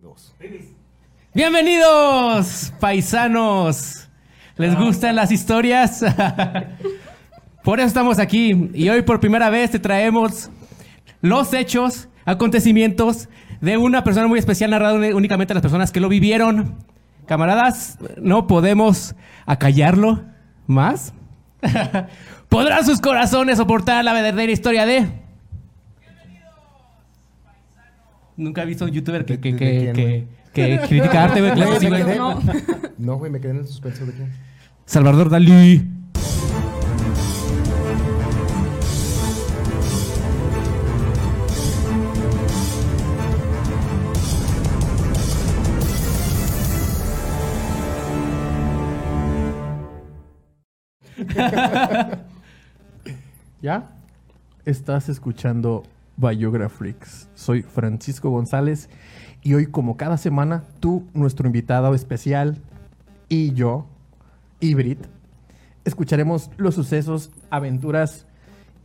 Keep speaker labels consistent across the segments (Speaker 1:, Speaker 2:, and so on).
Speaker 1: todos.
Speaker 2: Bienvenidos, paisanos. ¿Les gustan las historias? por eso estamos aquí y hoy por primera vez te traemos los hechos, acontecimientos de una persona muy especial narrado únicamente a las personas que lo vivieron. Camaradas, no podemos acallarlo más. ¿Podrán sus corazones soportar la verdadera historia de... Nunca he visto un youtuber que,
Speaker 1: ¿De-
Speaker 2: que,
Speaker 1: de-
Speaker 2: que,
Speaker 1: de quién,
Speaker 2: que, que criticarte, güey. claro que sí,
Speaker 1: me
Speaker 2: güey.
Speaker 1: quedé-
Speaker 3: No.
Speaker 1: No, güey, me quedé en el suspenso de quién.
Speaker 2: Salvador Dalí.
Speaker 4: ¿Ya? Estás escuchando Biographics. Soy Francisco González y hoy, como cada semana, tú, nuestro invitado especial, y yo, y Brit, escucharemos los sucesos, aventuras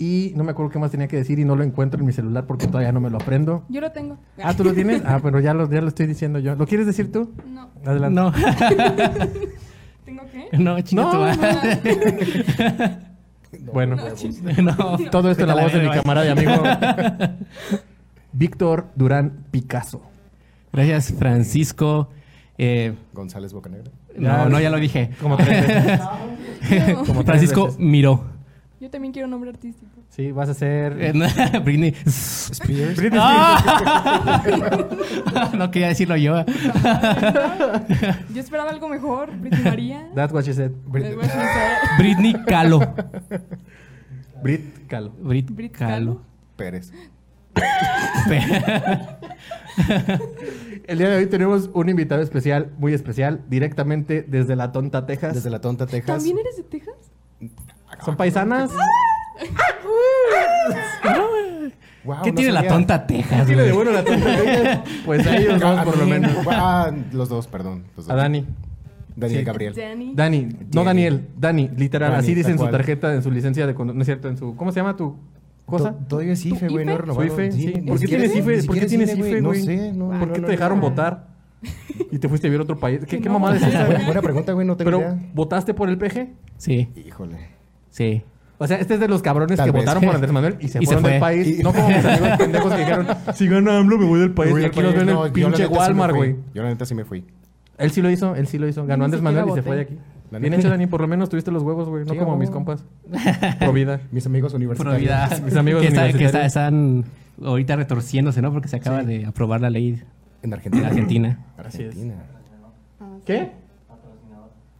Speaker 4: y no me acuerdo qué más tenía que decir y no lo encuentro en mi celular porque todavía no me lo aprendo.
Speaker 3: Yo lo tengo.
Speaker 4: Ah, ¿tú lo tienes? Ah, pues. pero ya lo, ya lo estoy diciendo yo. ¿Lo quieres decir tú?
Speaker 3: No.
Speaker 4: Adelante.
Speaker 2: No,
Speaker 3: ¿Tengo qué?
Speaker 2: no,
Speaker 4: No,
Speaker 2: chiquito.
Speaker 4: no, Bueno.
Speaker 2: No,
Speaker 4: Todo esto en la
Speaker 2: Vete a
Speaker 4: voz de mi
Speaker 2: verga, bye.
Speaker 4: camarada y amigo Víctor Durán Picasso.
Speaker 2: Gracias, Francisco. Eh,
Speaker 1: González Bocanegra.
Speaker 2: no, no, ya lo dije.
Speaker 4: Como tres veces. Como tres
Speaker 2: Francisco
Speaker 4: veces.
Speaker 2: Miró.
Speaker 3: Yo también quiero nombre artístico.
Speaker 4: Sí, vas a ser.
Speaker 2: Eh, Britney.
Speaker 1: Spears.
Speaker 4: Britney
Speaker 2: no quería decirlo yo.
Speaker 3: Yo esperaba algo mejor. Britney María.
Speaker 4: Spears. That's what she said.
Speaker 3: Eh, bueno, no sé.
Speaker 2: Britney Calo.
Speaker 4: Brit Calo.
Speaker 2: Brit,
Speaker 3: Brit
Speaker 2: Calo.
Speaker 1: Pérez.
Speaker 4: El día de hoy tenemos un invitado especial, muy especial, directamente desde la tonta Texas.
Speaker 1: Desde la tonta Texas.
Speaker 3: ¿También eres de Texas?
Speaker 4: ¿Son paisanas? Ah,
Speaker 1: Wow,
Speaker 2: ¿Qué
Speaker 1: no
Speaker 2: tiene la
Speaker 1: sabía.
Speaker 2: tonta Texas?
Speaker 4: Dile de
Speaker 2: güey?
Speaker 4: bueno la tonta Texas. Pues ahí los
Speaker 1: A
Speaker 4: vamos por lo
Speaker 1: mí-
Speaker 4: menos.
Speaker 1: Ah, los dos, perdón. los dos.
Speaker 4: A Dani.
Speaker 1: Daniel
Speaker 4: Sí.
Speaker 1: Gabriel.
Speaker 3: Danny.
Speaker 4: Dani, no
Speaker 1: Dani.
Speaker 4: Daniel, Dani, literal,
Speaker 1: Dani,
Speaker 4: así dice
Speaker 1: tal
Speaker 4: en su
Speaker 1: cual.
Speaker 4: tarjeta, en su licencia de conducir, no es cierto, en su, ¿cómo se llama tu cosa?
Speaker 1: To- Todavía es IFE, güey, no he
Speaker 3: ¿Tu
Speaker 1: renovado.
Speaker 4: IFE? Sí.
Speaker 1: ni
Speaker 4: ¿Por qué
Speaker 1: siquiera-
Speaker 4: tienes IFE?
Speaker 1: ni
Speaker 4: ¿Por qué
Speaker 1: siquiera es
Speaker 4: tienes
Speaker 1: IFE,
Speaker 4: IFE, güey?
Speaker 1: No sé, no.
Speaker 4: ¿Por
Speaker 1: no,
Speaker 4: qué
Speaker 1: no,
Speaker 4: te dejaron
Speaker 1: no.
Speaker 4: votar? Y te fuiste a vivir a otro país. ¿Qué,
Speaker 3: Que
Speaker 4: qué
Speaker 3: no,
Speaker 4: mamada es
Speaker 3: güey.
Speaker 4: esa, güey?
Speaker 1: Buena, buena pregunta, güey, no tengo
Speaker 4: Pero,
Speaker 1: idea.
Speaker 4: ¿votaste por el PG?
Speaker 2: Sí,
Speaker 1: Híjole.
Speaker 2: sí.
Speaker 4: O sea, este es de los cabrones
Speaker 1: Tal
Speaker 4: que
Speaker 1: vez.
Speaker 4: votaron por Andrés Manuel y se
Speaker 2: Y se
Speaker 4: fueron
Speaker 2: fue.
Speaker 4: del país.
Speaker 1: Y-
Speaker 4: No como mis amigos pendejos que dijeron, si gana AMLO me voy del país. Y pues, aquí nos ven en
Speaker 1: No, yo la
Speaker 4: pinche
Speaker 1: neta sí me
Speaker 4: Walmart,
Speaker 1: fui.
Speaker 4: güey.
Speaker 1: Yo la neta sí me fui.
Speaker 4: Él sí lo hizo, él sí lo hizo. Ganó
Speaker 3: Ni
Speaker 4: Andrés
Speaker 3: siquiera
Speaker 4: Manuel y se
Speaker 3: voté.
Speaker 4: fue de aquí.
Speaker 1: La
Speaker 4: Bien
Speaker 1: neta.
Speaker 4: hecho, Dani, por lo menos tuviste los huevos, güey. No
Speaker 1: Sí,
Speaker 4: como
Speaker 1: huevo.
Speaker 4: mis compas. Por vida.
Speaker 1: Mis amigos universitarios.
Speaker 2: Probidad.
Speaker 4: Mis amigos
Speaker 2: que, está- que está-
Speaker 4: universitarios.
Speaker 2: están ahorita retorciéndose, ¿no? Porque se acaba de aprobar la ley
Speaker 1: En
Speaker 2: en
Speaker 1: Argentina.
Speaker 2: Argentina.
Speaker 4: Así es.
Speaker 1: Argentina.
Speaker 4: ¿Qué?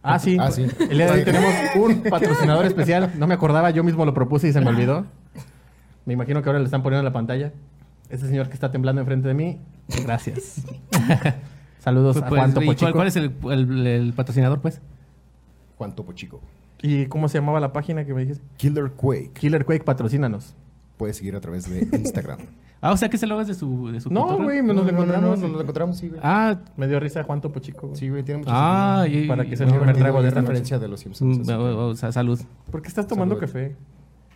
Speaker 4: Ah, sí.
Speaker 1: Ah, sí.
Speaker 4: El día de hoy tenemos un patrocinador especial. No me acordaba, yo mismo lo propuse y se me olvidó. Me imagino que ahora le están poniendo en la pantalla. Este señor que está temblando enfrente de mí, gracias. Saludos
Speaker 2: Pues,
Speaker 4: a Juan Topo
Speaker 2: ¿y cuál,
Speaker 4: Chico.
Speaker 2: cuál es el, el- el patrocinador, pues?
Speaker 1: Juan Topo Chico.
Speaker 4: ¿Y cómo se llamaba la página que me dijiste?
Speaker 1: Killer Quake.
Speaker 4: Killer Quake, patrocínanos.
Speaker 1: Puedes seguir a través de Instagram.
Speaker 2: Ah, o sea que ese logo es de su, de su
Speaker 4: No,
Speaker 2: cotorra.
Speaker 4: güey, nos lo encontramos.
Speaker 1: no, nos encontramos, sí, güey.
Speaker 2: Ah,
Speaker 4: Me dio risa Juan Topo Chico. güey.
Speaker 1: Pues, Sí, güey, tiene mucho
Speaker 2: ah, y-
Speaker 4: Para que se
Speaker 1: sentido.
Speaker 4: lo
Speaker 1: Muy
Speaker 4: me trago
Speaker 1: divertido,
Speaker 4: de
Speaker 1: es
Speaker 4: esta noche.
Speaker 1: referencia de los Simpsons.
Speaker 2: Mm,
Speaker 1: así.
Speaker 2: o- o- o sea, salud.
Speaker 4: ¿Por qué estás tomando
Speaker 1: Salud.
Speaker 4: café?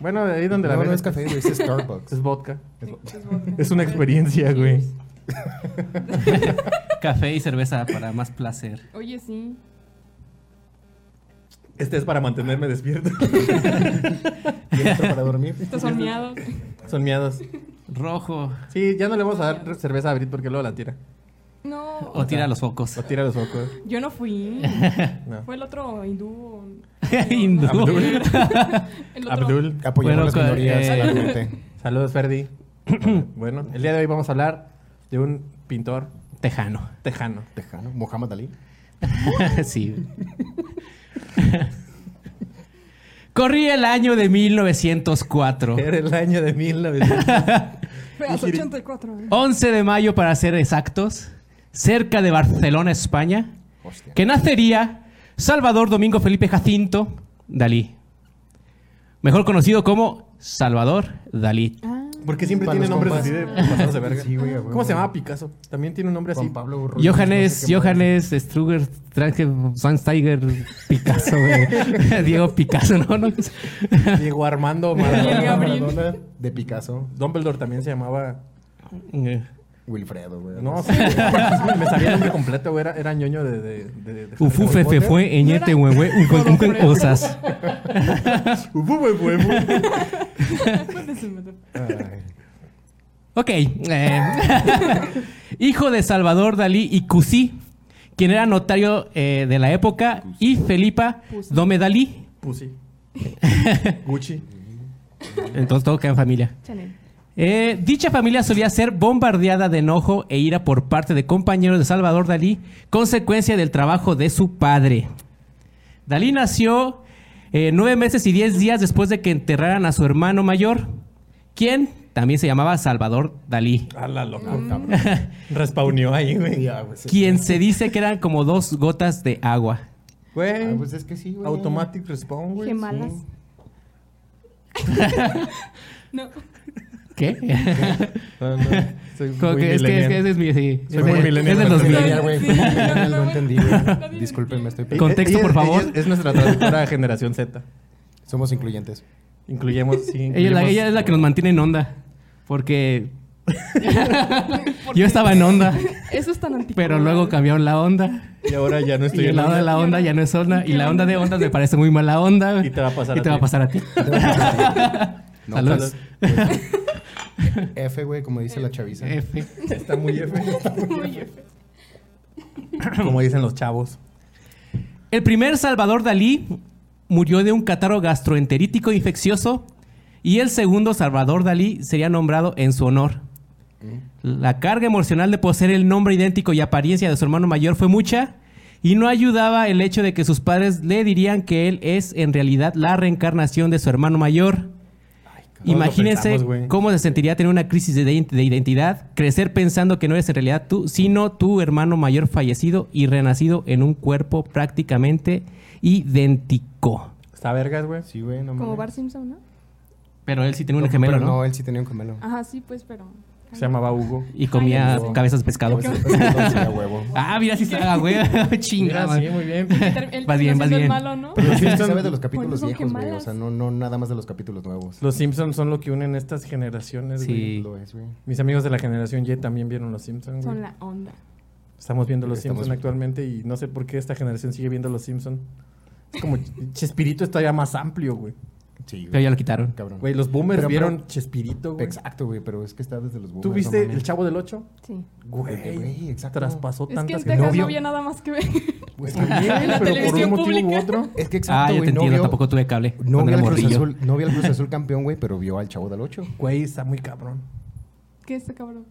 Speaker 4: Bueno, de ahí donde la
Speaker 1: no,
Speaker 4: ves.
Speaker 1: no es café, güey, es Starbucks.
Speaker 4: Es vodka.
Speaker 3: Es vodka.
Speaker 4: Es una experiencia, güey.
Speaker 2: Café y cerveza para más placer.
Speaker 3: Oye, sí.
Speaker 4: Este es para mantenerme despierto.
Speaker 1: y otro para dormir.
Speaker 3: Estás horneado.
Speaker 4: Son miados.
Speaker 2: Rojo.
Speaker 4: Sí, ya no le vamos a dar cerveza a Brit porque luego la tira.
Speaker 3: No.
Speaker 2: O tira los focos.
Speaker 4: Lo tira a los focos.
Speaker 3: Yo no fui.
Speaker 4: No.
Speaker 3: Fue el otro hindú.
Speaker 2: Hindú.
Speaker 3: Abdul. El otro.
Speaker 4: Abdul.
Speaker 1: Apoyar
Speaker 2: Bueno,
Speaker 1: a las
Speaker 2: con-
Speaker 1: minorías,
Speaker 2: eh,
Speaker 1: realmente.
Speaker 4: Saludos, Ferdi. bueno, el día de hoy vamos a hablar de un pintor
Speaker 2: Tejano.
Speaker 4: tejano.
Speaker 1: Tejano, Mohamed Ali.
Speaker 2: sí. Corría el año de 1904.
Speaker 4: Era el año de 1900.
Speaker 3: Fue hace 84.
Speaker 2: 11 de mayo, para ser exactos. Cerca de Barcelona, España.
Speaker 1: Hostia.
Speaker 2: que nacería Salvador Domingo Felipe Jacinto Dalí, mejor conocido como Salvador Dalí.
Speaker 3: Ah.
Speaker 4: Porque siempre
Speaker 1: Para
Speaker 4: tiene
Speaker 1: los
Speaker 4: nombres
Speaker 1: compas.
Speaker 4: así de pasados de verga.
Speaker 1: Sí, güey, a huevo.
Speaker 4: ¿Cómo se llamaba Picasso? También tiene un nombre así.
Speaker 1: Juan Pablo Urrutia,
Speaker 2: Johannes,
Speaker 1: no sé qué
Speaker 2: Johannes, Struger, Trange, Steiger, Picasso, güey. Diego Picasso, ¿no? no.
Speaker 4: Diego Armando
Speaker 1: más.
Speaker 4: Maradona.
Speaker 3: Gabriel.
Speaker 1: Maradona de Picasso.
Speaker 4: Dumbledore también se llamaba
Speaker 1: Wilfredo, güey.
Speaker 4: No, sí, güey. me sabía el nombre completo, güey. Era, era ñoño de. de, de, de
Speaker 2: Ufufefe fue este eñete huehue ucuencunquen osas.
Speaker 4: Ufu, güey, güey, güey.
Speaker 3: pues
Speaker 4: Ah.
Speaker 1: Ay,
Speaker 2: Ok. eh, hijo de Salvador Dalí y Cusí, quien era notario eh, de la época, y Felipa
Speaker 3: Cusí.
Speaker 2: Dome Dalí.
Speaker 4: Pussy. Gucci.
Speaker 2: Entonces todo queda en familia.
Speaker 3: Chanel.
Speaker 2: Eh, dicha familia solía ser bombardeada de enojo e ira por parte de compañeros de Salvador Dalí, consecuencia del trabajo de su padre. Dalí nació eh, nueve meses y diez días después de que enterraran a su hermano mayor, quien también se llamaba Salvador Dalí,
Speaker 4: A la loco,
Speaker 3: Mm.
Speaker 1: no, cabrón.
Speaker 4: Respawneó ahí, güey.
Speaker 1: Ya, güey, sí.
Speaker 2: quien se dice que eran como dos gotas de agua.
Speaker 1: Ah,
Speaker 4: Güey.
Speaker 1: pues es que sí, güey.
Speaker 4: Automatic respawn, güey.
Speaker 3: Qué malas. No.
Speaker 2: ¿Qué?
Speaker 4: Sí. No, no. Soy
Speaker 2: Como
Speaker 4: muy
Speaker 2: que es que es, que ese
Speaker 4: millennial.
Speaker 2: es mi... sí,
Speaker 4: Soy
Speaker 2: es
Speaker 4: muy
Speaker 2: de-
Speaker 4: millennial,
Speaker 2: es del
Speaker 4: no
Speaker 2: 2000.
Speaker 1: Millennial, güey.
Speaker 3: Sí,
Speaker 1: Millennial, no
Speaker 3: no,
Speaker 1: entendí,
Speaker 3: bueno.
Speaker 1: güey. Disculpen, me estoy...
Speaker 4: Ella-
Speaker 2: Contexto,
Speaker 4: ella-
Speaker 2: por favor.
Speaker 4: ella es- es nuestra traductora de generación Z.
Speaker 1: Somos incluyentes.
Speaker 4: Incluyemos,
Speaker 2: Ella,
Speaker 4: sí.
Speaker 2: es la-
Speaker 4: incluyemos-
Speaker 2: ella es la que nos mantiene en onda, porque
Speaker 3: ¿Por
Speaker 2: yo
Speaker 3: qué?
Speaker 2: estaba en onda.
Speaker 3: Eso es tan antiguo.
Speaker 2: Pero luego cambiaron la onda.
Speaker 4: Y ahora ya no estoy
Speaker 2: y el
Speaker 4: en
Speaker 2: lado de
Speaker 4: onda.
Speaker 2: la onda ya no es onda. Y la onda de ondas me parece muy mala onda.
Speaker 4: Y te va a pasar
Speaker 2: Y
Speaker 4: a
Speaker 2: te
Speaker 4: ti.
Speaker 2: va a pasar a ti.
Speaker 1: No,
Speaker 2: Saludos.
Speaker 1: pues, F, güey, como dice la chaviza.
Speaker 2: F.
Speaker 4: Está muy F. Como dicen los chavos.
Speaker 2: El primer Salvador Dalí murió de un catarro gastroenterítico infeccioso. Y el segundo Salvador Dalí sería nombrado en su honor. La carga emocional de poseer el nombre idéntico y apariencia de su hermano mayor fue mucha. Y no ayudaba el hecho de que sus padres le dirían que él es en realidad la reencarnación de su hermano mayor.
Speaker 4: Todos lo
Speaker 2: Imagínense
Speaker 4: pensamos, güey.
Speaker 2: cómo se sentiría tener una crisis de ident- de identidad, crecer pensando que no eres en realidad tú, sino tu hermano mayor fallecido y renacido en un cuerpo prácticamente idéntico.
Speaker 4: Está vergas, güey.
Speaker 1: Sí, güey, no
Speaker 3: Como
Speaker 1: mames.
Speaker 3: Bar Simpson, ¿no?
Speaker 2: Pero él sí tenía un
Speaker 1: No,
Speaker 2: gemelo,
Speaker 1: pero
Speaker 2: ¿no?
Speaker 1: él sí tenía un gemelo.
Speaker 4: Ah.
Speaker 3: Ajá, sí, pues, pero.
Speaker 4: Se llamaba Hugo.
Speaker 2: Y comía
Speaker 1: Ay, no.
Speaker 2: cabezas de pescado.
Speaker 1: Pues, entonces, sí, a huevo.
Speaker 2: Ah, mira si está, güey. Chingada.
Speaker 4: muy bien.
Speaker 3: Él
Speaker 2: Vas
Speaker 3: terminó
Speaker 2: bien, vas
Speaker 3: siendo el
Speaker 2: bien.
Speaker 3: malo, ¿no?
Speaker 1: Pero sí, sí
Speaker 4: Simpson-
Speaker 1: sabes de los
Speaker 3: Bueno,
Speaker 1: capítulos
Speaker 3: son
Speaker 1: viejos, güey. O
Speaker 3: gemelas.
Speaker 1: sea, no, no nada más de los capítulos nuevos.
Speaker 4: Los Simpsons son lo que unen estas generaciones, güey.
Speaker 2: Sí.
Speaker 1: Lo es, güey.
Speaker 4: Mis amigos de la generación Y también vieron los Simpsons,
Speaker 3: Son
Speaker 4: güey.
Speaker 3: la onda.
Speaker 4: Estamos viendo los
Speaker 1: Estamos-
Speaker 4: Simpsons actualmente y no sé por qué esta generación sigue viendo los Simpsons. Es como Ch- Chespirito está ya más amplio, güey.
Speaker 1: Sí,
Speaker 2: Pero ya lo quitaron.
Speaker 1: Cabrón.
Speaker 4: Güey, los boomers
Speaker 1: Pero-
Speaker 4: vieron
Speaker 1: pero-
Speaker 4: Chespirito, güey.
Speaker 1: Exacto, güey, pero es que está desde los boomers.
Speaker 4: ¿Tú
Speaker 1: no
Speaker 4: viste
Speaker 1: mames.
Speaker 4: El Chavo del 8?
Speaker 3: Sí.
Speaker 1: Güey, güey, exacto.
Speaker 4: Traspasó
Speaker 3: Es que en
Speaker 4: tantas
Speaker 3: Texas no
Speaker 4: vio.
Speaker 3: había nada más que ver.
Speaker 1: Güey,
Speaker 4: Está bien,
Speaker 3: En
Speaker 4: pero por
Speaker 3: la
Speaker 4: un
Speaker 3: televisión
Speaker 4: motivo u
Speaker 3: pública.
Speaker 4: otro.
Speaker 1: Es que exacto,
Speaker 2: Ah, yo
Speaker 1: güey,
Speaker 2: te
Speaker 1: no
Speaker 2: entiendo.
Speaker 1: vio-
Speaker 2: Tampoco tuve cable.
Speaker 1: No
Speaker 2: cuando
Speaker 1: vio,
Speaker 2: era
Speaker 1: al Cruz
Speaker 2: morrillo.
Speaker 1: Azul, no vio al Cruz Azul campeón, güey, pero vio al Chavo del 8.
Speaker 4: Güey, está muy cabrón.
Speaker 3: ¿Qué es este cabrón?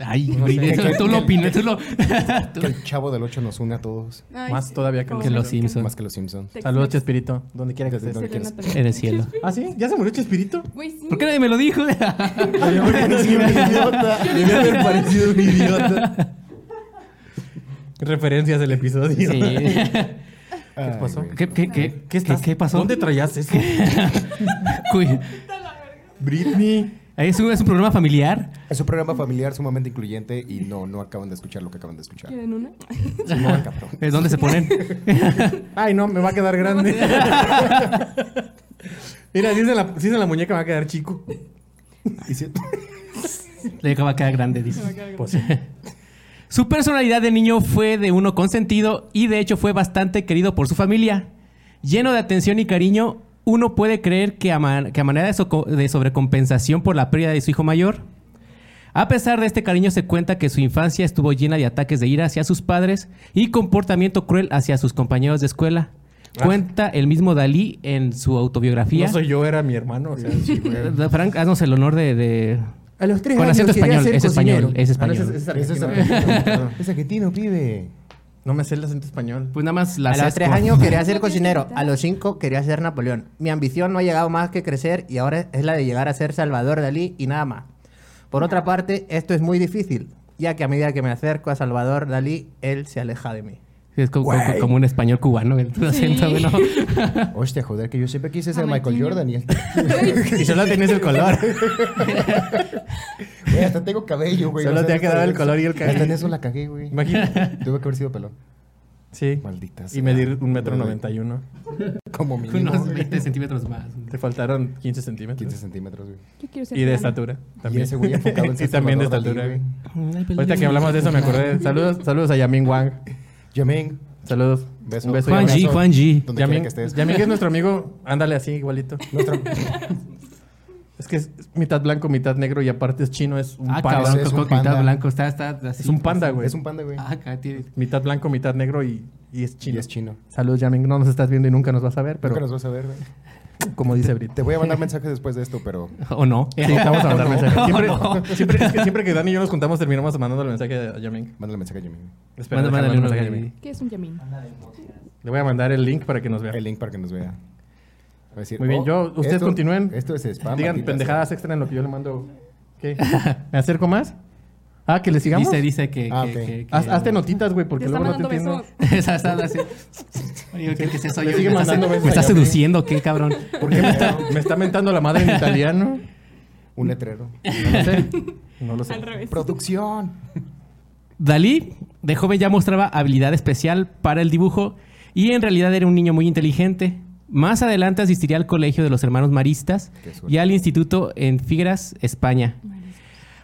Speaker 2: Ay,
Speaker 4: No
Speaker 2: güey,
Speaker 4: sé.
Speaker 2: eso tú lo opinas, tú lo...
Speaker 1: Que el Chavo del 8 nos une a todos,
Speaker 3: Ay,
Speaker 4: Más
Speaker 3: sí,
Speaker 4: todavía que
Speaker 3: como
Speaker 4: los- que
Speaker 2: los
Speaker 3: Mexican.
Speaker 2: Simpson.
Speaker 1: más que los Simpsons.
Speaker 3: Tex-Mex.
Speaker 4: Saludos, Chespirito. Donde quiera que
Speaker 1: Desde
Speaker 4: estés.
Speaker 1: donde-
Speaker 3: Selena
Speaker 1: quieres.
Speaker 2: En el
Speaker 3: Torres.
Speaker 2: cielo.
Speaker 4: Ah, sí, ya se murió Chespirito.
Speaker 3: Güey, sí.
Speaker 2: ¿Por qué nadie me lo dijo?
Speaker 4: Debe haber parecido un idiota. Referencias del episodio.
Speaker 2: Sí.
Speaker 1: Ay,
Speaker 4: ¿Qué pasó?
Speaker 1: Ah, güey.
Speaker 2: ¿Qué, qué, qué, qué,
Speaker 4: estás-
Speaker 2: qué pasó?
Speaker 4: ¿Dónde traías eso?
Speaker 2: Cuy-
Speaker 4: Britney.
Speaker 2: ¿Es un, ¿Es un programa familiar?
Speaker 1: Es un programa familiar sumamente incluyente y no, no acaban de escuchar lo que acaban de escuchar.
Speaker 3: ¿Quieren una?
Speaker 1: No, cabrón.
Speaker 2: ¿Es ¿Dónde se ponen?
Speaker 4: Ay, no, me va a quedar grande. Mira, si es, en la, si es en la muñeca me va a quedar chico.
Speaker 1: Y si-
Speaker 2: Le acaba a quedar grande,
Speaker 3: Se va a
Speaker 2: dice.
Speaker 3: cargar.
Speaker 4: Pues sí.
Speaker 2: Su personalidad de niño fue de uno consentido y de hecho fue bastante querido por su familia. Lleno de atención y cariño, uno puede creer que a, man- que a manera de, soco- de sobrecompensación por la pérdida de su hijo mayor, a pesar de este cariño se cuenta que su infancia estuvo llena de ataques de ira hacia sus padres y comportamiento cruel hacia sus compañeros de escuela. Cuenta el mismo Dalí en su autobiografía.
Speaker 4: Ah. No soy yo, era mi hermano. o sea, sí, güey.
Speaker 2: Frank, haznos el honor de- de,
Speaker 4: A los tres
Speaker 2: Con
Speaker 4: años
Speaker 2: acento
Speaker 4: quería
Speaker 2: español,
Speaker 4: ser
Speaker 2: es español,
Speaker 4: cocinero.
Speaker 2: es español.
Speaker 4: Ah, no, ese- ese
Speaker 1: Ese
Speaker 4: es
Speaker 1: es
Speaker 4: argentino.
Speaker 1: argentino.
Speaker 4: Perdón.
Speaker 1: Es argentino, pibe.
Speaker 4: No me sé el acento español.
Speaker 2: Pues nada más la
Speaker 5: a los
Speaker 2: sesco.
Speaker 5: tres años quería ser cocinero, a los cinco quería ser Napoleón. Mi ambición no ha llegado más que crecer y ahora es la de llegar a ser Salvador Dalí y nada más. Por otra parte, esto es muy difícil, ya que a medida que me acerco a Salvador Dalí, él se aleja de mí.
Speaker 2: Sí, es como, como- como un español cubano, el acento, güey, ¿no?
Speaker 1: Hostia, joder, que yo siempre quise ser Michael
Speaker 3: Jamaiquino.
Speaker 1: Jordan y el-
Speaker 4: Y solo tenías el color.
Speaker 1: Güey, hasta tengo cabello, güey.
Speaker 4: Solo te ha
Speaker 1: hasta-
Speaker 4: quedado el color y el cabello.
Speaker 1: Hasta en eso la cagué, güey.
Speaker 4: Imagínate.
Speaker 1: Tuve que haber sido pelón.
Speaker 4: Sí.
Speaker 1: Maldita sea.
Speaker 4: Y medir un metro noventa y uno.
Speaker 1: Como mínimo.
Speaker 2: Unos
Speaker 1: güey.
Speaker 2: 20 centímetros más.
Speaker 4: Te faltaron 15 centímetros.
Speaker 1: 15 centímetros, güey.
Speaker 3: Yo quiero ser
Speaker 4: Y de
Speaker 3: plana.
Speaker 4: estatura.
Speaker 1: Y
Speaker 4: También.
Speaker 1: ese güey enfocado en
Speaker 4: y también de estatura. güey. Ahorita que hablamos de eso me acordé. Saludos, saludos a Yamin Wang.
Speaker 1: Yamen.
Speaker 4: Saludos.
Speaker 1: Beso.
Speaker 4: Un beso.
Speaker 2: Juan
Speaker 4: Yamin.
Speaker 2: G, Juan G.
Speaker 1: Donde quiera
Speaker 4: Yamin,
Speaker 1: que estés.
Speaker 4: Yamin, que es nuestro amigo. Ándale así, igualito.
Speaker 1: Nuestro-
Speaker 4: Es que es mitad blanco, mitad negro y aparte es chino. Es un
Speaker 2: Ah,
Speaker 4: panda.
Speaker 2: cabrón,
Speaker 1: es un
Speaker 2: Coco, mitad
Speaker 1: panda.
Speaker 2: blanco. Está, está así.
Speaker 4: Es un panda, güey.
Speaker 1: Es un panda, güey.
Speaker 2: Ah, acá tiene.
Speaker 4: Mitad blanco, mitad negro y, y es
Speaker 1: Y
Speaker 4: chino.
Speaker 1: es chino.
Speaker 4: Saludos, Yamin. No nos estás viendo y nunca nos vas a ver,
Speaker 1: Pero
Speaker 4: pero
Speaker 1: nos vas a ver, güey.
Speaker 4: como dice Brit.
Speaker 1: Te voy a mandar mensajes después de esto, pero
Speaker 2: ¿O no?
Speaker 4: Sí, te vamos a mandar mensaje.
Speaker 2: No,
Speaker 4: Siempre,
Speaker 2: no.
Speaker 4: siempre- es que siempre que Dani y yo nos juntamos terminamos mandando el mensaje a Yamin.
Speaker 1: mándale mensaje a Yamen.
Speaker 4: Espera,
Speaker 2: Manda- mándale
Speaker 4: déjame mandar
Speaker 2: uno,
Speaker 4: mensaje a Yamin.
Speaker 2: güey.
Speaker 3: ¿Qué es un yamín?
Speaker 4: Le voy a mandar el link para que nos vea.
Speaker 1: El link para que nos vea. Va a decir,
Speaker 4: Muy bien,
Speaker 1: "Oh,
Speaker 4: yo- ustedes
Speaker 1: esto-
Speaker 4: continúen.
Speaker 1: Esto es spam.
Speaker 4: Digan
Speaker 1: maldita
Speaker 4: pendejadas extra en lo que yo le mando. ¿Qué? ¿Me acerco más? Ah, que le sigamos.
Speaker 2: Dice, dice que.
Speaker 1: Ah,
Speaker 2: que-
Speaker 1: ok.
Speaker 2: que- que-
Speaker 4: Haz- hazte notitas, güey, porque
Speaker 3: Te está
Speaker 4: luego no te
Speaker 3: mandando
Speaker 4: entiendo.
Speaker 3: besos.
Speaker 2: Esa está así. Oye, ¿qué, qué es eso?
Speaker 4: Le
Speaker 2: Oye,
Speaker 4: sigue
Speaker 2: me estás-
Speaker 4: mandando besos
Speaker 2: me está
Speaker 4: allá,
Speaker 2: seduciendo, qué cabrón.
Speaker 4: ¿Por qué me está, me está mentando la madre en italiano?
Speaker 1: sea. Un letrero.
Speaker 4: No lo sé. No lo sé.
Speaker 3: Al revés.
Speaker 1: Producción.
Speaker 2: Dalí de joven ya mostraba habilidad especial para el dibujo y en realidad era un niño muy inteligente. Más adelante asistiría al colegio de los hermanos maristas
Speaker 1: Qué suerte.
Speaker 2: y al instituto en Figueras, España.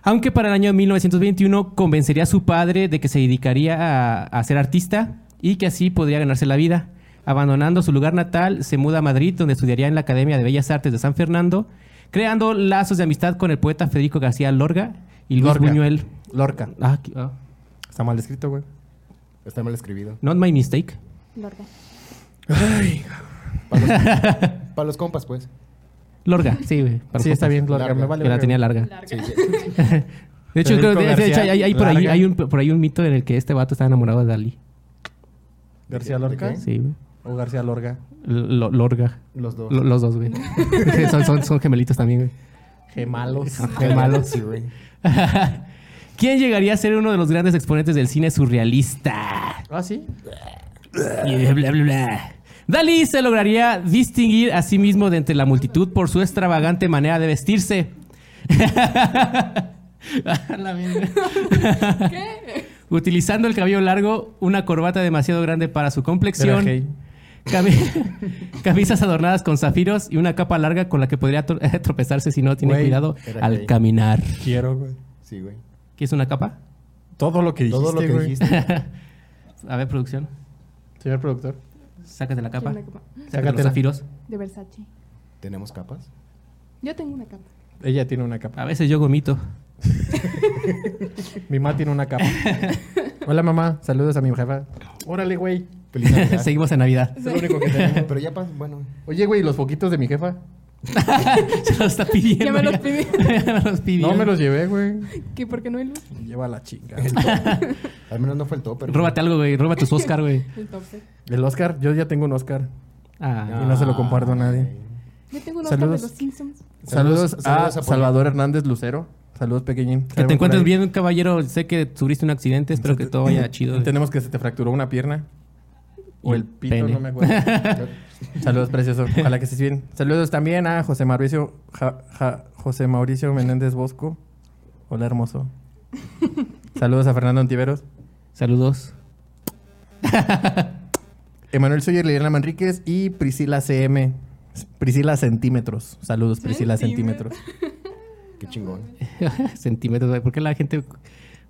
Speaker 2: Aunque para el año 1921 convencería a su padre de que se dedicaría a, a ser artista y que así podría ganarse la vida. Abandonando su lugar natal, se muda a Madrid, donde estudiaría en la Academia de Bellas Artes de San Fernando, creando lazos de amistad con el poeta Federico García Lorga y Luis
Speaker 4: Lorca.
Speaker 2: Buñuel.
Speaker 4: Lorca.
Speaker 2: Ah, qué- ah.
Speaker 4: Está mal escrito, güey.
Speaker 1: Está mal escribido.
Speaker 2: Not my mistake.
Speaker 3: Lorga.
Speaker 1: Para los compas, pues.
Speaker 2: Lorga, sí, güey. para
Speaker 4: Sí,
Speaker 2: compas.
Speaker 4: está bien, Lorca.
Speaker 1: Larga.
Speaker 4: Me vale.
Speaker 2: Que la
Speaker 4: verga.
Speaker 2: tenía larga.
Speaker 1: Sí, sí.
Speaker 2: De hecho, creo,
Speaker 4: Federico
Speaker 2: de- de hecho,
Speaker 4: García,
Speaker 2: hay, hay- hay por, ahí,
Speaker 4: larga.
Speaker 2: hay un, por ahí un mito en el que este vato está enamorado de Dalí.
Speaker 4: García
Speaker 1: ¿De
Speaker 4: Lorca
Speaker 1: qué?
Speaker 2: Sí, güey.
Speaker 4: o García Lorga.
Speaker 2: Lo- Lorga.
Speaker 1: Los dos.
Speaker 2: Lo- los dos, güey. Sí, son, son- son gemelitos también, güey.
Speaker 4: Gemalos.
Speaker 1: Qué malo. Sí, güey.
Speaker 2: ¿Quién llegaría a ser uno de los grandes exponentes del cine surrealista?
Speaker 4: Ah, sí.
Speaker 2: Y bla, bla, bla. Dalí se lograría distinguir a sí mismo de entre la multitud por su extravagante manera de vestirse. A la verga. Utilizando el cabello largo, una corbata demasiado grande para su complexión,
Speaker 4: Era gay.
Speaker 2: cami- camisas adornadas con zafiros y una capa larga con la que podría tro- tropezarse si no tiene
Speaker 4: Güey,
Speaker 2: cuidado
Speaker 1: era
Speaker 2: al
Speaker 1: gay.
Speaker 2: caminar.
Speaker 4: Quiero, güey.
Speaker 1: Sí, güey.
Speaker 2: ¿Qué es una capa?
Speaker 4: Todo lo que dijiste,
Speaker 1: Todo lo que
Speaker 4: güey.
Speaker 1: dijiste.
Speaker 2: A ver, producción,
Speaker 4: Señor productor.
Speaker 2: sácate la capa.
Speaker 3: Quiero una capa.
Speaker 2: Sácate los
Speaker 4: Sácatela.
Speaker 2: zafiros.
Speaker 3: De Versace.
Speaker 1: ¿Tenemos capas?
Speaker 3: Yo tengo una capa.
Speaker 4: Ella tiene una capa.
Speaker 2: A veces yo gomito.
Speaker 4: Mi mamá tiene una capa. Hola, mamá. Saludos a mi jefa. Órale, güey.
Speaker 1: Feliz Navidad.
Speaker 2: Seguimos en Navidad.
Speaker 1: Es lo único que tenemos. Pero ya pasa. Bueno,
Speaker 4: Oye, güey, los foquitos de mi jefa.
Speaker 2: Se los está pidiendo.
Speaker 3: Ya me los pidió.
Speaker 2: Ya me los pidió.
Speaker 4: No me los llevé, güey.
Speaker 3: ¿Qué? ¿Por qué no hay luz?
Speaker 4: Lleva la chinga.
Speaker 1: al menos no fue el top, pero.
Speaker 2: Róbate algo, güey. Róbate tus Oscar, güey.
Speaker 3: El tope.
Speaker 4: El Oscar, yo ya tengo un Oscar.
Speaker 2: Ah.
Speaker 4: Y no se lo comparto a nadie.
Speaker 3: Yo tengo una
Speaker 4: Saludos.
Speaker 3: de los Simpsons.
Speaker 4: Saludos,
Speaker 1: Saludos,
Speaker 4: a
Speaker 1: saludos a Poli.
Speaker 4: Salvador Hernández Lucero. Saludos, pequeñín.
Speaker 2: Que te encuentres bien, caballero. Sé que tuviste un accidente. Espero que todo vaya chido. güey.
Speaker 4: Tenemos que se te fracturó una pierna.
Speaker 2: Y
Speaker 4: O el
Speaker 2: el
Speaker 4: pito,
Speaker 2: pene.
Speaker 4: no me acuerdo. Saludos, precioso. Ojalá que estés bien. Saludos también a José Mauricio, Ja- Ja- José Mauricio Menéndez Bosco. Hola, hermoso. Saludos a Fernando Antiveros.
Speaker 2: Saludos.
Speaker 4: Emanuel Soyer, Liliana Manríquez y Priscila CM. Priscila Centímetros. Saludos, Priscila Centímetros.
Speaker 1: Qué chingón.
Speaker 2: Centímetros, güey. ¿Por qué la gente.?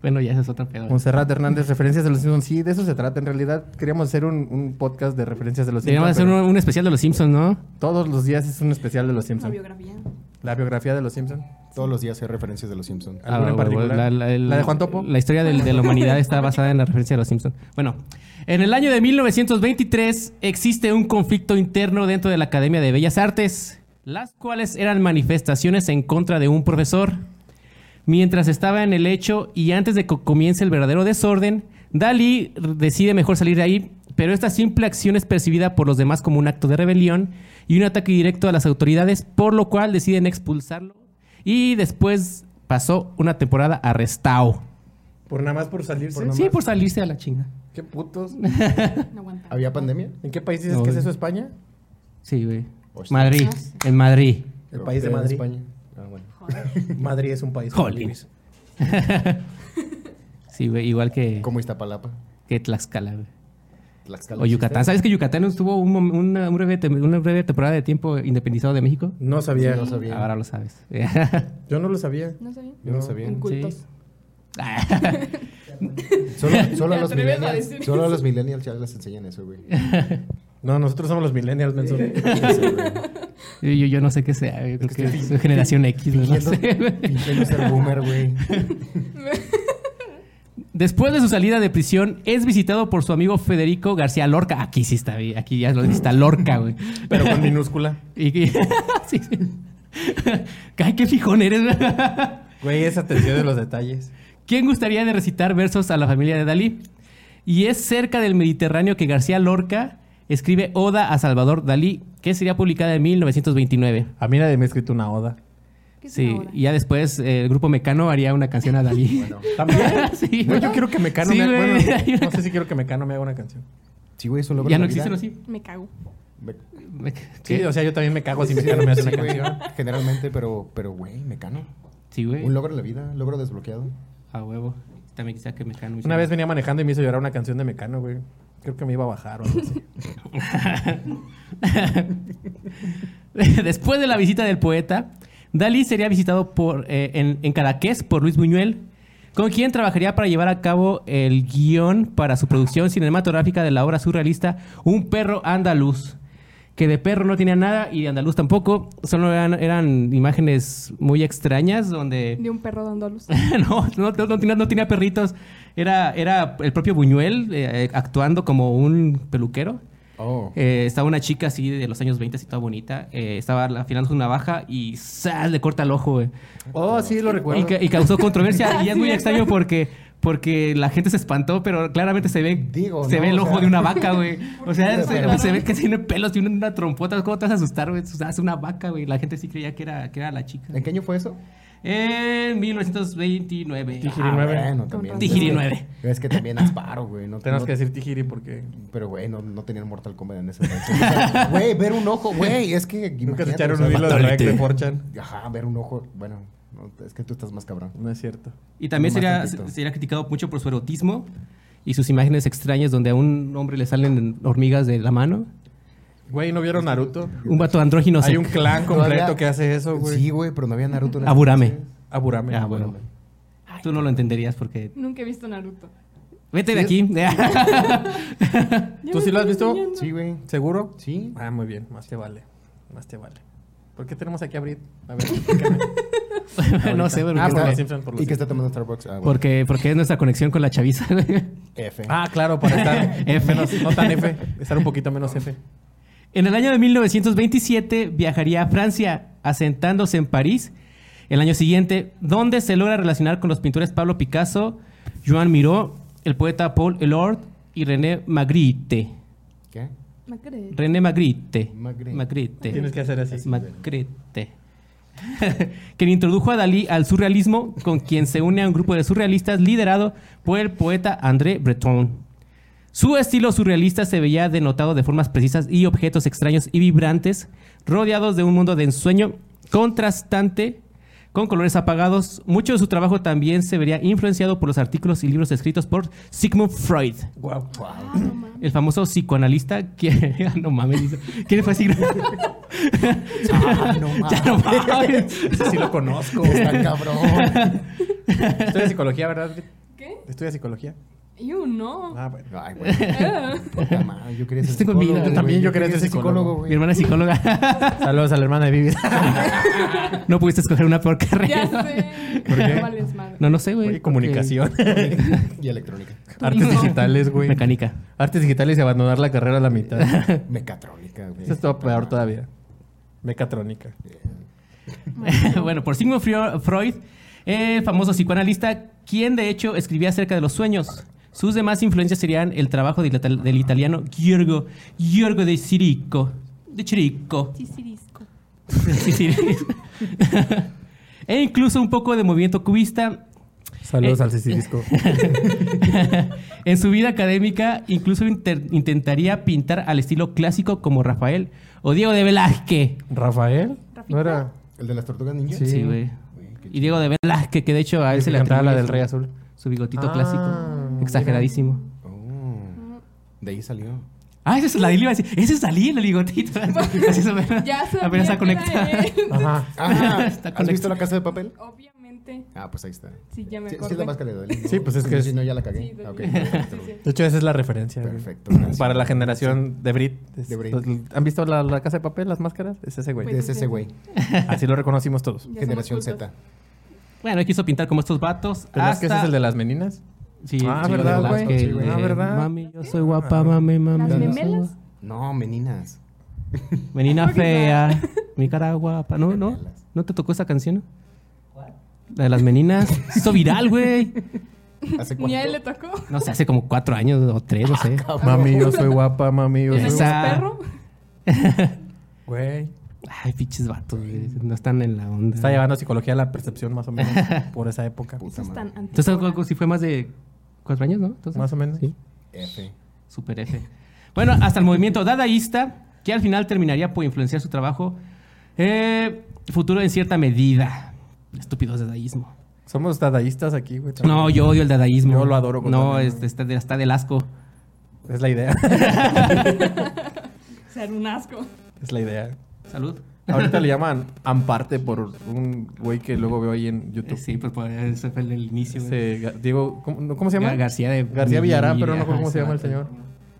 Speaker 2: Bueno, ya esa es otra pedo. güey.
Speaker 4: Monserrat Hernández, referencias de los Simpsons. Sí, de eso se trata. En realidad, queríamos hacer un, un podcast de referencias de los
Speaker 2: Deberíamos
Speaker 4: Simpsons.
Speaker 2: hacer un, un especial de los Simpsons, ¿no?
Speaker 4: pero Todos los días es un especial de los
Speaker 3: Una
Speaker 4: Simpsons.
Speaker 3: biografía.
Speaker 4: La biografía de los Simpsons.
Speaker 1: Todos los días hay referencias de los Simpsons.
Speaker 4: ¿Alguna en
Speaker 2: güey, güey,
Speaker 4: particular? ¿La de Juan Topo?
Speaker 2: Ah, La historia del- de, la humanidad está basada en la referencia de los Simpsons. Bueno, en el año de 1923 existe un conflicto interno dentro de la Academia de Bellas Artes, las cuales eran manifestaciones en contra de un profesor. Mientras estaba en el hecho y antes de que comience el verdadero desorden, Dalí decide mejor salir de ahí, pero esta simple acción es percibida por los demás como un acto de rebelión y un ataque directo a las autoridades, por lo cual deciden expulsarlo y después pasó una temporada arrestado.
Speaker 4: Por nada más por salirse.
Speaker 2: Sí, por salirse a la chinga.
Speaker 4: Qué putos.
Speaker 3: No aguanta.
Speaker 1: ¿Había pandemia?
Speaker 4: ¿En qué país dices
Speaker 2: No,
Speaker 4: que es
Speaker 2: güey.
Speaker 4: eso? ¿España?
Speaker 2: Pues Sí, güey.
Speaker 1: Hostia.
Speaker 2: Madrid, en Madrid.
Speaker 4: El país de
Speaker 1: Pero
Speaker 4: Madrid.
Speaker 1: España. Ah, bueno.
Speaker 4: Madrid es un país.
Speaker 2: Jolín.
Speaker 4: Luis.
Speaker 2: Sí, güey, igual que,
Speaker 1: Como Iztapalapa.
Speaker 2: que Tlaxcala, güey.
Speaker 1: Tlaxcala.
Speaker 2: O Yucatán.
Speaker 1: existe?
Speaker 2: ¿Sabes que Yucatán estuvo un mom- una, un breve, tem- una breve temporada de tiempo independizado de México?
Speaker 6: No sabía.
Speaker 1: No sabía.
Speaker 2: Ahora lo sabes.
Speaker 6: Yo no lo sabía.
Speaker 3: No sabía.
Speaker 1: Yo no
Speaker 6: No.
Speaker 1: sabía.
Speaker 3: Incultos.
Speaker 1: Solo, solo a
Speaker 3: ¿Te atreves
Speaker 1: los
Speaker 3: a
Speaker 1: millennials.
Speaker 3: decir
Speaker 1: solo a
Speaker 3: eso?
Speaker 1: los millennials ya les enseñan eso, güey.
Speaker 6: No, nosotros somos los millennials, menso.
Speaker 1: Eso, güey.
Speaker 2: yo, yo- yo no sé qué sea. yo creo
Speaker 1: Es
Speaker 2: que
Speaker 1: que fin-
Speaker 2: soy generación X. no
Speaker 4: Pues
Speaker 1: Fingiendo-
Speaker 2: sé, güey.
Speaker 1: fingiendo ser boomer, güey.
Speaker 2: Después de su salida de prisión, es visitado por su amigo Federico García Lorca. Aquí sí está, bien, aquí ya lo visita Lorca, güey.
Speaker 4: Pero con minúscula.
Speaker 2: Y, y- sí, sí. Ay, qué fijón eres. güey.
Speaker 4: Güey, esa atención de los detalles.
Speaker 2: ¿Quién gustaría de recitar versos a la familia de Dalí? Y es cerca del Mediterráneo que García Lorca escribe Oda a Salvador Dalí, que sería publicada en 1929.
Speaker 4: A mí nadie me ha escrito una oda.
Speaker 3: ¿Qué es
Speaker 2: Sí,
Speaker 3: una hora?
Speaker 2: y ya después eh, el grupo Mecano haría una canción a Dalí.
Speaker 4: También.
Speaker 2: Sí,
Speaker 4: Güey, yo quiero que Mecano
Speaker 2: Sí,
Speaker 4: me haga.
Speaker 2: güey.
Speaker 4: bueno, no sé si quiero que Mecano me haga una canción.
Speaker 1: Sí, güey, es un logro
Speaker 2: ya
Speaker 1: de
Speaker 2: no
Speaker 1: la
Speaker 2: existen
Speaker 1: vida.
Speaker 2: así.
Speaker 3: Me cago.
Speaker 1: Me-
Speaker 2: Me-
Speaker 4: Sí,
Speaker 2: ¿qué?
Speaker 4: o sea, yo también me cago si Mecano me hace una
Speaker 1: Sí, güey,
Speaker 4: canción.
Speaker 1: Generalmente, pero, pero, güey, mecano.
Speaker 2: Sí, güey.
Speaker 1: Un logro en la vida, logro desbloqueado.
Speaker 2: A huevo. También quizá que Mecano. hizo-
Speaker 4: Una vez venía manejando y me hizo llorar una canción de Mecano, güey. Creo que me iba a bajar o algo así.
Speaker 2: Después de la visita del poeta, Dalí sería visitado por, eh, en, en Cadaqués por Luis Buñuel, con quien trabajaría para llevar a cabo el guión para su producción cinematográfica de la obra surrealista Un perro andaluz, que de perro no tenía nada y de andaluz tampoco, solo eran, eran imágenes muy extrañas donde...
Speaker 3: De un perro dando a luz.
Speaker 2: no, no, no, no tenía, no tenía perritos. Era, era el propio Buñuel eh, actuando como un peluquero.
Speaker 1: Oh.
Speaker 2: Eh, estaba una chica así de los años 20, así toda bonita. eh, estaba afilando su navaja y ¡zas! le corta el ojo, güey.
Speaker 4: Oh, sí, lo
Speaker 2: Y,
Speaker 4: recuerdo.
Speaker 2: ca- y causó controversia. y es muy
Speaker 3: Sí,
Speaker 2: extraño porque, porque la gente se espantó, pero claramente se ve,
Speaker 1: Digo,
Speaker 2: se
Speaker 1: ¿no?
Speaker 2: ve el
Speaker 1: O
Speaker 2: ojo
Speaker 1: sea-
Speaker 2: de una vaca, güey. O sea,
Speaker 1: Pero-
Speaker 2: se,
Speaker 1: pero-
Speaker 2: se ve que tiene pelos, tiene una trompota. ¿Cómo te vas a asustar, güey? O sea, es una vaca, güey. La gente sí creía que era, que era la chica.
Speaker 1: ¿En qué año fue eso?
Speaker 2: En 1929.
Speaker 4: Tijiri
Speaker 2: Ah,
Speaker 4: nueve.
Speaker 1: bueno, también.
Speaker 2: Tijiri
Speaker 1: Es que-
Speaker 2: nueve.
Speaker 1: Es que también Asparo, güey. No,
Speaker 4: Tenemos
Speaker 1: no-
Speaker 4: que decir Tijiri porque
Speaker 1: Pero, güey, no, no tenían Mortal Kombat en ese momento. O sea, Güey, ver un ojo, güey. Es que.
Speaker 4: nunca se
Speaker 1: imagínate,
Speaker 4: echaron
Speaker 1: o sea,
Speaker 4: un hilo de React de Forchan.
Speaker 1: Ajá, ver un ojo. Bueno, no, es que tú estás más cabrón.
Speaker 4: No es cierto.
Speaker 2: Y también
Speaker 1: Más
Speaker 2: sería,
Speaker 1: tantito.
Speaker 2: sería criticado mucho por su erotismo y sus imágenes extrañas donde a un hombre le salen hormigas de la mano.
Speaker 4: Güey, ¿no vieron Naruto?
Speaker 2: Un vato andrógino.
Speaker 4: Hay
Speaker 2: se-
Speaker 4: un clan completo
Speaker 1: Todavía-
Speaker 4: que hace eso, güey.
Speaker 1: Sí, güey, pero no había Naruto en ese
Speaker 2: Aburame.
Speaker 4: Aburame.
Speaker 2: Ah, bueno. Tú no lo entenderías porque...
Speaker 3: Nunca he visto Naruto.
Speaker 2: Vete de aquí.
Speaker 3: Ya
Speaker 4: ¿Tú
Speaker 3: me
Speaker 4: sí lo has
Speaker 3: estoy
Speaker 4: visto?
Speaker 3: enseñando.
Speaker 1: Sí, güey.
Speaker 4: ¿Seguro?
Speaker 1: Sí.
Speaker 4: Ah, muy bien. Más te vale. Más te vale. ¿Por qué tenemos aquí a Brit? A ver, explícame.
Speaker 2: no sé,
Speaker 4: Ah, por los
Speaker 2: porque,
Speaker 4: Simpsons, por los
Speaker 1: ¿Y
Speaker 4: Simpsons.
Speaker 1: que está tomando Starbucks? Ah, bueno.
Speaker 2: porque, porque es nuestra conexión con la chaviza.
Speaker 1: F.
Speaker 4: Ah, claro, para estar
Speaker 2: F.
Speaker 4: menos, no tan F, estar un poquito menos F.
Speaker 2: En el año de 1927 viajaría a Francia, asentándose en París el año siguiente, donde se logra relacionar con los pintores Pablo Picasso, Joan Miró, el poeta Paul Elord y René Magritte.
Speaker 1: ¿Qué?
Speaker 3: ¿Me crees?
Speaker 2: René Magritte.
Speaker 1: Magritte.
Speaker 2: Magritte.
Speaker 4: Tienes que hacer así.
Speaker 2: Magritte. quien introdujo a Dalí al surrealismo, con quien se une a un grupo de surrealistas liderado por el poeta André Breton. Su estilo surrealista se veía denotado de formas precisas y objetos extraños y vibrantes, rodeados de un mundo de ensueño contrastante con colores apagados. Mucho de su trabajo también se vería influenciado por los artículos y libros escritos por Sigmund Freud,
Speaker 4: Wow.
Speaker 3: Ah, no mames.
Speaker 2: el famoso psicoanalista que... Ah, no mames, dice. ¿quién fue Sigmund?
Speaker 1: Ah, no mames.
Speaker 2: ya no mames.
Speaker 4: sí lo conozco.
Speaker 1: Está cabrón.
Speaker 4: Estudia psicología, ¿verdad? Brit?
Speaker 3: ¿Qué?
Speaker 4: Estudia psicología.
Speaker 3: You no.
Speaker 4: Ah, bueno.
Speaker 1: Ay, güey. Puta madre, Yo quería ser
Speaker 2: Tengo
Speaker 1: psicólogo.
Speaker 2: miedo.
Speaker 1: güey.
Speaker 4: También Este yo
Speaker 1: Yo
Speaker 4: quería
Speaker 1: quería
Speaker 4: ser
Speaker 1: ser psicólogo,
Speaker 2: Mi
Speaker 1: güey.
Speaker 2: hermana es psicóloga.
Speaker 4: Saludos a la hermana de Vivi.
Speaker 2: No pudiste escoger una peor
Speaker 3: Ya
Speaker 2: carrera.
Speaker 3: sé.
Speaker 4: ¿Por qué?
Speaker 3: No vales madre.
Speaker 2: No, no sé, güey.
Speaker 4: Oye, comunicación.
Speaker 1: Y electrónica.
Speaker 4: Artes
Speaker 3: Turismo.
Speaker 4: digitales, güey.
Speaker 2: Mecánica.
Speaker 4: Artes digitales y abandonar la carrera a la mitad.
Speaker 1: Mecatrónica, güey.
Speaker 4: Eso es todo peor todavía. Mecatrónica.
Speaker 2: bueno, por Sigmund Freo- Freud, el famoso psicoanalista, quien de hecho escribía acerca de los sueños. Sus demás influencias serían el trabajo del, ital- del italiano Giorgio, Giorgio de Chirico. De Chirico.
Speaker 3: Sisirisco.
Speaker 2: Sí, sí. e incluso un poco de movimiento cubista.
Speaker 4: Saludos
Speaker 2: Eh.
Speaker 4: al Sisirisco.
Speaker 2: en su vida académica, incluso inter- intentaría pintar al estilo clásico como Rafael o Diego de Velázquez.
Speaker 4: ¿Rafael?
Speaker 3: Rafita.
Speaker 4: ¿No era?
Speaker 1: ¿El de las tortugas ninja?
Speaker 4: Sí.
Speaker 2: Sí, güey.
Speaker 1: Güey, qué
Speaker 2: Y Diego de Velázquez, que de hecho a él
Speaker 4: El
Speaker 2: se
Speaker 4: que
Speaker 2: le
Speaker 4: cantaba la
Speaker 2: atribuye Ah,
Speaker 4: del
Speaker 2: su-
Speaker 4: Rey Azul.
Speaker 2: Su bigotito
Speaker 4: Ah,
Speaker 2: clásico.
Speaker 4: mira.
Speaker 2: Exageradísimo.
Speaker 1: Oh. De ahí salió.
Speaker 2: Ah, ese es Dalí, le iba a decir, ese es Dalí, el oligotito. Así se ve.
Speaker 3: Ya sabía
Speaker 2: Apenas está
Speaker 3: que era
Speaker 2: conectado.
Speaker 3: él.
Speaker 6: Ajá.
Speaker 1: Ah,
Speaker 2: Está
Speaker 1: ¿Has
Speaker 2: conectado.
Speaker 1: visto la casa de papel?
Speaker 3: Obviamente.
Speaker 1: Ah, pues ahí está.
Speaker 3: Sí, ya me
Speaker 1: Sí,
Speaker 3: acordé.
Speaker 1: sí es la máscara de Dalí. ¿no?
Speaker 6: Sí, pues es que
Speaker 1: Si
Speaker 6: es-
Speaker 1: no, ya la cagué.
Speaker 3: Sí, Dalí.
Speaker 1: Ah, ok.
Speaker 3: Sí, sí.
Speaker 4: De hecho, esa es la referencia. güey.
Speaker 1: Perfecto. gracias.
Speaker 4: Para la generación de Brit. Es- pues,
Speaker 1: De Brit.
Speaker 4: ¿Han visto la, la casa de papel, las máscaras? Es ese güey.
Speaker 3: Pues-
Speaker 1: Es ese güey.
Speaker 4: Así lo reconocimos todos.
Speaker 3: Ya somos
Speaker 1: Generación
Speaker 3: cultos.
Speaker 1: Z.
Speaker 2: Bueno, él quiso pintar como estos vatos.
Speaker 4: ¿Verdad
Speaker 2: hasta...
Speaker 4: que ese es el de las meninas?
Speaker 2: Sí,
Speaker 4: Ah,
Speaker 2: sí,
Speaker 4: ¿verdad,
Speaker 2: de las
Speaker 4: güey?
Speaker 2: que
Speaker 4: Sí, güey.
Speaker 2: le-
Speaker 4: Ah, ¿verdad?
Speaker 2: Mami, yo soy guapa, mami, mami.
Speaker 3: ¿Las
Speaker 2: yo soy
Speaker 3: memelas?
Speaker 2: guapa.
Speaker 1: No, meninas.
Speaker 2: Menina
Speaker 3: Creo que
Speaker 2: fea, mi cara guapa. ¿No, no?
Speaker 1: Memelas.
Speaker 2: ¿No te tocó esa canción? La de las meninas. Se hizo viral, güey.
Speaker 1: ¿Hace
Speaker 3: Ni a él le
Speaker 1: cuánto?
Speaker 3: tocó.
Speaker 2: No sé, hace como cuatro años o tres, no
Speaker 4: Ah,
Speaker 2: sé.
Speaker 4: Mami, yo soy guapa, mami, yo soy
Speaker 3: ¿Tienes un
Speaker 2: Esa-
Speaker 3: perro?
Speaker 4: Güey.
Speaker 2: Ay, pinches vatos, güey. No están en la onda.
Speaker 4: Está llevando psicología a la percepción más o menos por esa época.
Speaker 1: Puta
Speaker 3: Eso es
Speaker 1: madre.
Speaker 3: tan antiguo.
Speaker 2: Entonces, algo- algo- si fue más de cuatro años, ¿no? Entonces,
Speaker 4: Más o menos.
Speaker 2: Sí,
Speaker 1: F.
Speaker 2: super F. Bueno, hasta el movimiento dadaísta, que al final terminaría por influenciar su trabajo eh, futuro en cierta medida. Estúpidos dadaísmo.
Speaker 4: Somos dadaístas aquí, güey. también.
Speaker 2: No, yo odio el dadaísmo.
Speaker 4: Yo lo adoro con
Speaker 2: No,
Speaker 4: todo mi
Speaker 2: es-
Speaker 4: alma.
Speaker 2: está, de- está del asco.
Speaker 4: Es la idea.
Speaker 3: Ser un asco.
Speaker 4: es la idea.
Speaker 2: Salud.
Speaker 4: Ahorita le llaman Amparte por un güey que luego veo ahí en
Speaker 2: Eh,
Speaker 4: YouTube.
Speaker 2: Sí, pues por- ese fue el, el inicio. güey.
Speaker 4: Ese Ga- Diego, ¿cómo, no, cómo se llama?
Speaker 2: Gar- García de-
Speaker 4: García Villarán, pero no me acuerdo
Speaker 2: Ajá,
Speaker 4: cómo se llama el
Speaker 2: ese
Speaker 4: señor.
Speaker 2: vato.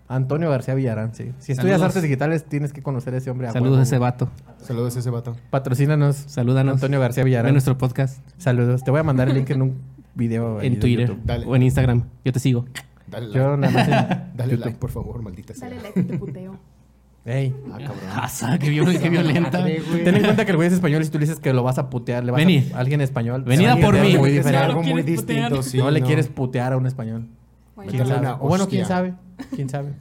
Speaker 4: Antonio García Villarán, sí. Si estudias
Speaker 2: Saludos.
Speaker 4: artes digitales, tienes que conocer a ese hombre. a
Speaker 2: Saludos
Speaker 4: huevo,
Speaker 2: a ese
Speaker 4: güey.
Speaker 2: vato.
Speaker 1: Saludos a ese vato.
Speaker 4: Patrocínanos.
Speaker 2: Salúdanos.
Speaker 4: Antonio García Villarán.
Speaker 2: Ve nuestro podcast
Speaker 4: Saludos. Te voy a mandar el link en un video. ahí
Speaker 2: en
Speaker 4: de
Speaker 2: Twitter
Speaker 4: YouTube.
Speaker 1: Dale.
Speaker 2: o en Instagram. Yo te sigo.
Speaker 1: Dale like.
Speaker 4: Yo nada más. en
Speaker 1: Dale
Speaker 4: YouTube.
Speaker 1: like, por favor, maldita sea.
Speaker 3: Dale like, te puteo.
Speaker 4: Ey.
Speaker 1: Ah, cabrón.
Speaker 2: Asa, qué, viol- qué violenta.
Speaker 1: Madre, güey.
Speaker 4: Ten en cuenta que el güey es español y tú le dices que lo vas a putear, le vas
Speaker 2: Vení.
Speaker 4: a, a alguien español.
Speaker 2: Venida
Speaker 4: Se va a
Speaker 2: por
Speaker 4: entender
Speaker 2: mí.
Speaker 4: muy
Speaker 1: Tiene que ser
Speaker 4: diferente.
Speaker 1: algo muy
Speaker 3: ¿Quieres putear?
Speaker 1: distinto. sí,
Speaker 4: no pues le quieres putear a un español.
Speaker 3: Bueno,
Speaker 1: Quitarle
Speaker 4: Sabe.
Speaker 1: una
Speaker 4: O bueno,
Speaker 1: hostia.
Speaker 4: quién sabe. Quién sabe.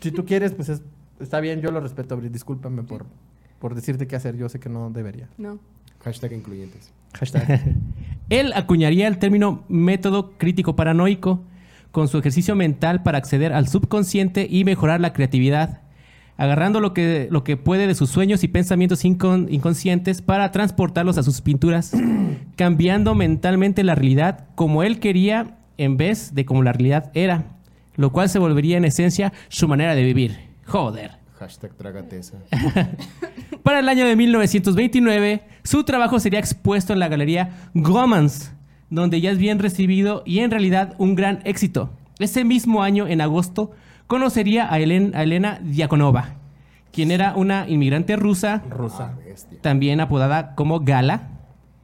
Speaker 4: Si tú quieres, pues es- está bien, yo lo respeto, Brit. Discúlpame por, por decirte qué hacer. Yo sé que no debería.
Speaker 3: No.
Speaker 1: Hashtag incluyentes.
Speaker 4: Hashtag.
Speaker 2: Él acuñaría el término método crítico paranoico con su ejercicio mental para acceder al subconsciente y mejorar la creatividad, agarrando lo que, lo que puede de sus sueños y pensamientos incon- inconscientes para transportarlos a sus pinturas, cambiando mentalmente la realidad como él quería en vez de como la realidad era, lo cual se volvería en esencia su manera de vivir. Joder.
Speaker 1: Hashtag trágate esa.
Speaker 2: Para el año de 1929, su trabajo sería expuesto en la galería Gomans, donde ya es bien recibido y en realidad un gran éxito. Ese mismo año, en agosto, conocería a, Helen- a Elena Diakonova, quien era una inmigrante rusa,
Speaker 1: Ah,
Speaker 4: Rusa.
Speaker 1: bestia.
Speaker 2: también apodada como Gala.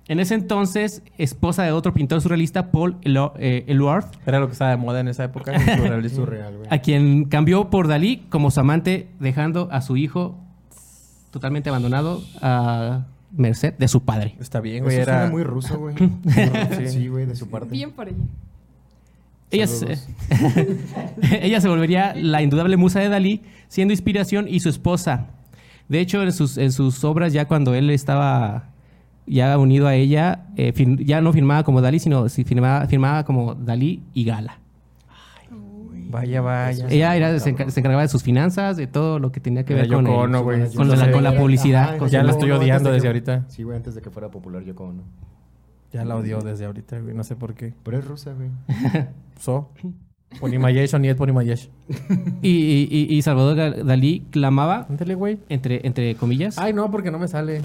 Speaker 2: En ese entonces, esposa de otro pintor surrealista, Paul Elo- eh, Eluard,
Speaker 4: Era lo que estaba de moda en esa época. el
Speaker 1: Es
Speaker 4: surrealismo.
Speaker 1: surreal, güey.
Speaker 2: a quien cambió por Dalí como su amante, dejando a su hijo totalmente abandonado a merced de su padre.
Speaker 4: Está bien,
Speaker 1: Eso
Speaker 4: güey. Era
Speaker 1: suena muy ruso, güey.
Speaker 4: Sí.
Speaker 1: Sí, güey, de su parte.
Speaker 3: Bien por ella.
Speaker 2: Ella se, ella se volvería la indudable musa de Dalí, siendo inspiración y su esposa. De hecho, en sus, en sus obras, ya cuando él estaba ya unido a ella, eh, fir- ya no firmaba como Dalí, sino si firmaba, firmaba como Dalí y Gala.
Speaker 4: Vaya, vaya.
Speaker 2: Ella era, se, encar- se encargaba de sus finanzas, de todo lo que tenía que
Speaker 4: Era
Speaker 2: ver con,
Speaker 4: Yoko
Speaker 2: el-
Speaker 4: Ono, güey.
Speaker 2: con la, con la publicidad.
Speaker 1: Ajá,
Speaker 2: con
Speaker 4: Ya
Speaker 2: su-
Speaker 4: la estoy
Speaker 1: Ono,
Speaker 4: odiando
Speaker 1: antes de
Speaker 4: desde
Speaker 1: que-
Speaker 4: ahorita.
Speaker 1: Sí, güey, antes de que fuera popular yo como no.
Speaker 4: Ya la odio desde ahorita, güey. No sé por qué.
Speaker 1: Pero es rusa, güey.
Speaker 4: So. Ponimayesh o Niet Ponimayesh.
Speaker 2: y, y- y- y Salvador Gal- Dalí clamaba,
Speaker 4: Ándale, güey.
Speaker 2: entre, entre comillas,
Speaker 4: Ay, no, porque no me sale.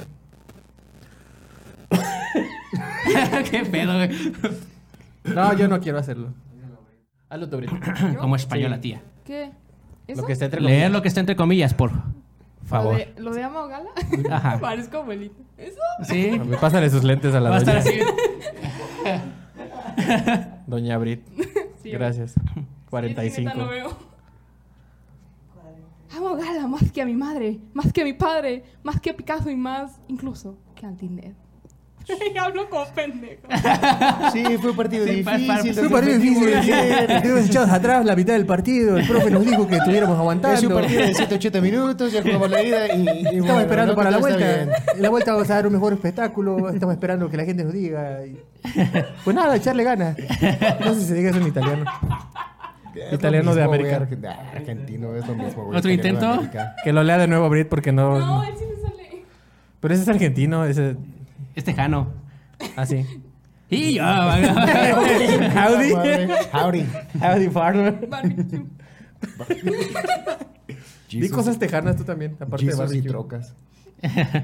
Speaker 2: qué pedo, güey.
Speaker 4: No, yo no quiero hacerlo. Hazlo tú, Brit.
Speaker 2: como española, tía.
Speaker 3: ¿Qué? ¿Eso?
Speaker 4: Lo que está entre los
Speaker 2: Leer lo que está entre comillas, por favor. Ah.
Speaker 3: ¿Lo de, lo de Amo Gala?
Speaker 2: Ajá.
Speaker 3: Parezco abuelita. ¿Eso?
Speaker 2: Sí.
Speaker 4: A ver, Pásale sus lentes a la
Speaker 2: Va a
Speaker 4: doña.
Speaker 2: estar así.
Speaker 4: Doña Brit.
Speaker 3: Sí.
Speaker 4: Gracias.
Speaker 3: Sí, neta,
Speaker 4: 45.
Speaker 3: no veo. Amo Gala más que a mi madre, más que a mi padre, más que a Picasso y más incluso que al Tinder. Y hablo como pendejo.
Speaker 1: Sí, fue un partido
Speaker 2: Sí, pa- pa-
Speaker 1: difícil.
Speaker 2: fue
Speaker 1: nos sentimos
Speaker 4: eh,
Speaker 1: bien.
Speaker 4: Estuvimos echados atrás la mitad del partido. El profe nos dijo que estuviéramos
Speaker 1: Es un partido de 180 minutos, ya jugamos la ida y... y bueno,
Speaker 4: Estamos esperando
Speaker 1: no,
Speaker 4: para la
Speaker 1: todo está
Speaker 4: vuelta.
Speaker 1: bien.
Speaker 4: En la vuelta vamos a dar un mejor espectáculo. Estamos esperando que la gente nos diga. y- Pues nada, echarle ganas. No sé si se diga eso en italiano.
Speaker 1: Es lo
Speaker 4: Italiano de
Speaker 1: mismo,
Speaker 4: América.
Speaker 1: güey, argen- ah, Argentino, es lo mismo, güey.
Speaker 2: ¿Otro
Speaker 1: italiano de
Speaker 2: intento?
Speaker 1: América.
Speaker 4: Que lo lea de nuevo Brit porque no.
Speaker 3: No, él sí me sale.
Speaker 4: Pero ese es argentino, ese. ah,
Speaker 2: Este Jano.
Speaker 4: Así.
Speaker 2: Y yo. ah, vaga.
Speaker 1: Howdy. Howdy.
Speaker 4: Howdy, partner.
Speaker 3: Barbecue.
Speaker 4: Di cosas tejanas tú también, aparte de
Speaker 1: Jesus y
Speaker 4: barbecue.
Speaker 1: trocas.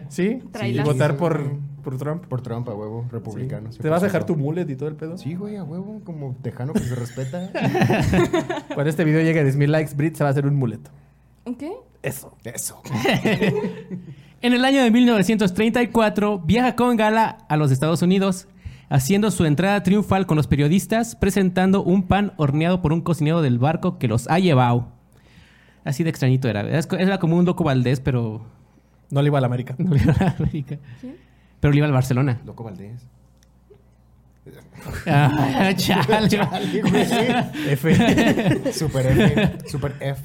Speaker 4: Sí,
Speaker 3: Trae
Speaker 4: y
Speaker 3: las-
Speaker 4: votar por, por Trump.
Speaker 1: Por Trump, a huevo, republicano.
Speaker 4: ¿Te vas a dejar tu mullet y todo el pedo?
Speaker 1: Sí, güey, a huevo, como tejano que se respeta.
Speaker 4: Cuando este video llegue a 10.000 likes, Brit se va a hacer un muleto.
Speaker 3: ¿Un qué?
Speaker 4: Eso.
Speaker 1: Eso.
Speaker 2: En el año de 1934 viaja con gala a los Estados Unidos, haciendo su entrada triunfal con los periodistas, presentando un pan horneado por un cocinero del barco que los ha llevado. Así de extrañito era. Es co- Era como un loco Valdés, pero
Speaker 4: No le iba a la América.
Speaker 2: no le iba a América. Pero le iba al Barcelona.
Speaker 1: Loco Valdés.
Speaker 2: Ah, chale.
Speaker 4: F.
Speaker 1: Super F. Super F.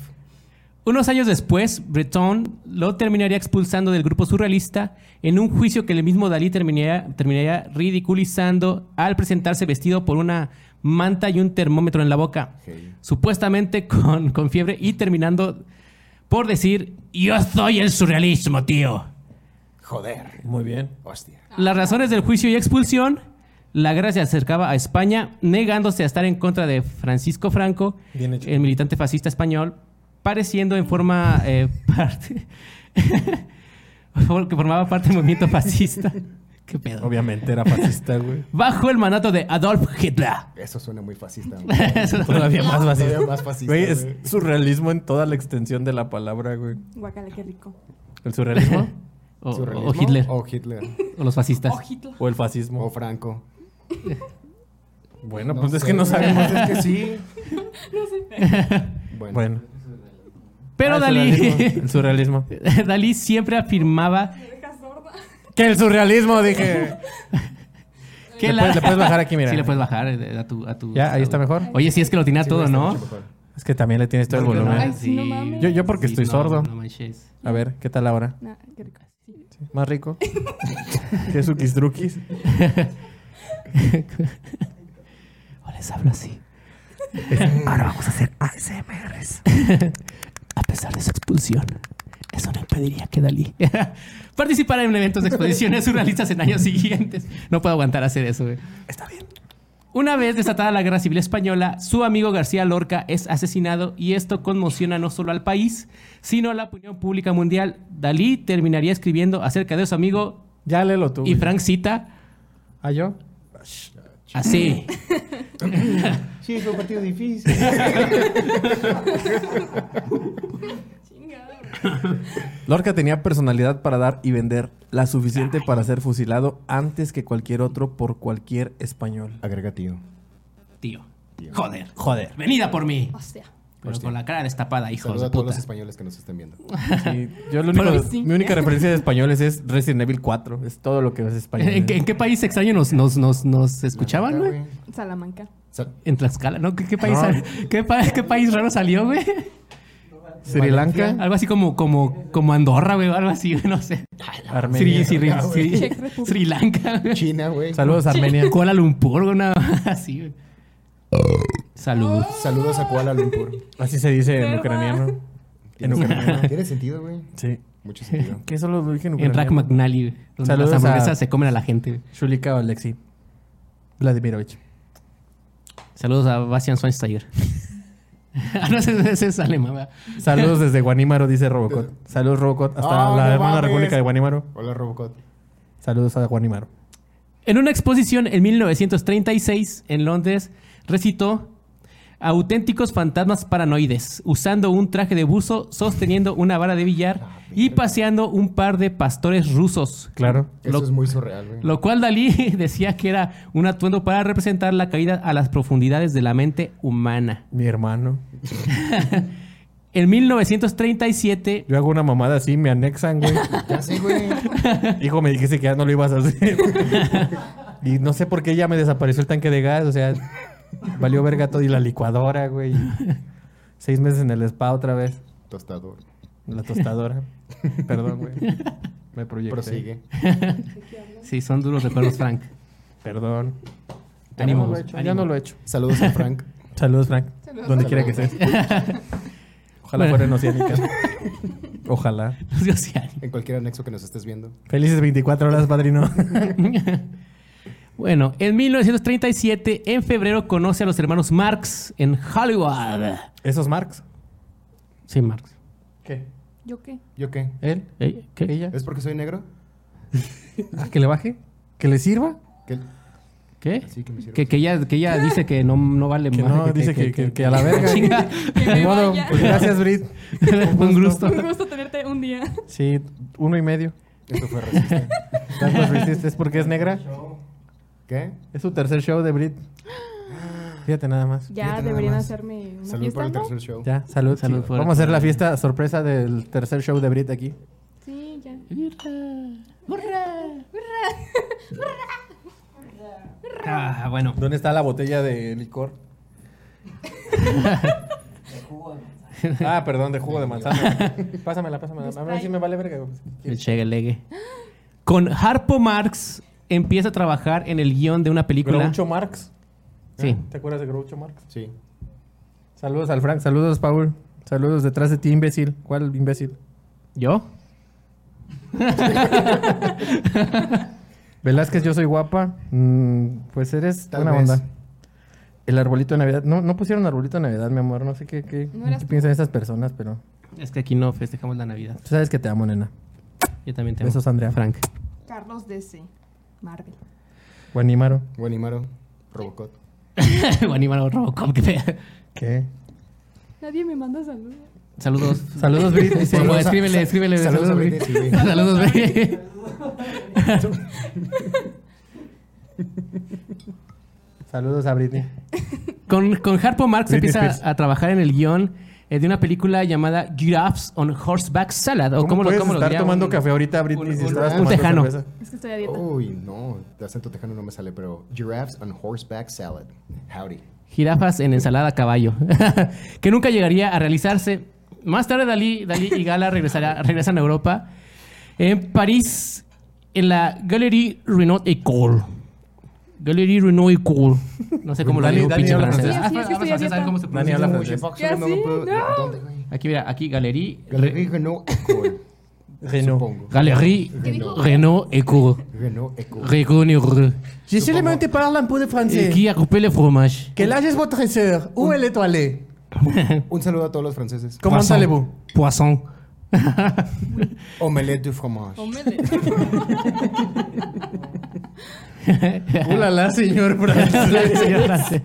Speaker 2: Unos años después, Breton lo terminaría expulsando del grupo surrealista en un juicio que el mismo Dalí terminaría, terminaría ridiculizando al presentarse vestido por una manta y un termómetro en la boca,
Speaker 1: Hey.
Speaker 2: supuestamente con, con fiebre y terminando por decir, yo soy el surrealismo, tío.
Speaker 1: Joder.
Speaker 4: Muy bien.
Speaker 1: Hostia.
Speaker 2: Las razones del juicio y expulsión, la guerra se acercaba a España, negándose a estar en contra de Francisco Franco,
Speaker 6: Bien hecho.
Speaker 2: el militante fascista español, pareciendo en forma eh, parte... que formaba parte del movimiento fascista. Qué pedo.
Speaker 4: Obviamente era fascista, güey.
Speaker 2: Bajo el mandato de Adolf Hitler.
Speaker 1: Eso suena muy fascista. güey.
Speaker 2: Eso es lo-
Speaker 4: Todavía más fascista.
Speaker 1: Todavía más fascista,
Speaker 4: Güey, es
Speaker 1: güey.
Speaker 4: surrealismo en toda la extensión de la palabra, güey.
Speaker 3: Guacala, qué rico.
Speaker 4: El surrealismo
Speaker 2: o,
Speaker 1: ¿Surrealismo?
Speaker 2: o Hitler.
Speaker 1: O Hitler.
Speaker 2: O los fascistas.
Speaker 3: Ojito.
Speaker 4: o el
Speaker 1: O
Speaker 4: fascismo.
Speaker 1: Franco.
Speaker 4: Bueno, pues es
Speaker 1: sé,
Speaker 4: que no
Speaker 1: güey.
Speaker 4: sabemos.
Speaker 1: Es que sí. Bueno.
Speaker 4: Bueno.
Speaker 2: Pero
Speaker 4: Ah, el surrealismo,
Speaker 2: Dalí...
Speaker 4: El surrealismo.
Speaker 2: Dalí siempre afirmaba
Speaker 3: Me dejas sorda.
Speaker 4: Que el surrealismo, dije.
Speaker 2: que
Speaker 4: Le
Speaker 2: la-
Speaker 4: puedes- le puedes bajar aquí, mira.
Speaker 2: Sí, le puedes bajar eh, a tu... A tu
Speaker 4: Ya, ahí está mejor.
Speaker 2: Oye, sí, es que lo tenía todo, ¿no?
Speaker 4: Es que también le tienes todo el volumen.
Speaker 3: Ay, sí, no mames.
Speaker 4: Yo, yo porque
Speaker 2: Sí,
Speaker 4: estoy
Speaker 2: no,
Speaker 4: sordo.
Speaker 2: no manches.
Speaker 4: A ver, ¿qué tal ahora?
Speaker 3: Nah, qué rico. Sí.
Speaker 4: Más rico. ¿Qué suquis druquis?
Speaker 2: O les hablo así. Ahora vamos a hacer ASMRs. a pesar de su expulsión, eso no impediría que Dalí participara en eventos de exposiciones surrealistas en años siguientes. No puedo aguantar hacer eso, güey.
Speaker 4: Está bien.
Speaker 2: Una vez desatada la guerra civil española, su amigo García Lorca es asesinado y esto conmociona no solo al país, sino a la opinión pública mundial. Dalí terminaría escribiendo acerca de su amigo
Speaker 4: Ya léelo tú.
Speaker 2: y
Speaker 4: güey.
Speaker 2: Frank cita
Speaker 4: ¿Ah, yo?
Speaker 2: así.
Speaker 1: Sí, fue un partido difícil.
Speaker 3: Chinga.
Speaker 4: Lorca tenía personalidad para dar y vender, la suficiente para ser fusilado antes que cualquier otro por cualquier español.
Speaker 1: Agrega tío.
Speaker 2: Tío. Joder.
Speaker 4: Joder.
Speaker 2: Venida por mí.
Speaker 3: O sea.
Speaker 2: Pero con la cara destapada, hijos
Speaker 1: Saluda
Speaker 2: de
Speaker 1: a todos los
Speaker 2: puta.
Speaker 1: españoles que nos estén viendo.
Speaker 4: Sí, yo lo único-
Speaker 2: Pero
Speaker 3: sí.
Speaker 4: mi única referencia de españoles es Resident Evil 4. Es todo lo que es español.
Speaker 2: ¿En qué, en qué país extraño nos, nos, nos, nos escuchaban, güey?
Speaker 3: Salamanca.
Speaker 1: Sal-
Speaker 2: En Tlaxcala, ¿no? ¿Qué, qué país,
Speaker 4: No.
Speaker 2: sal- ¿qué, pa- qué país raro salió, güey?
Speaker 4: Sri Lanka,
Speaker 2: Algo así como, como, como Andorra, güey, o algo así, güey, no sé. Sri,
Speaker 4: Armenia.
Speaker 2: Sri, Sri-
Speaker 3: Check Republic.
Speaker 2: Sri Lanka, güey.
Speaker 1: China, güey.
Speaker 4: Saludos a Armenia.
Speaker 2: Kuala Lumpur, güey, una así, güey. Salud.
Speaker 1: Saludos a Kuala Lumpur.
Speaker 4: Así se dice en ucraniano. En
Speaker 1: Tiene
Speaker 4: ucraniano.
Speaker 1: sentido. Tiene sentido, güey.
Speaker 4: Sí.
Speaker 1: Mucho sentido.
Speaker 4: ¿Qué solo lo dije en
Speaker 2: En
Speaker 4: ucraniano?
Speaker 2: Rack McNally, güey, donde
Speaker 4: Saludos a-
Speaker 2: las hamburguesas se comen a la gente, güey.
Speaker 4: Shulika o Alexi. Vladimirovich.
Speaker 2: Saludos a Bastian Schweinsteiger. Ah, no, ese, ese es alemán, ¿verdad?
Speaker 4: Saludos desde Guanímaro, dice Robocot. Saludos, Robocot. Hasta
Speaker 1: Ah,
Speaker 4: la
Speaker 1: no
Speaker 4: hermana
Speaker 1: mames.
Speaker 4: república de Guanímaro.
Speaker 1: Hola, Robocop.
Speaker 4: Saludos a Guanímaro.
Speaker 2: En una exposición en 1936 en Londres recitó auténticos fantasmas paranoides, usando un traje de buzo, sosteniendo una vara de billar
Speaker 4: Ah,
Speaker 2: y paseando un par de pastores rusos.
Speaker 4: Claro.
Speaker 1: Eso
Speaker 2: Lo-
Speaker 1: es muy surreal, güey.
Speaker 2: Lo cual Dalí decía que era un atuendo para representar la caída a las profundidades de la mente humana.
Speaker 4: Mi hermano.
Speaker 2: En 1937,
Speaker 4: Yo hago una mamada así, me anexan, güey.
Speaker 1: Ya sé, güey.
Speaker 4: Hijo, me dijiste que ya no lo ibas a hacer. y no sé por qué ya me desapareció el tanque de gas. O sea, valió verga todo. Y la licuadora, güey. Seis meses en el spa otra vez.
Speaker 1: Tostador.
Speaker 4: La tostadora. Perdón, güey. Me proyecté.
Speaker 1: Prosigue.
Speaker 2: sí, son duros recuerdos, Frank.
Speaker 4: Perdón. Ya
Speaker 2: Ánimos,
Speaker 4: no lo he hecho, ya
Speaker 2: ánimos.
Speaker 4: no lo he hecho.
Speaker 1: Saludos a Frank.
Speaker 4: Saludos, Frank.
Speaker 3: Saludos.
Speaker 4: Donde quiera que estés. Ojalá
Speaker 2: Bueno.
Speaker 4: fueran oceánicas. Ojalá.
Speaker 2: Los de Oceania.
Speaker 1: En cualquier anexo que nos estés viendo.
Speaker 4: Felices 24 horas, padrino.
Speaker 2: Bueno, en 1937, en febrero, conoce a los hermanos Marx en Hollywood.
Speaker 4: Esos Marx.
Speaker 2: Sí, Marx.
Speaker 4: ¿Qué?
Speaker 3: ¿Yo qué?
Speaker 1: ¿Yo qué?
Speaker 4: ¿Él?
Speaker 2: Eh, ¿qué?
Speaker 4: ¿Ella?
Speaker 1: ¿Es porque soy negro?
Speaker 4: Ah, ¿Que le baje? ¿Que le sirva?
Speaker 1: ¿Qué?
Speaker 2: ¿Qué?
Speaker 1: Sí, que me sirve.
Speaker 2: Que, que ella, que ella dice que no, no vale
Speaker 4: Que
Speaker 2: madre,
Speaker 4: no, dice que, que- que a la verga.
Speaker 2: Chinga.
Speaker 3: Que
Speaker 4: Ni
Speaker 3: me
Speaker 4: modo,
Speaker 3: vaya.
Speaker 4: pues gracias, Brit.
Speaker 2: Un gusto.
Speaker 3: Un gusto tenerte un día.
Speaker 4: Sí, uno y medio.
Speaker 1: Esto fue racista.
Speaker 4: Tantos resistes ¿Es porque es negra?
Speaker 1: ¿Qué?
Speaker 4: Es su tercer show de Brit. Fíjate nada más.
Speaker 1: Fíjate
Speaker 3: Ya
Speaker 1: nada
Speaker 3: deberían
Speaker 1: más.
Speaker 3: hacerme una
Speaker 1: Salud
Speaker 3: fiesta,
Speaker 1: por el
Speaker 3: ¿no?
Speaker 1: tercer show.
Speaker 4: Ya, salud.
Speaker 2: Salud
Speaker 4: Sí,
Speaker 2: por-
Speaker 4: Vamos a hacer la fiesta sorpresa del tercer show de Brit aquí.
Speaker 3: Sí, ya.
Speaker 2: Ah, bueno.
Speaker 4: ¿Dónde está la botella de licor? Ah, perdón, de jugo de manzana. pásamela, pásamela. A ver si me vale verga. güey.
Speaker 2: El chegalegue. Con Harpo Marx empieza a trabajar en el guión de una película.
Speaker 4: Groucho Marx. ¿Eh?
Speaker 2: Sí.
Speaker 4: ¿Te acuerdas de Groucho Marx?
Speaker 1: Sí.
Speaker 4: Saludos al Frank, saludos Paul, saludos detrás de ti, imbécil. ¿Cuál imbécil?
Speaker 2: ¿Yo?
Speaker 4: Velázquez, yo soy guapa. Mm, pues eres
Speaker 1: Tal
Speaker 4: una
Speaker 1: vez.
Speaker 4: onda. El arbolito de Navidad. No, no pusieron arbolito de Navidad, mi amor. No sé qué, qué,
Speaker 3: No eras
Speaker 4: qué
Speaker 3: tú.
Speaker 4: piensan esas personas, pero
Speaker 2: Es que aquí no festejamos la Navidad.
Speaker 4: tú sabes que te amo, nena.
Speaker 2: Yo también te amo.
Speaker 4: Besos, Andrea.
Speaker 2: Frank.
Speaker 3: Carlos DC. Marvel.
Speaker 4: Guanímaro.
Speaker 1: Guanimaro. Robocop.
Speaker 2: Guanímaro Robocop. que te-
Speaker 4: ¿Qué?
Speaker 3: Nadie me manda saludos.
Speaker 2: Saludos.
Speaker 4: Saludos, Brit. dice.
Speaker 2: Por favor,
Speaker 1: Saludos a-
Speaker 2: escríbele, escríbele.
Speaker 1: saludos a
Speaker 2: Brit.
Speaker 1: Brit, sí.
Speaker 2: Saludos, Brit.
Speaker 4: Saludos a Britney.
Speaker 2: Con, con Harpo Marx
Speaker 4: Britney Spears.
Speaker 2: empieza a trabajar en el guión eh, de una película llamada Giraffes on Horseback Salad. ¿O cómo, lo-
Speaker 4: puedes
Speaker 2: cómo lo
Speaker 4: estar
Speaker 2: diría?
Speaker 4: tomando
Speaker 2: Un-
Speaker 4: café ahorita, Britney?
Speaker 2: un-
Speaker 4: si
Speaker 2: un-
Speaker 4: estabas
Speaker 1: un
Speaker 4: tomando
Speaker 2: tejano.
Speaker 4: cerveza?
Speaker 3: Es que estoy a dieta.
Speaker 1: Uy, no. De acento tejano no me sale, pero giraffes on horseback salad. Howdy.
Speaker 2: Jirafas en ensalada a caballo, que nunca llegaría a realizarse. Más tarde Dalí, Dalí y Gala regresará- regresan a Europa, en París, en la Galerie Renault École. Galerie Renault École. No sé cómo lo
Speaker 4: Dani-
Speaker 2: digo,
Speaker 4: Dani
Speaker 2: pinche
Speaker 4: habla
Speaker 2: francés.
Speaker 3: francés. Sí, sí, es que
Speaker 2: Ah, habla
Speaker 3: estoy
Speaker 2: francés,
Speaker 3: abierta.
Speaker 2: ¿saben cómo se
Speaker 4: Dani
Speaker 2: pronuncia?
Speaker 4: habla
Speaker 1: Oye,
Speaker 4: francés.
Speaker 1: Fox,
Speaker 3: ¿Qué
Speaker 1: no me
Speaker 3: así?
Speaker 1: puedo-
Speaker 3: No.
Speaker 1: ¿Dónde, güey?
Speaker 2: Aquí, mira, aquí Galerie,
Speaker 1: Galerie Renault École. Supongo.
Speaker 2: Galerie
Speaker 3: ¿Qué dijo?
Speaker 2: Renault École.
Speaker 1: Renault École.
Speaker 2: Reconnaître.
Speaker 5: Je seulement te parle un peu de français.
Speaker 2: Qui a coupé le fromage?
Speaker 5: Que l'âge est votre sœur. Où elle est allée?
Speaker 1: Un saludo a todos los franceses.
Speaker 4: ¿Cómo
Speaker 2: Poisson.
Speaker 4: sale, bu?
Speaker 2: Poisson.
Speaker 1: Omelette du fromage.
Speaker 3: Hombre.
Speaker 4: Ulala, señor francés.
Speaker 2: Señor francés.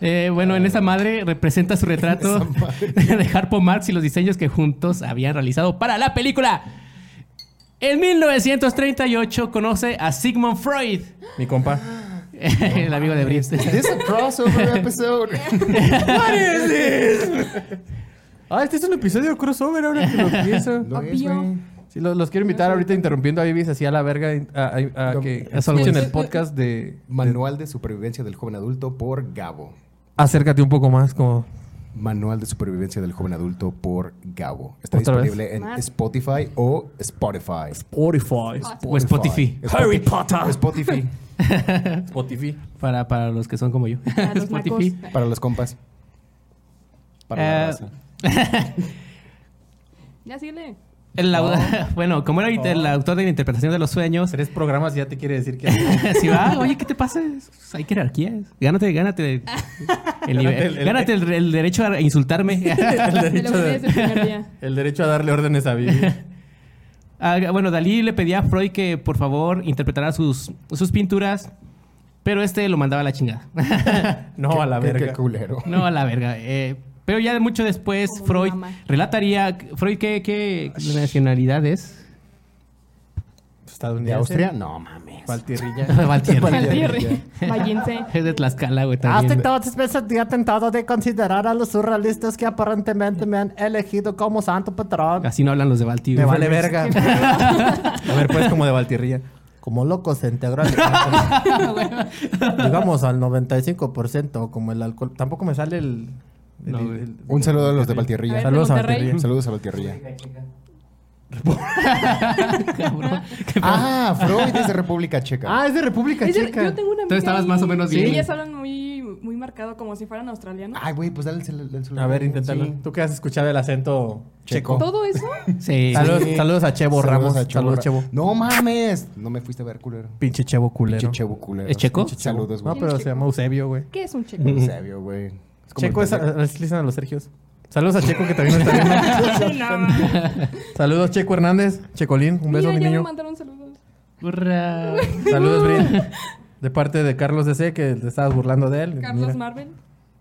Speaker 2: Eh, bueno, en esa madre representa su retrato de Harpo Marx y los diseños que juntos habían realizado para la película. En 1938 conoce a Sigmund Freud,
Speaker 4: Mi compa.
Speaker 2: el amigo de Brit.
Speaker 1: This is a crossover episode.
Speaker 4: Ah, este es un episodio crossover ahora que lo pienso.
Speaker 1: Lo es,
Speaker 3: Obvio.
Speaker 1: güey.
Speaker 4: Sí, lo- los quiero invitar ahorita interrumpiendo a Ibis así a la verga a, a- a que
Speaker 2: Eso
Speaker 4: escuchen
Speaker 2: es.
Speaker 4: el podcast de
Speaker 1: Manual de supervivencia del joven adulto por Gabo.
Speaker 4: Acércate un poco más como
Speaker 1: Manual de supervivencia del joven adulto por Gabo. Está
Speaker 4: Otra vez.
Speaker 1: disponible en
Speaker 3: Mar-
Speaker 1: Spotify o Spotify.
Speaker 4: Spotify.
Speaker 2: O Spotify.
Speaker 1: Harry Potter. Spotify.
Speaker 4: Spotify.
Speaker 2: Para, para los que son como yo.
Speaker 3: Para los
Speaker 2: Spotify.
Speaker 3: nacos.
Speaker 1: Para los compas. Para la
Speaker 2: Eh,
Speaker 1: raza.
Speaker 3: Ya síguele.
Speaker 2: El au-
Speaker 1: Oh.
Speaker 2: Bueno, como era el autor de la interpretación de los sueños,
Speaker 4: Tres programas ya te quiere decir que
Speaker 2: Si va, oye, ¿qué te pasa? Hay jerarquías. Gánate, gánate. El nivel.
Speaker 4: Gánate el- el-
Speaker 2: gánate el, el derecho a insultarme.
Speaker 4: el
Speaker 3: Te lo
Speaker 4: derecho,
Speaker 3: juro
Speaker 4: de-
Speaker 3: desde el primer día.
Speaker 4: el derecho a darle órdenes a vivir.
Speaker 2: Ah, bueno, Dalí le pedía a Freud que por favor interpretara sus, sus pinturas, pero este lo mandaba a la chingada.
Speaker 4: No a la
Speaker 1: Qué-
Speaker 4: verga.
Speaker 1: Qué culero.
Speaker 2: No, a la verga. Eh, pero ya mucho después,
Speaker 3: Como mi
Speaker 2: Freud
Speaker 3: mamá.
Speaker 2: relataría. ¿Freud qué, qué nacionalidad es?
Speaker 1: ¿De
Speaker 4: Estadounidense.
Speaker 1: Austria? No, mames.
Speaker 4: ¿Cuál tierrilla?
Speaker 2: Valtierra.
Speaker 3: Váyanse.
Speaker 2: Es de Tlaxcala, güey.
Speaker 5: Hasta
Speaker 4: Ah,
Speaker 2: también.
Speaker 5: entonces me sentía tentado de considerar a los surrealistas que aparentemente me han elegido como santo patrón.
Speaker 2: Así no hablan los de Valtierra.
Speaker 5: Me vale verga.
Speaker 4: A ver, pues como de Valtierrilla.
Speaker 5: Como locos se integra el- digamos al 95% como el alcohol.
Speaker 4: Tampoco me sale el, el-
Speaker 2: No,
Speaker 4: el-
Speaker 2: güey.
Speaker 4: el-
Speaker 1: Un saludo a los de
Speaker 3: A
Speaker 1: Valtierrilla.
Speaker 3: ver.
Speaker 4: Saludos a
Speaker 3: Monterrey.
Speaker 4: Valtierrilla.
Speaker 1: Saludos a Valtierrilla.
Speaker 2: Cabrón.
Speaker 1: Ah, Freud es de República Checa.
Speaker 4: Ah, es de República
Speaker 3: Es de-
Speaker 4: Checa.
Speaker 3: Yo tengo una amiga.
Speaker 2: Tú estabas
Speaker 3: ahí,
Speaker 2: más o menos
Speaker 3: y
Speaker 2: bien.
Speaker 3: Ellas hablan muy, muy marcado, como si fueran australianos.
Speaker 1: Ay, güey, pues dale el cel- el celular.
Speaker 4: A ver, inténtalo.
Speaker 1: Sí.
Speaker 4: ¿Tú qué has escuchado el acento checo?
Speaker 1: Checo.
Speaker 3: Todo eso.
Speaker 2: Sí.
Speaker 4: Saludos, saludos a Chevo
Speaker 1: Saludos
Speaker 4: Ramos.
Speaker 1: a
Speaker 4: saludos,
Speaker 1: Ra-
Speaker 4: Chevo.
Speaker 1: No mames. No me fuiste a ver, culero.
Speaker 4: Pinche Chevo culero.
Speaker 1: Pinche Chevo, culero.
Speaker 2: ¿Es checo?
Speaker 1: Pinche Saludos,
Speaker 4: No,
Speaker 1: güey.
Speaker 4: pero se llama Eusebio, güey.
Speaker 3: ¿Qué es un checo?
Speaker 1: Eusebio, güey. Es
Speaker 4: Ah.
Speaker 1: como
Speaker 4: Checo
Speaker 1: el
Speaker 4: es,
Speaker 1: pendejo.
Speaker 4: utilizan a los Sergios. Saludos a Checo que también nos está viendo.
Speaker 3: no.
Speaker 4: Saludos Checo Hernández, Checolín, un beso mi
Speaker 3: Mira, ya me
Speaker 4: niño.
Speaker 3: mandaron saludos.
Speaker 2: Hurra.
Speaker 4: Saludos Brin. De parte de Carlos DC que te estabas burlando de él.
Speaker 3: Carlos
Speaker 4: Mira,
Speaker 3: Marvel.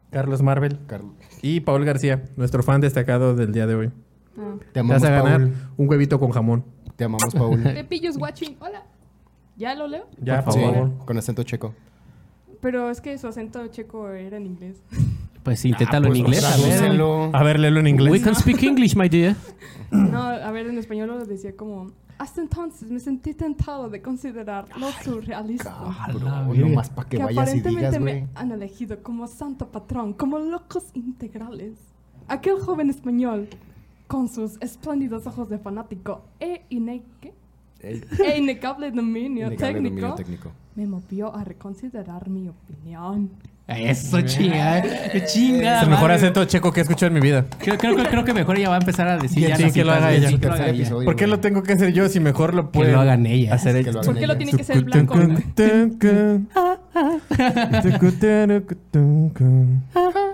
Speaker 4: Carlos Marvel
Speaker 1: Carlos.
Speaker 4: y Paul García, nuestro fan destacado del día de hoy.
Speaker 3: Ah.
Speaker 4: Te
Speaker 1: Te
Speaker 4: vas
Speaker 1: amamos,
Speaker 4: a ganar
Speaker 1: Paul.
Speaker 4: un huevito con jamón.
Speaker 1: Te amamos, Paul.
Speaker 3: Pepillos Watching. Hola. ¿Ya lo leo?
Speaker 4: Ya, por
Speaker 1: Sí,
Speaker 4: favor.
Speaker 1: con acento checo.
Speaker 3: Pero es que su acento checo era en inglés.
Speaker 2: Pues inténtalo en
Speaker 4: pues,
Speaker 2: inglés. a ver.
Speaker 1: Tradúcelo.
Speaker 4: A ver, léelo en
Speaker 2: We
Speaker 4: inglés.
Speaker 2: can speak English, my dear.
Speaker 3: No, a ver, en español lo decía como... Hasta entonces me sentí tentado de considerarlo surrealista.
Speaker 1: Cabrón, nomás para que, vayas y digas,
Speaker 3: aparentemente
Speaker 1: güey.
Speaker 3: me han elegido como santo patrón, como locos integrales. Aquel joven español con sus espléndidos ojos de fanático e, ine- ¿qué?
Speaker 1: Ey,
Speaker 3: e innegable dominio
Speaker 1: innegable
Speaker 3: técnico
Speaker 1: dominio técnico.
Speaker 3: me movió a reconsiderar mi opinión.
Speaker 2: Eso, chinga. eh. Qué chinga.
Speaker 4: Es el mejor
Speaker 2: madre.
Speaker 4: acento checo que he escuchado en mi vida.
Speaker 2: Creo, creo, creo- creo que mejor ella va a empezar a decir
Speaker 4: Sí,
Speaker 2: ya
Speaker 4: sí,
Speaker 2: las
Speaker 4: que lo
Speaker 2: citas,
Speaker 4: haga
Speaker 2: güey.
Speaker 4: ella.
Speaker 2: Sí, que lo
Speaker 1: Tercer
Speaker 2: haga ella.
Speaker 1: episodio,
Speaker 4: ¿Por qué
Speaker 1: güey.
Speaker 4: lo tengo que hacer yo si mejor lo pueden
Speaker 2: lo hagan ellas.
Speaker 4: Hacer
Speaker 1: Que lo
Speaker 4: ellas.
Speaker 1: hagan
Speaker 3: ¿Por qué lo
Speaker 1: ellas.
Speaker 3: tiene que ser blanco?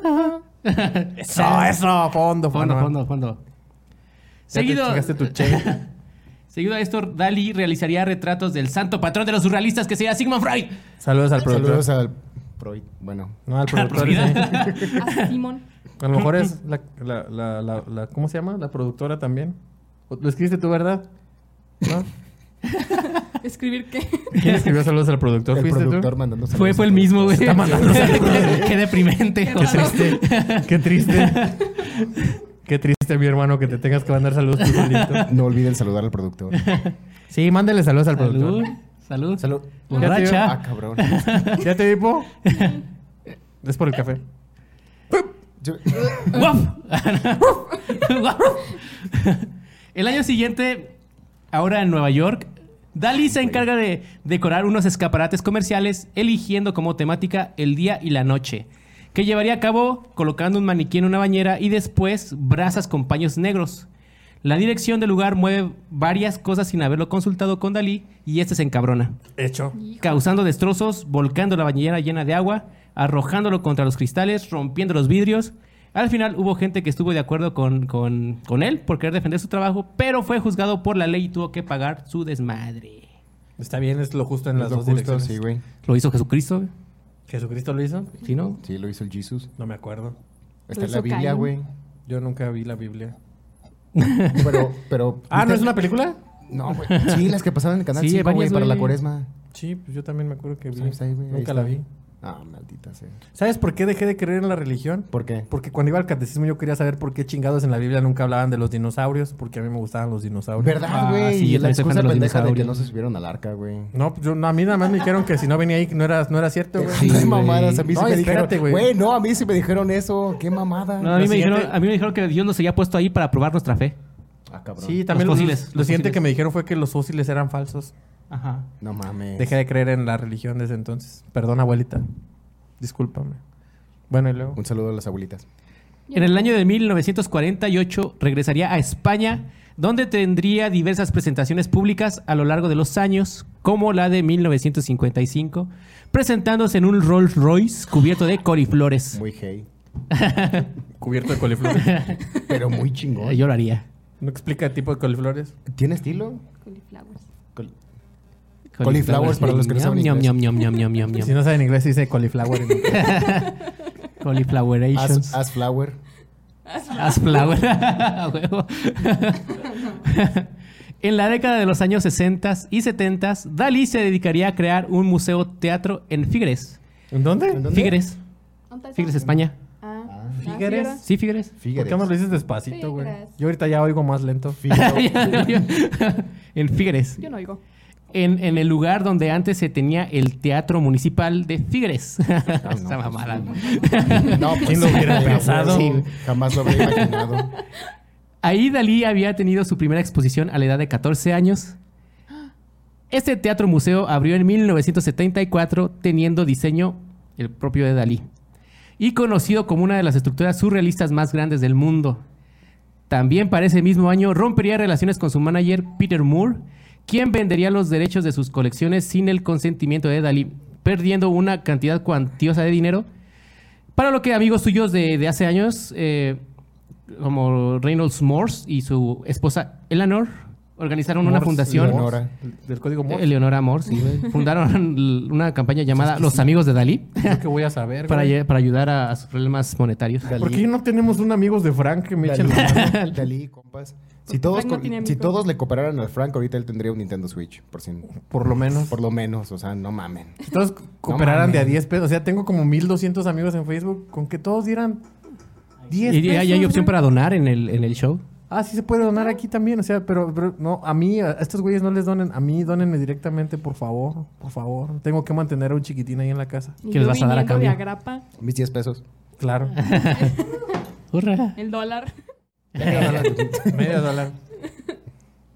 Speaker 4: Eso, eso, fondo,
Speaker 2: Fondo, fondo,
Speaker 4: fondo,
Speaker 2: fondo.
Speaker 4: Ya te
Speaker 2: Seguido,
Speaker 4: chingaste tu che.
Speaker 2: seguido a esto, Dali realizaría retratos del santo patrón de los surrealistas que sería Sigmund Freud.
Speaker 4: Saludos al productor.
Speaker 1: Saludos al Freud. Bueno,
Speaker 4: No, al productor. sí.
Speaker 3: A Simón.
Speaker 4: A lo mejor es la, la, la, la, la- ¿Cómo se llama? La productora también. ¿O- ¿Lo escribiste tú, verdad? ¿No?
Speaker 3: ¿Escribir qué?
Speaker 4: ¿Quién escribió saludos al productor?
Speaker 1: el
Speaker 4: ¿Fuiste
Speaker 1: productor
Speaker 4: tú?
Speaker 1: mandando saludos.
Speaker 2: Fue, fue el mismo, güey.
Speaker 4: Está mandando
Speaker 2: Qué- Qué deprimente.
Speaker 3: Qué triste.
Speaker 4: Qué triste. Qué triste, mi hermano, que te tengas que mandar saludos tú solito.
Speaker 1: No olviden saludar al productor.
Speaker 4: Sí, mándale saludos al
Speaker 2: Salud,
Speaker 4: productor.
Speaker 2: salud.
Speaker 1: Salud. Ah,
Speaker 2: Borracha.
Speaker 1: cabrón.
Speaker 4: ¿Ya te dipo? Es por el café.
Speaker 1: Yo-
Speaker 2: Guaf. Guaf. El año siguiente, ahora en Nueva York, Dali se encarga de decorar unos escaparates comerciales eligiendo como temática el día y la noche, que llevaría a cabo colocando un maniquí en una bañera y después brasas con paños negros. La dirección del lugar mueve varias cosas sin haberlo consultado con Dalí y este se encabrona
Speaker 4: Hecho.
Speaker 2: causando destrozos, volcando la bañera llena de agua, arrojándolo contra los cristales, rompiendo los vidrios. Al final hubo gente que estuvo de acuerdo con, con- con él por querer defender su trabajo, pero fue juzgado por la ley y tuvo que pagar su desmadre.
Speaker 4: Está bien, es lo justo en
Speaker 1: Es
Speaker 4: las
Speaker 1: lo
Speaker 4: dos
Speaker 1: justo,
Speaker 4: direcciones.
Speaker 1: sí, güey.
Speaker 2: Lo hizo Jesucristo,
Speaker 4: ¿Jesucristo lo hizo?
Speaker 2: ¿sí no?
Speaker 1: Sí, lo hizo el Jesus.
Speaker 4: No me acuerdo.
Speaker 1: Está en
Speaker 3: hizo
Speaker 1: la Biblia,
Speaker 3: Caín.
Speaker 1: güey.
Speaker 4: Yo nunca vi la Biblia.
Speaker 1: Pero, pero.
Speaker 4: Ah, ¿no es una película?
Speaker 1: No, güey. Sí, las que pasaban en el canal
Speaker 2: Sí,
Speaker 1: 5, güey,
Speaker 2: varias,
Speaker 1: para la
Speaker 2: güey.
Speaker 1: cuaresma.
Speaker 4: Sí, pues yo también me acuerdo que vi.
Speaker 1: Ahí está, ahí, güey, ahí
Speaker 4: nunca
Speaker 1: está.
Speaker 4: la vi.
Speaker 1: Ah, maldita sea.
Speaker 4: ¿Sabes por qué dejé de creer en la religión?
Speaker 1: ¿Por qué?
Speaker 4: Porque cuando iba al catecismo yo quería saber por qué chingados en la Biblia nunca hablaban de los dinosaurios, porque a mí me gustaban los dinosaurios.
Speaker 1: ¿Verdad,
Speaker 2: Ah,
Speaker 1: güey?
Speaker 2: sí,
Speaker 1: y
Speaker 2: yo
Speaker 1: la
Speaker 2: también soy fan
Speaker 1: excusa
Speaker 2: de los
Speaker 1: pendeja de que
Speaker 2: dinosaurios.
Speaker 1: no se subieron al arca, güey.
Speaker 4: No, pues yo, no, a mí nada más me dijeron que si no venía ahí no era, no era cierto, güey.
Speaker 1: Sí, mamadas, a mí
Speaker 4: No,
Speaker 1: sí me
Speaker 4: espérate,
Speaker 1: dijeron.
Speaker 4: güey.
Speaker 1: Güey, no, a mí sí me dijeron eso. Qué mamada.
Speaker 2: No, a, mí
Speaker 4: Lo
Speaker 2: me
Speaker 4: siguiente-
Speaker 2: dijeron, a mí me dijeron que Dios nos había puesto ahí para probar nuestra fe.
Speaker 1: Ah, cabrón.
Speaker 4: Sí, también
Speaker 2: Los
Speaker 4: los-
Speaker 2: fósiles,
Speaker 4: Lo
Speaker 2: los
Speaker 4: siguiente
Speaker 2: fósiles.
Speaker 4: que me dijeron fue que los fósiles eran falsos.
Speaker 2: Ajá.
Speaker 1: No mames.
Speaker 4: Dejé de creer en la religión desde entonces. Perdón, abuelita. Discúlpame. Bueno, y luego.
Speaker 1: Un saludo a las abuelitas.
Speaker 2: En el año de 1948 regresaría a España, donde tendría diversas presentaciones públicas a lo largo de los años, como la de 1955, presentándose en un Rolls Royce cubierto de coliflores.
Speaker 1: Muy gay.
Speaker 4: Cubierto de coliflores.
Speaker 1: Pero muy chingón.
Speaker 2: Eh, Yo lo haría.
Speaker 4: ¿No explica el tipo de coliflores?
Speaker 1: ¿Tiene estilo?
Speaker 3: Cauliflowers.
Speaker 1: Col- Coliflowers para los que no saben
Speaker 2: Ñam,
Speaker 1: inglés.
Speaker 2: ñam, ñam, ñam, ñam, ñam, ñam.
Speaker 4: Si no sabe en inglés, dice cauliflower. en inglés.
Speaker 2: Coliflowerations.
Speaker 1: As, as flower.
Speaker 2: As flower. A huevo. en la década de los años 60 y 70, Dalí se dedicaría a crear un museo teatro en Figueres.
Speaker 4: ¿En dónde?
Speaker 1: ¿En dónde?
Speaker 2: Figueres.
Speaker 3: ¿Dónde está?
Speaker 2: Figueres, España.
Speaker 3: Ah, ah,
Speaker 4: Figueres.
Speaker 3: Figueres.
Speaker 2: Sí, Figueres.
Speaker 4: ¿Por
Speaker 1: Figueres.
Speaker 4: qué me lo dices despacito, güey?
Speaker 3: Figueres.
Speaker 4: Yo ahorita ya oigo más lento.
Speaker 1: Figueres.
Speaker 2: en Figueres.
Speaker 3: Yo no oigo.
Speaker 2: En, en el lugar donde antes se tenía el Teatro Municipal de Figueres. Esa
Speaker 1: Ah, no,
Speaker 2: mamada.
Speaker 1: No, pues,
Speaker 4: ¿Quién lo hubiera
Speaker 1: sí,
Speaker 4: pensado?
Speaker 1: güey. Jamás lo habría imaginado.
Speaker 2: Ahí Dalí había tenido su primera exposición a la edad de 14 años. Este teatro museo abrió en 1974 teniendo diseño el propio de Dalí y conocido como una de las estructuras surrealistas más grandes del mundo. También para ese mismo año rompería relaciones con su manager Peter Moore, quien vendería los derechos de sus colecciones sin el consentimiento de Dalí, perdiendo una cantidad cuantiosa de dinero. Para lo que amigos suyos de, de hace años eh, como Reynolds Morse y su esposa Eleanor organizaron una fundación.
Speaker 1: Eleonora.
Speaker 6: Del código Morse.
Speaker 2: Eleonora Morse, sí, güey. fundaron l- una campaña llamada Los Amigos de Dalí
Speaker 6: Creo que voy a saber.
Speaker 2: para,
Speaker 6: güey.
Speaker 2: lle- para ayudar a, a sus problemas monetarios.
Speaker 4: ¿Por qué no tenemos un amigos de Frank que me echen
Speaker 1: Dalí,
Speaker 4: la mano?
Speaker 1: Dalí, compas. Si todos,
Speaker 3: Pues, Frank no
Speaker 1: con-
Speaker 3: tiene
Speaker 1: si
Speaker 3: amigos.
Speaker 1: todos le cooperaran al Frank, ahorita él tendría un Nintendo Switch. Por, si-
Speaker 4: Por lo menos.
Speaker 1: por lo menos, o sea, no mamen.
Speaker 4: Si todos cooperaran de a
Speaker 1: mames.
Speaker 4: 10 pesos. O sea, tengo como 1200 amigos en Facebook. Con que todos dieran 10
Speaker 2: Y, y hay, hay
Speaker 4: pesos,
Speaker 2: opción
Speaker 4: güey.
Speaker 2: para donar en el, en el show.
Speaker 4: Ah, sí se puede donar aquí también. O sea, pero, pero no, a mí, a estos güeyes no les donen. A mí, donenme directamente, por favor. Por favor. Tengo que mantener a un chiquitín ahí en la casa.
Speaker 3: Y
Speaker 2: ¿Qué les
Speaker 3: yo
Speaker 2: vas a dar a
Speaker 3: viniendo de
Speaker 2: cambio?
Speaker 3: Agrapa,
Speaker 1: Mis 10 pesos.
Speaker 4: Claro.
Speaker 2: ¡Hurra!
Speaker 3: el dólar.
Speaker 4: Medio dólar. Medio dólar.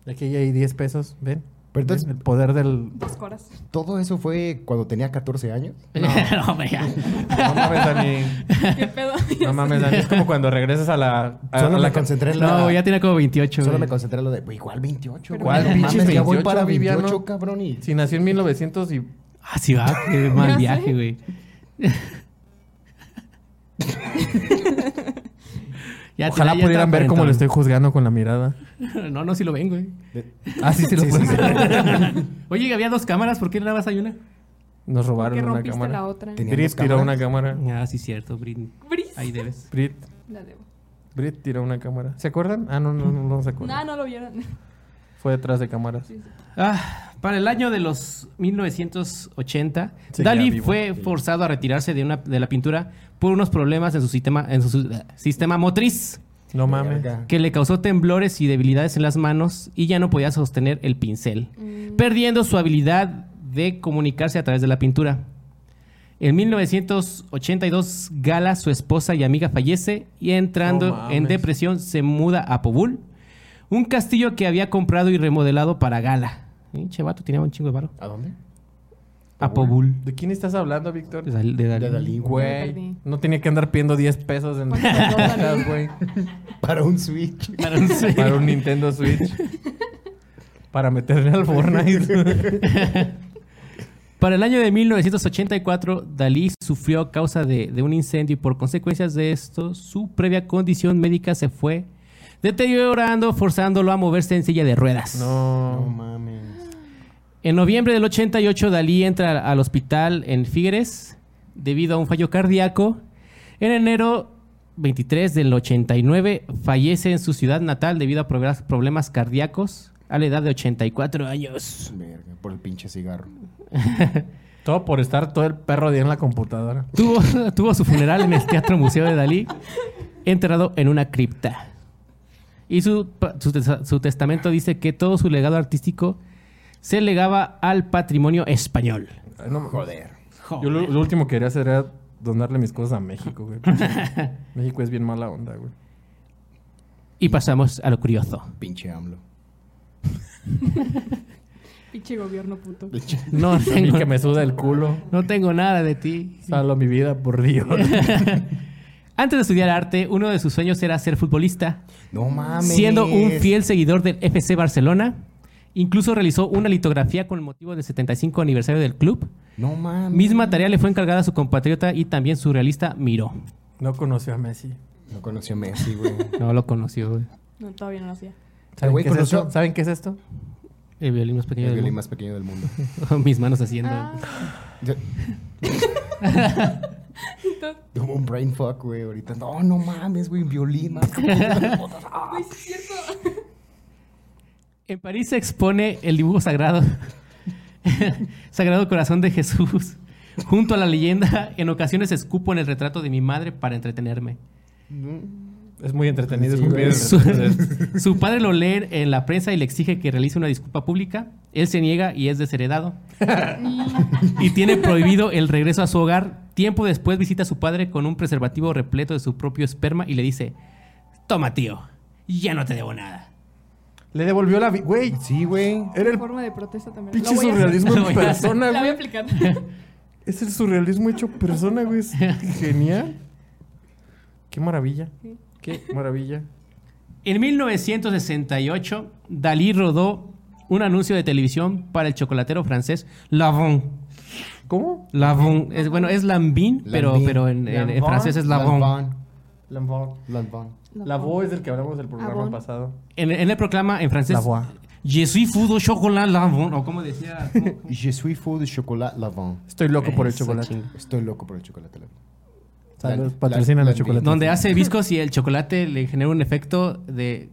Speaker 4: Aquí ya hay 10 pesos. ¿Ven?
Speaker 1: Pero entonces-
Speaker 4: ¿Ven? El poder del.
Speaker 3: Dos horas.
Speaker 1: Todo eso fue cuando tenía 14 años.
Speaker 2: No, hombre, ya.
Speaker 6: No mames, Dani.
Speaker 3: ¿Qué pedo?
Speaker 6: No mames, Dani. Es como cuando regresas a la. a-
Speaker 1: Solo
Speaker 6: a
Speaker 1: me
Speaker 6: la
Speaker 1: concentré en la...
Speaker 2: No, ya tiene como 28.
Speaker 1: Solo
Speaker 2: güey.
Speaker 1: me concentré en lo de... "Güey, Igual 28.
Speaker 3: Pero
Speaker 1: güey,
Speaker 6: ¿Cuál
Speaker 1: no
Speaker 6: pinches
Speaker 1: mames, Ya voy
Speaker 6: 28,
Speaker 1: para 28,
Speaker 6: Viviano?
Speaker 1: cabrón. Y...
Speaker 4: Si nació en 1900 y.
Speaker 2: Ah, sí, va. Qué mal
Speaker 3: Ya
Speaker 2: viaje,
Speaker 3: sé.
Speaker 2: güey. Ya,
Speaker 4: Ojalá
Speaker 2: ya
Speaker 4: pudieran
Speaker 2: está
Speaker 4: ver cómo lo estoy
Speaker 2: aparentón.
Speaker 4: juzgando con la mirada.
Speaker 2: No, no, sí lo ven, güey.
Speaker 4: Ah, sí, sí lo pueden ver.
Speaker 2: Oye, había dos cámaras, ¿por qué nada más hay una?
Speaker 4: Nos
Speaker 3: ¿Por
Speaker 4: robaron
Speaker 3: qué
Speaker 4: una
Speaker 3: rompiste
Speaker 4: cámara.
Speaker 3: la otra?
Speaker 1: Tenía-
Speaker 4: Brit tiró una cámara.
Speaker 2: Ah, sí, cierto, Britney.
Speaker 3: Bris.
Speaker 2: Ahí debes.
Speaker 4: Brit,
Speaker 3: La debo.
Speaker 4: Brit tiró una cámara. ¿Se acuerdan? Ah, no, no, no, no se acuerdan.
Speaker 3: No, no lo vieron.
Speaker 4: Fue detrás de cámaras.
Speaker 3: Sí, sí.
Speaker 2: Ah, para el año de los 1980,
Speaker 4: Sí, ya
Speaker 2: Dalí
Speaker 4: vivo.
Speaker 2: fue forzado a retirarse de, una, de la pintura por unos problemas en su sistema, en su eh, sistema motriz
Speaker 4: No mames.
Speaker 1: Verga.
Speaker 2: que le causó temblores y debilidades en las manos y ya no podía sostener el pincel, perdiendo su habilidad de comunicarse a través de la pintura. En 1982, Gala, su esposa y amiga, fallece y
Speaker 4: No
Speaker 2: entrando
Speaker 4: mames.
Speaker 2: en depresión se muda a Pobul, un castillo que había comprado y remodelado para Gala. Pinche vato, tenía un chingo de varo.
Speaker 1: ¿A dónde?
Speaker 2: A Pobul.
Speaker 4: ¿De quién estás hablando, Víctor?
Speaker 2: De Dal- de Dalí.
Speaker 1: De Dalí, güey.
Speaker 4: Güey. No tenía que andar pidiendo 10 pesos en
Speaker 3: ¿Cuánto costó, Dani?
Speaker 4: las güey.
Speaker 1: Para un Switch.
Speaker 2: Para un- sí.
Speaker 4: Para un Nintendo Switch. Para meterle al Fortnite.
Speaker 2: Para el año de 1984, Dalí sufrió a causa de, de un incendio y por consecuencias de esto, su previa condición médica se fue deteriorando, forzándolo a moverse en silla de ruedas.
Speaker 1: No
Speaker 4: No.
Speaker 1: mames.
Speaker 2: En noviembre del 88, Dalí entra al hospital en Figueres debido a un fallo cardíaco. En enero 23 del 89, fallece en su ciudad natal debido a problemas- problemas cardíacos a la edad de 84 años.
Speaker 1: Verga, por el pinche cigarro.
Speaker 4: Todo por estar todo el perro día en la computadora.
Speaker 2: Tuvo, tuvo su funeral en el Teatro Museo de Dalí, enterrado en una cripta. Y su, pa- su tes- su testamento dice que todo su legado artístico se legaba al patrimonio español.
Speaker 4: Ay, no,
Speaker 1: Joder.
Speaker 4: Yo lo, lo último que quería hacer era donarle mis cosas a México, güey. México es bien mala onda, güey.
Speaker 2: Y pasamos a lo curioso.
Speaker 1: Pinche AMLO.
Speaker 3: Pinche gobierno puto.
Speaker 1: Pinche-
Speaker 2: No
Speaker 4: A mí
Speaker 2: tengo,
Speaker 4: que me suda el culo.
Speaker 2: no tengo nada de ti.
Speaker 4: Salvo mi vida, por Dios.
Speaker 2: Antes de estudiar arte, uno de sus sueños era ser futbolista,
Speaker 1: No mames.
Speaker 2: siendo un fiel seguidor del FC Barcelona. Incluso realizó una litografía con el motivo del 75 aniversario del club.
Speaker 1: No mames.
Speaker 2: Misma tarea le fue encargada a su compatriota y también surrealista Miró.
Speaker 4: No conoció a Messi.
Speaker 1: No conoció a Messi, güey.
Speaker 2: No lo conoció, güey.
Speaker 3: No, todavía no lo hacía.
Speaker 4: ¿Saben,
Speaker 1: güey
Speaker 4: qué es
Speaker 1: conoció-
Speaker 4: esto? Ah, ¿Saben qué es esto?
Speaker 2: El violín más pequeño
Speaker 1: El
Speaker 2: del
Speaker 1: violín
Speaker 2: mundo.
Speaker 1: más pequeño del mundo.
Speaker 2: Mis manos haciendo.
Speaker 3: Ah.
Speaker 1: Yo- Tuvo un brain fuck, güey, ahorita. No, no mames, güey, un violín más.
Speaker 3: Güey, sí es cierto.
Speaker 2: En París se expone el dibujo sagrado. sagrado corazón de Jesús. Junto a la leyenda, en ocasiones escupo en el retrato de mi madre para entretenerme.
Speaker 4: Es muy entretenido.
Speaker 1: Sí,
Speaker 4: es muy
Speaker 1: güey.
Speaker 4: bien
Speaker 2: Su,
Speaker 4: entretenido.
Speaker 2: su padre lo lee en la prensa y le exige que realice una disculpa pública. Él se niega y es desheredado. y tiene prohibido el regreso a su hogar. Tiempo después visita a su padre con un preservativo repleto de su propio esperma y le dice, toma tío, ya no te debo nada.
Speaker 4: Le devolvió la vida. Güey,
Speaker 1: Sí, güey.
Speaker 4: era el
Speaker 3: Forma de protesta también.
Speaker 4: pinche
Speaker 3: Lo voy a hacer.
Speaker 4: surrealismo
Speaker 2: Lo voy
Speaker 4: en
Speaker 2: a hacer.
Speaker 4: persona,
Speaker 3: La voy a
Speaker 4: güey.
Speaker 3: aplicar.
Speaker 4: Es el surrealismo hecho persona, güey. Es genial. Qué maravilla. Qué maravilla.
Speaker 2: En 1968, Dalí rodó un anuncio de televisión para el chocolatero francés Lavon.
Speaker 4: ¿Cómo?
Speaker 2: Lavon, es, bueno, es Lambin, pero,
Speaker 1: Lambin.
Speaker 2: pero en, en- en
Speaker 4: Lambon,
Speaker 2: francés es Lavon.
Speaker 1: Lambón. Lambón.
Speaker 6: La voz del que hablamos del programa
Speaker 7: Avon.
Speaker 6: pasado.
Speaker 2: En- Él le proclama en francés. Je suis fou de chocolat lavon. O como decía. ¿cómo?
Speaker 1: Je suis fou de chocolat lavant.
Speaker 4: Estoy loco por el
Speaker 2: Eso,
Speaker 4: chocolate.
Speaker 2: ching.
Speaker 1: Estoy loco por el chocolate lavant.
Speaker 4: Saludos,
Speaker 1: La-
Speaker 4: patrocinan
Speaker 1: la-
Speaker 4: el chocolate.
Speaker 2: Donde hace viscos y el chocolate le genera un efecto de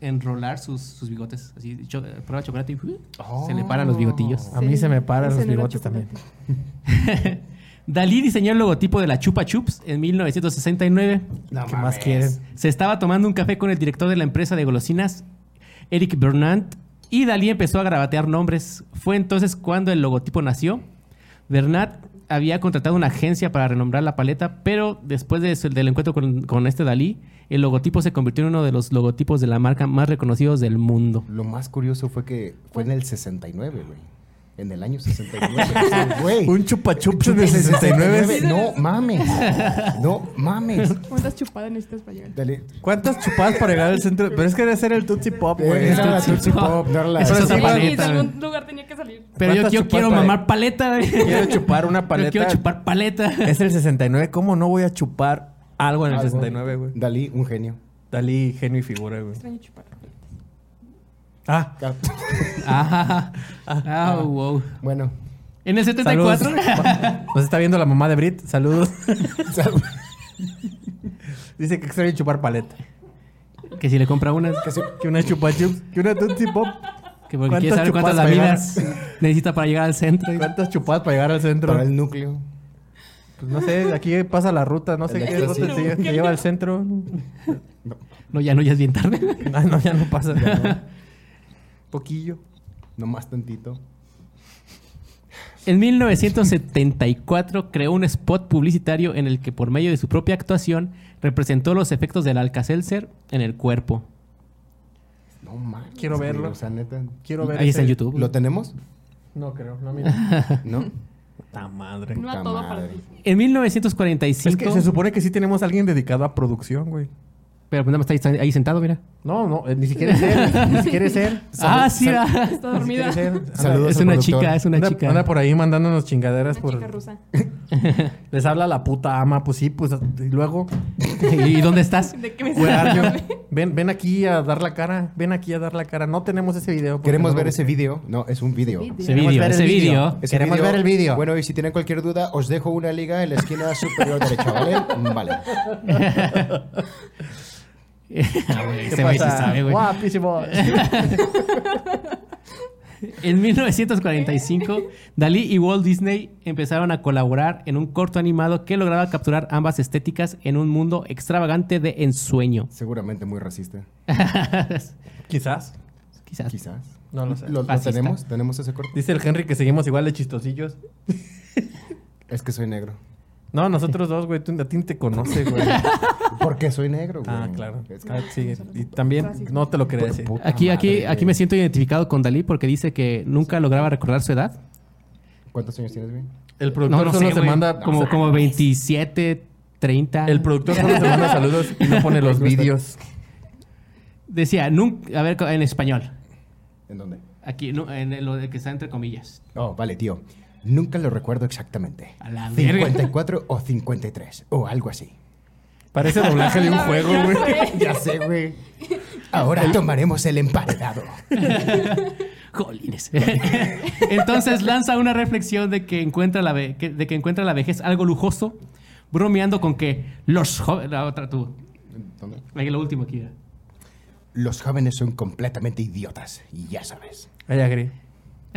Speaker 2: enrolar sus, sus bigotes. Así, cho- prueba chocolate y ¡uh! se le paran los bigotillos.
Speaker 4: A mí se me paran
Speaker 3: ese
Speaker 4: los
Speaker 3: no era
Speaker 4: bigotes
Speaker 3: chocolate.
Speaker 4: también.
Speaker 2: Dalí diseñó el logotipo de la Chupa Chups en 1969.
Speaker 1: No
Speaker 4: ¿Qué más
Speaker 1: mames.
Speaker 4: quieren?
Speaker 2: Se estaba tomando un café con el director de la empresa de golosinas, Eric Bernant, y Dalí empezó a grabatear nombres. Fue entonces cuando el logotipo nació. Bernat había contratado una agencia para renombrar la paleta, pero después de su- del encuentro con, con este Dalí, el logotipo se convirtió en uno de los logotipos de la marca más reconocidos del mundo.
Speaker 1: Lo más curioso fue que fue en el 69, güey. En el año 69. O sea, güey.
Speaker 4: Un chupa chups de 69.
Speaker 1: No mames. No mames.
Speaker 3: Cuántas chupadas necesitas para llegar.
Speaker 1: Dale.
Speaker 4: ¿Cuántas chupadas para llegar al centro? Pero es que debe ser el Tootsie Pop, güey.
Speaker 1: Esa era la
Speaker 2: sí,
Speaker 1: Eh, ah, Tootsie
Speaker 2: no.
Speaker 1: Pop, no era la-
Speaker 2: Este Eso
Speaker 1: Pero
Speaker 2: es
Speaker 1: sí,
Speaker 2: otra
Speaker 3: Sí, de
Speaker 2: paleta.
Speaker 3: algún lugar tenía que salir.
Speaker 2: Pero yo,
Speaker 4: ¿Cuántas
Speaker 2: yo
Speaker 4: chupas
Speaker 2: quiero
Speaker 4: para-
Speaker 2: mamar paleta. güey.
Speaker 4: Quiero chupar una
Speaker 2: Yo quiero
Speaker 4: paleta.
Speaker 2: chupar paleta.
Speaker 4: Es el 69. ¿Cómo no voy a chupar algo en el
Speaker 1: Algo.
Speaker 4: 69, güey?
Speaker 1: Dalí, un genio.
Speaker 4: Dalí, genio y figura, güey.
Speaker 3: Extraño chupar.
Speaker 4: Ah,
Speaker 2: Ah, ah, wow.
Speaker 1: Bueno.
Speaker 2: En el 74.
Speaker 4: Nos Pues está viendo la mamá de Brit. Saludos. Dice que extraña chupar paleta.
Speaker 2: que si le compra unas.
Speaker 4: Que una chupa chups, que una Tootsie Pop.
Speaker 2: Que porque quiere
Speaker 4: ¿Cuántas
Speaker 2: saber cuántas
Speaker 4: chupadas
Speaker 2: lamidas necesita para llegar al centro.
Speaker 4: ¿Cuántas chupadas para llegar al centro?
Speaker 1: Para el núcleo.
Speaker 4: Pues no sé, aquí pasa la ruta, no sé
Speaker 1: El
Speaker 4: qué
Speaker 1: extra
Speaker 4: ruta
Speaker 1: sí.
Speaker 4: sigue, que lleva al centro.
Speaker 2: No, ya no, ya es bien tarde.
Speaker 4: Ah, no, ya no pasa. ya no. Poquillo.
Speaker 1: Nomás tantito.
Speaker 2: En 1974 creó un spot publicitario en el que por medio de su propia actuación representó los efectos del Alka-Seltzer en el cuerpo.
Speaker 1: No mames.
Speaker 4: Quiero
Speaker 1: güey,
Speaker 4: verlo.
Speaker 1: O sea, neta.
Speaker 4: Quiero ver.
Speaker 2: Ahí está en
Speaker 4: ese-
Speaker 2: YouTube.
Speaker 1: ¿Lo tenemos?
Speaker 4: No creo, no mira.
Speaker 1: ¿No?
Speaker 4: Puta madre.
Speaker 3: No a
Speaker 1: Puta
Speaker 3: todo para
Speaker 1: madre.
Speaker 3: ti.
Speaker 2: En 1945...
Speaker 4: Es que se supone que sí tenemos a alguien dedicado a producción, güey.
Speaker 2: Pero pues, nada más está ahí, ahí sentado, mira.
Speaker 4: No, no, eh, ni siquiera es él, ni siquiera es él.
Speaker 2: ah, sí,
Speaker 4: sal-
Speaker 2: ah.
Speaker 3: Está
Speaker 4: Ni siquiera
Speaker 3: dormida.
Speaker 4: es él. Anda-
Speaker 1: Saludos
Speaker 2: Es
Speaker 1: al
Speaker 2: una
Speaker 1: productor.
Speaker 2: chica, es una
Speaker 4: anda,
Speaker 2: chica.
Speaker 4: anda por ahí mandándonos chingaderas
Speaker 3: Una
Speaker 4: por...
Speaker 3: chica rusa.
Speaker 4: Les habla la puta ama, pues sí, pues y luego.
Speaker 2: ¿Y dónde estás?
Speaker 3: ¿De qué me
Speaker 4: Where are
Speaker 3: estás
Speaker 4: you? Ven, ven aquí a dar la cara, ven aquí a dar la cara. No tenemos ese video. porque
Speaker 1: Queremos
Speaker 4: no lo
Speaker 1: ver ese video. No, es un video.
Speaker 3: Video.
Speaker 2: Ese
Speaker 5: Queremos
Speaker 2: vídeo,
Speaker 5: ver el
Speaker 2: ese
Speaker 5: vídeo.
Speaker 2: vídeo.
Speaker 1: Ese
Speaker 5: Queremos ver el vídeo.
Speaker 1: Bueno, y si tienen cualquier duda, os dejo una liga en la esquina superior derecha, ¿vale? Vale.
Speaker 2: Ese
Speaker 4: ¿Qué
Speaker 2: güey sí
Speaker 4: pasa?
Speaker 2: sabe, güey.
Speaker 4: Guau, pinche boy.
Speaker 2: En 1945, Dalí y Walt Disney empezaron a colaborar en un corto animado que lograba capturar ambas estéticas en un mundo extravagante de ensueño.
Speaker 1: Seguramente muy racista.
Speaker 4: Quizás.
Speaker 2: Quizás.
Speaker 1: Quizás.
Speaker 4: No lo sé.
Speaker 1: ¿Lo, lo
Speaker 2: Fascista.
Speaker 1: tenemos? ¿Tenemos ese corte?
Speaker 4: Dice el Henry que seguimos igual de chistosillos.
Speaker 1: Es que soy negro.
Speaker 4: No, nosotros dos, güey. Tú, a ti ni te conoce, güey.
Speaker 1: Porque soy negro, güey.
Speaker 4: ah, claro.
Speaker 1: Es que-
Speaker 4: Ah, sigue. Y también no te lo eh. quería decir.
Speaker 1: Puta
Speaker 2: Aquí, aquí,
Speaker 1: madre,
Speaker 2: aquí
Speaker 1: güey.
Speaker 2: me siento identificado con Dalí porque dice que nunca lograba recordar su edad.
Speaker 1: ¿Cuántos años tienes, güey?
Speaker 4: El productor solo se
Speaker 2: güey.
Speaker 4: manda.
Speaker 2: como, como 27, 30.
Speaker 4: El productor solo se manda saludos y no pone los vídeos.
Speaker 2: Decía, nunca, a ver, en español.
Speaker 1: ¿En dónde?
Speaker 2: Aquí, nu- en lo de que está entre comillas.
Speaker 1: Oh, vale, tío. Nunca lo recuerdo exactamente.
Speaker 2: A la verga.
Speaker 1: 54 o 53 o algo así.
Speaker 4: Parece doblaje de un juego, güey.
Speaker 1: Ya sé, güey. Ahora tomaremos el emparedado.
Speaker 2: Jolines. Entonces lanza una reflexión de que encuentra la ve- que- de que encuentra la vejez algo lujoso, bromeando con que los jóvenes. La otra tú.
Speaker 1: ¿Dónde?
Speaker 2: Ahí lo último aquí. ya.
Speaker 1: Los jóvenes son completamente idiotas, y ya sabes.
Speaker 4: Ay, agree.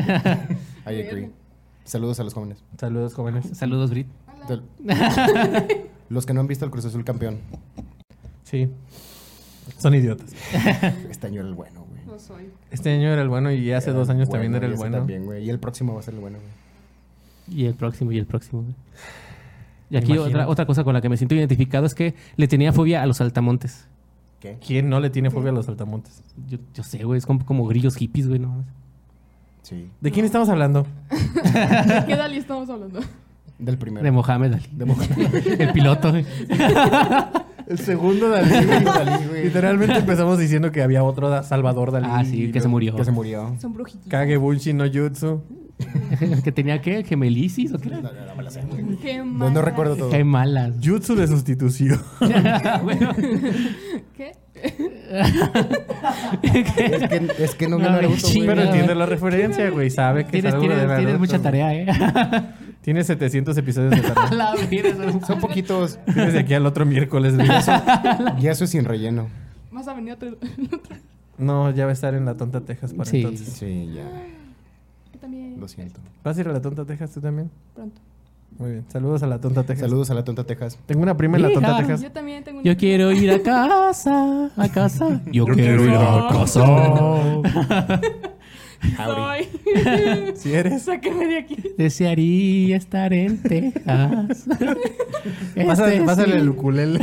Speaker 1: I agree. Saludos a los jóvenes.
Speaker 4: Saludos, jóvenes.
Speaker 2: Saludos, Brit.
Speaker 1: Del- Los que no han visto el Cruz Azul campeón,
Speaker 4: Sí. Son idiotas.
Speaker 1: este año era el bueno, güey.
Speaker 3: No soy.
Speaker 4: Este año era el bueno y hace dos años también era
Speaker 1: y
Speaker 4: el
Speaker 1: ese
Speaker 4: bueno.
Speaker 1: También, güey. Y el próximo va a ser el bueno, güey.
Speaker 2: Y el próximo, y el próximo. güey. Y aquí
Speaker 4: Imagínate.
Speaker 2: otra, otra cosa con la que me siento identificado es que le tenía fobia a los saltamontes.
Speaker 1: ¿Qué?
Speaker 4: ¿Quién no le tiene fobia a los saltamontes?
Speaker 2: Yo, yo sé, güey, es como, como grillos hippies, güey, no mames.
Speaker 1: Sí.
Speaker 4: ¿De quién estamos hablando?
Speaker 3: ¿De qué Dalí estamos hablando?
Speaker 1: Del
Speaker 2: De
Speaker 1: primero.
Speaker 2: Mohamed Ali.
Speaker 1: De Mohamed.
Speaker 2: El piloto. güey.
Speaker 4: El segundo Dalí. güey.
Speaker 1: Dalí, güey.
Speaker 4: Literalmente empezamos diciendo que había otro da- Salvador Dalí.
Speaker 2: Ah, sí, que se murió.
Speaker 1: Que se murió.
Speaker 3: Son brujitos.
Speaker 4: Kage Bunshi no Jutsu.
Speaker 2: ¿Que tenía qué? ¿Gemelisis o qué era?
Speaker 1: No, no, no me la sé.
Speaker 3: Qué
Speaker 1: No, no
Speaker 3: mala-
Speaker 1: recuerdo todo.
Speaker 2: Qué malas.
Speaker 4: Jutsu de sustitución.
Speaker 2: Bueno,
Speaker 3: ¿Qué?
Speaker 1: Es que, es que no veo
Speaker 2: No,
Speaker 1: Naruto,
Speaker 2: sí,
Speaker 1: güey.
Speaker 4: Pero
Speaker 2: no,
Speaker 4: entiende la referencia, güey. Sabe que es
Speaker 2: Tienes,
Speaker 4: algo
Speaker 2: tienes-
Speaker 4: de
Speaker 2: tienes
Speaker 4: Naruto.
Speaker 2: mucha tarea, ¿eh?
Speaker 4: Tiene 700 episodios de
Speaker 2: A
Speaker 4: tarea.
Speaker 2: la vida, son-
Speaker 1: Son poquitos.
Speaker 4: Tienes de aquí al otro miércoles. güey.
Speaker 1: Y eso es sin relleno.
Speaker 3: Más ha venido otro.
Speaker 4: No, ya va a estar en la tonta Texas para
Speaker 2: Sí.
Speaker 4: entonces.
Speaker 1: Sí, ya.
Speaker 3: Yo también.
Speaker 1: Lo siento.
Speaker 4: ¿Vas a ir a la tonta Texas tú también?
Speaker 3: Pronto.
Speaker 4: Muy bien. Saludos a la tonta Texas.
Speaker 1: Saludos a la tonta Texas.
Speaker 4: Tengo una prima en la
Speaker 2: Hija.
Speaker 4: tonta Texas.
Speaker 3: Yo también tengo una-
Speaker 2: Yo quiero ir a casa, a casa. Yo,
Speaker 3: quiero ir a
Speaker 2: casa.
Speaker 1: Auri.
Speaker 3: Soy.
Speaker 4: Si eres.
Speaker 3: Sáquenme de aquí.
Speaker 2: Desearía estar en Texas. Este
Speaker 4: Pásale,
Speaker 2: sí.
Speaker 4: pásale el ukulele.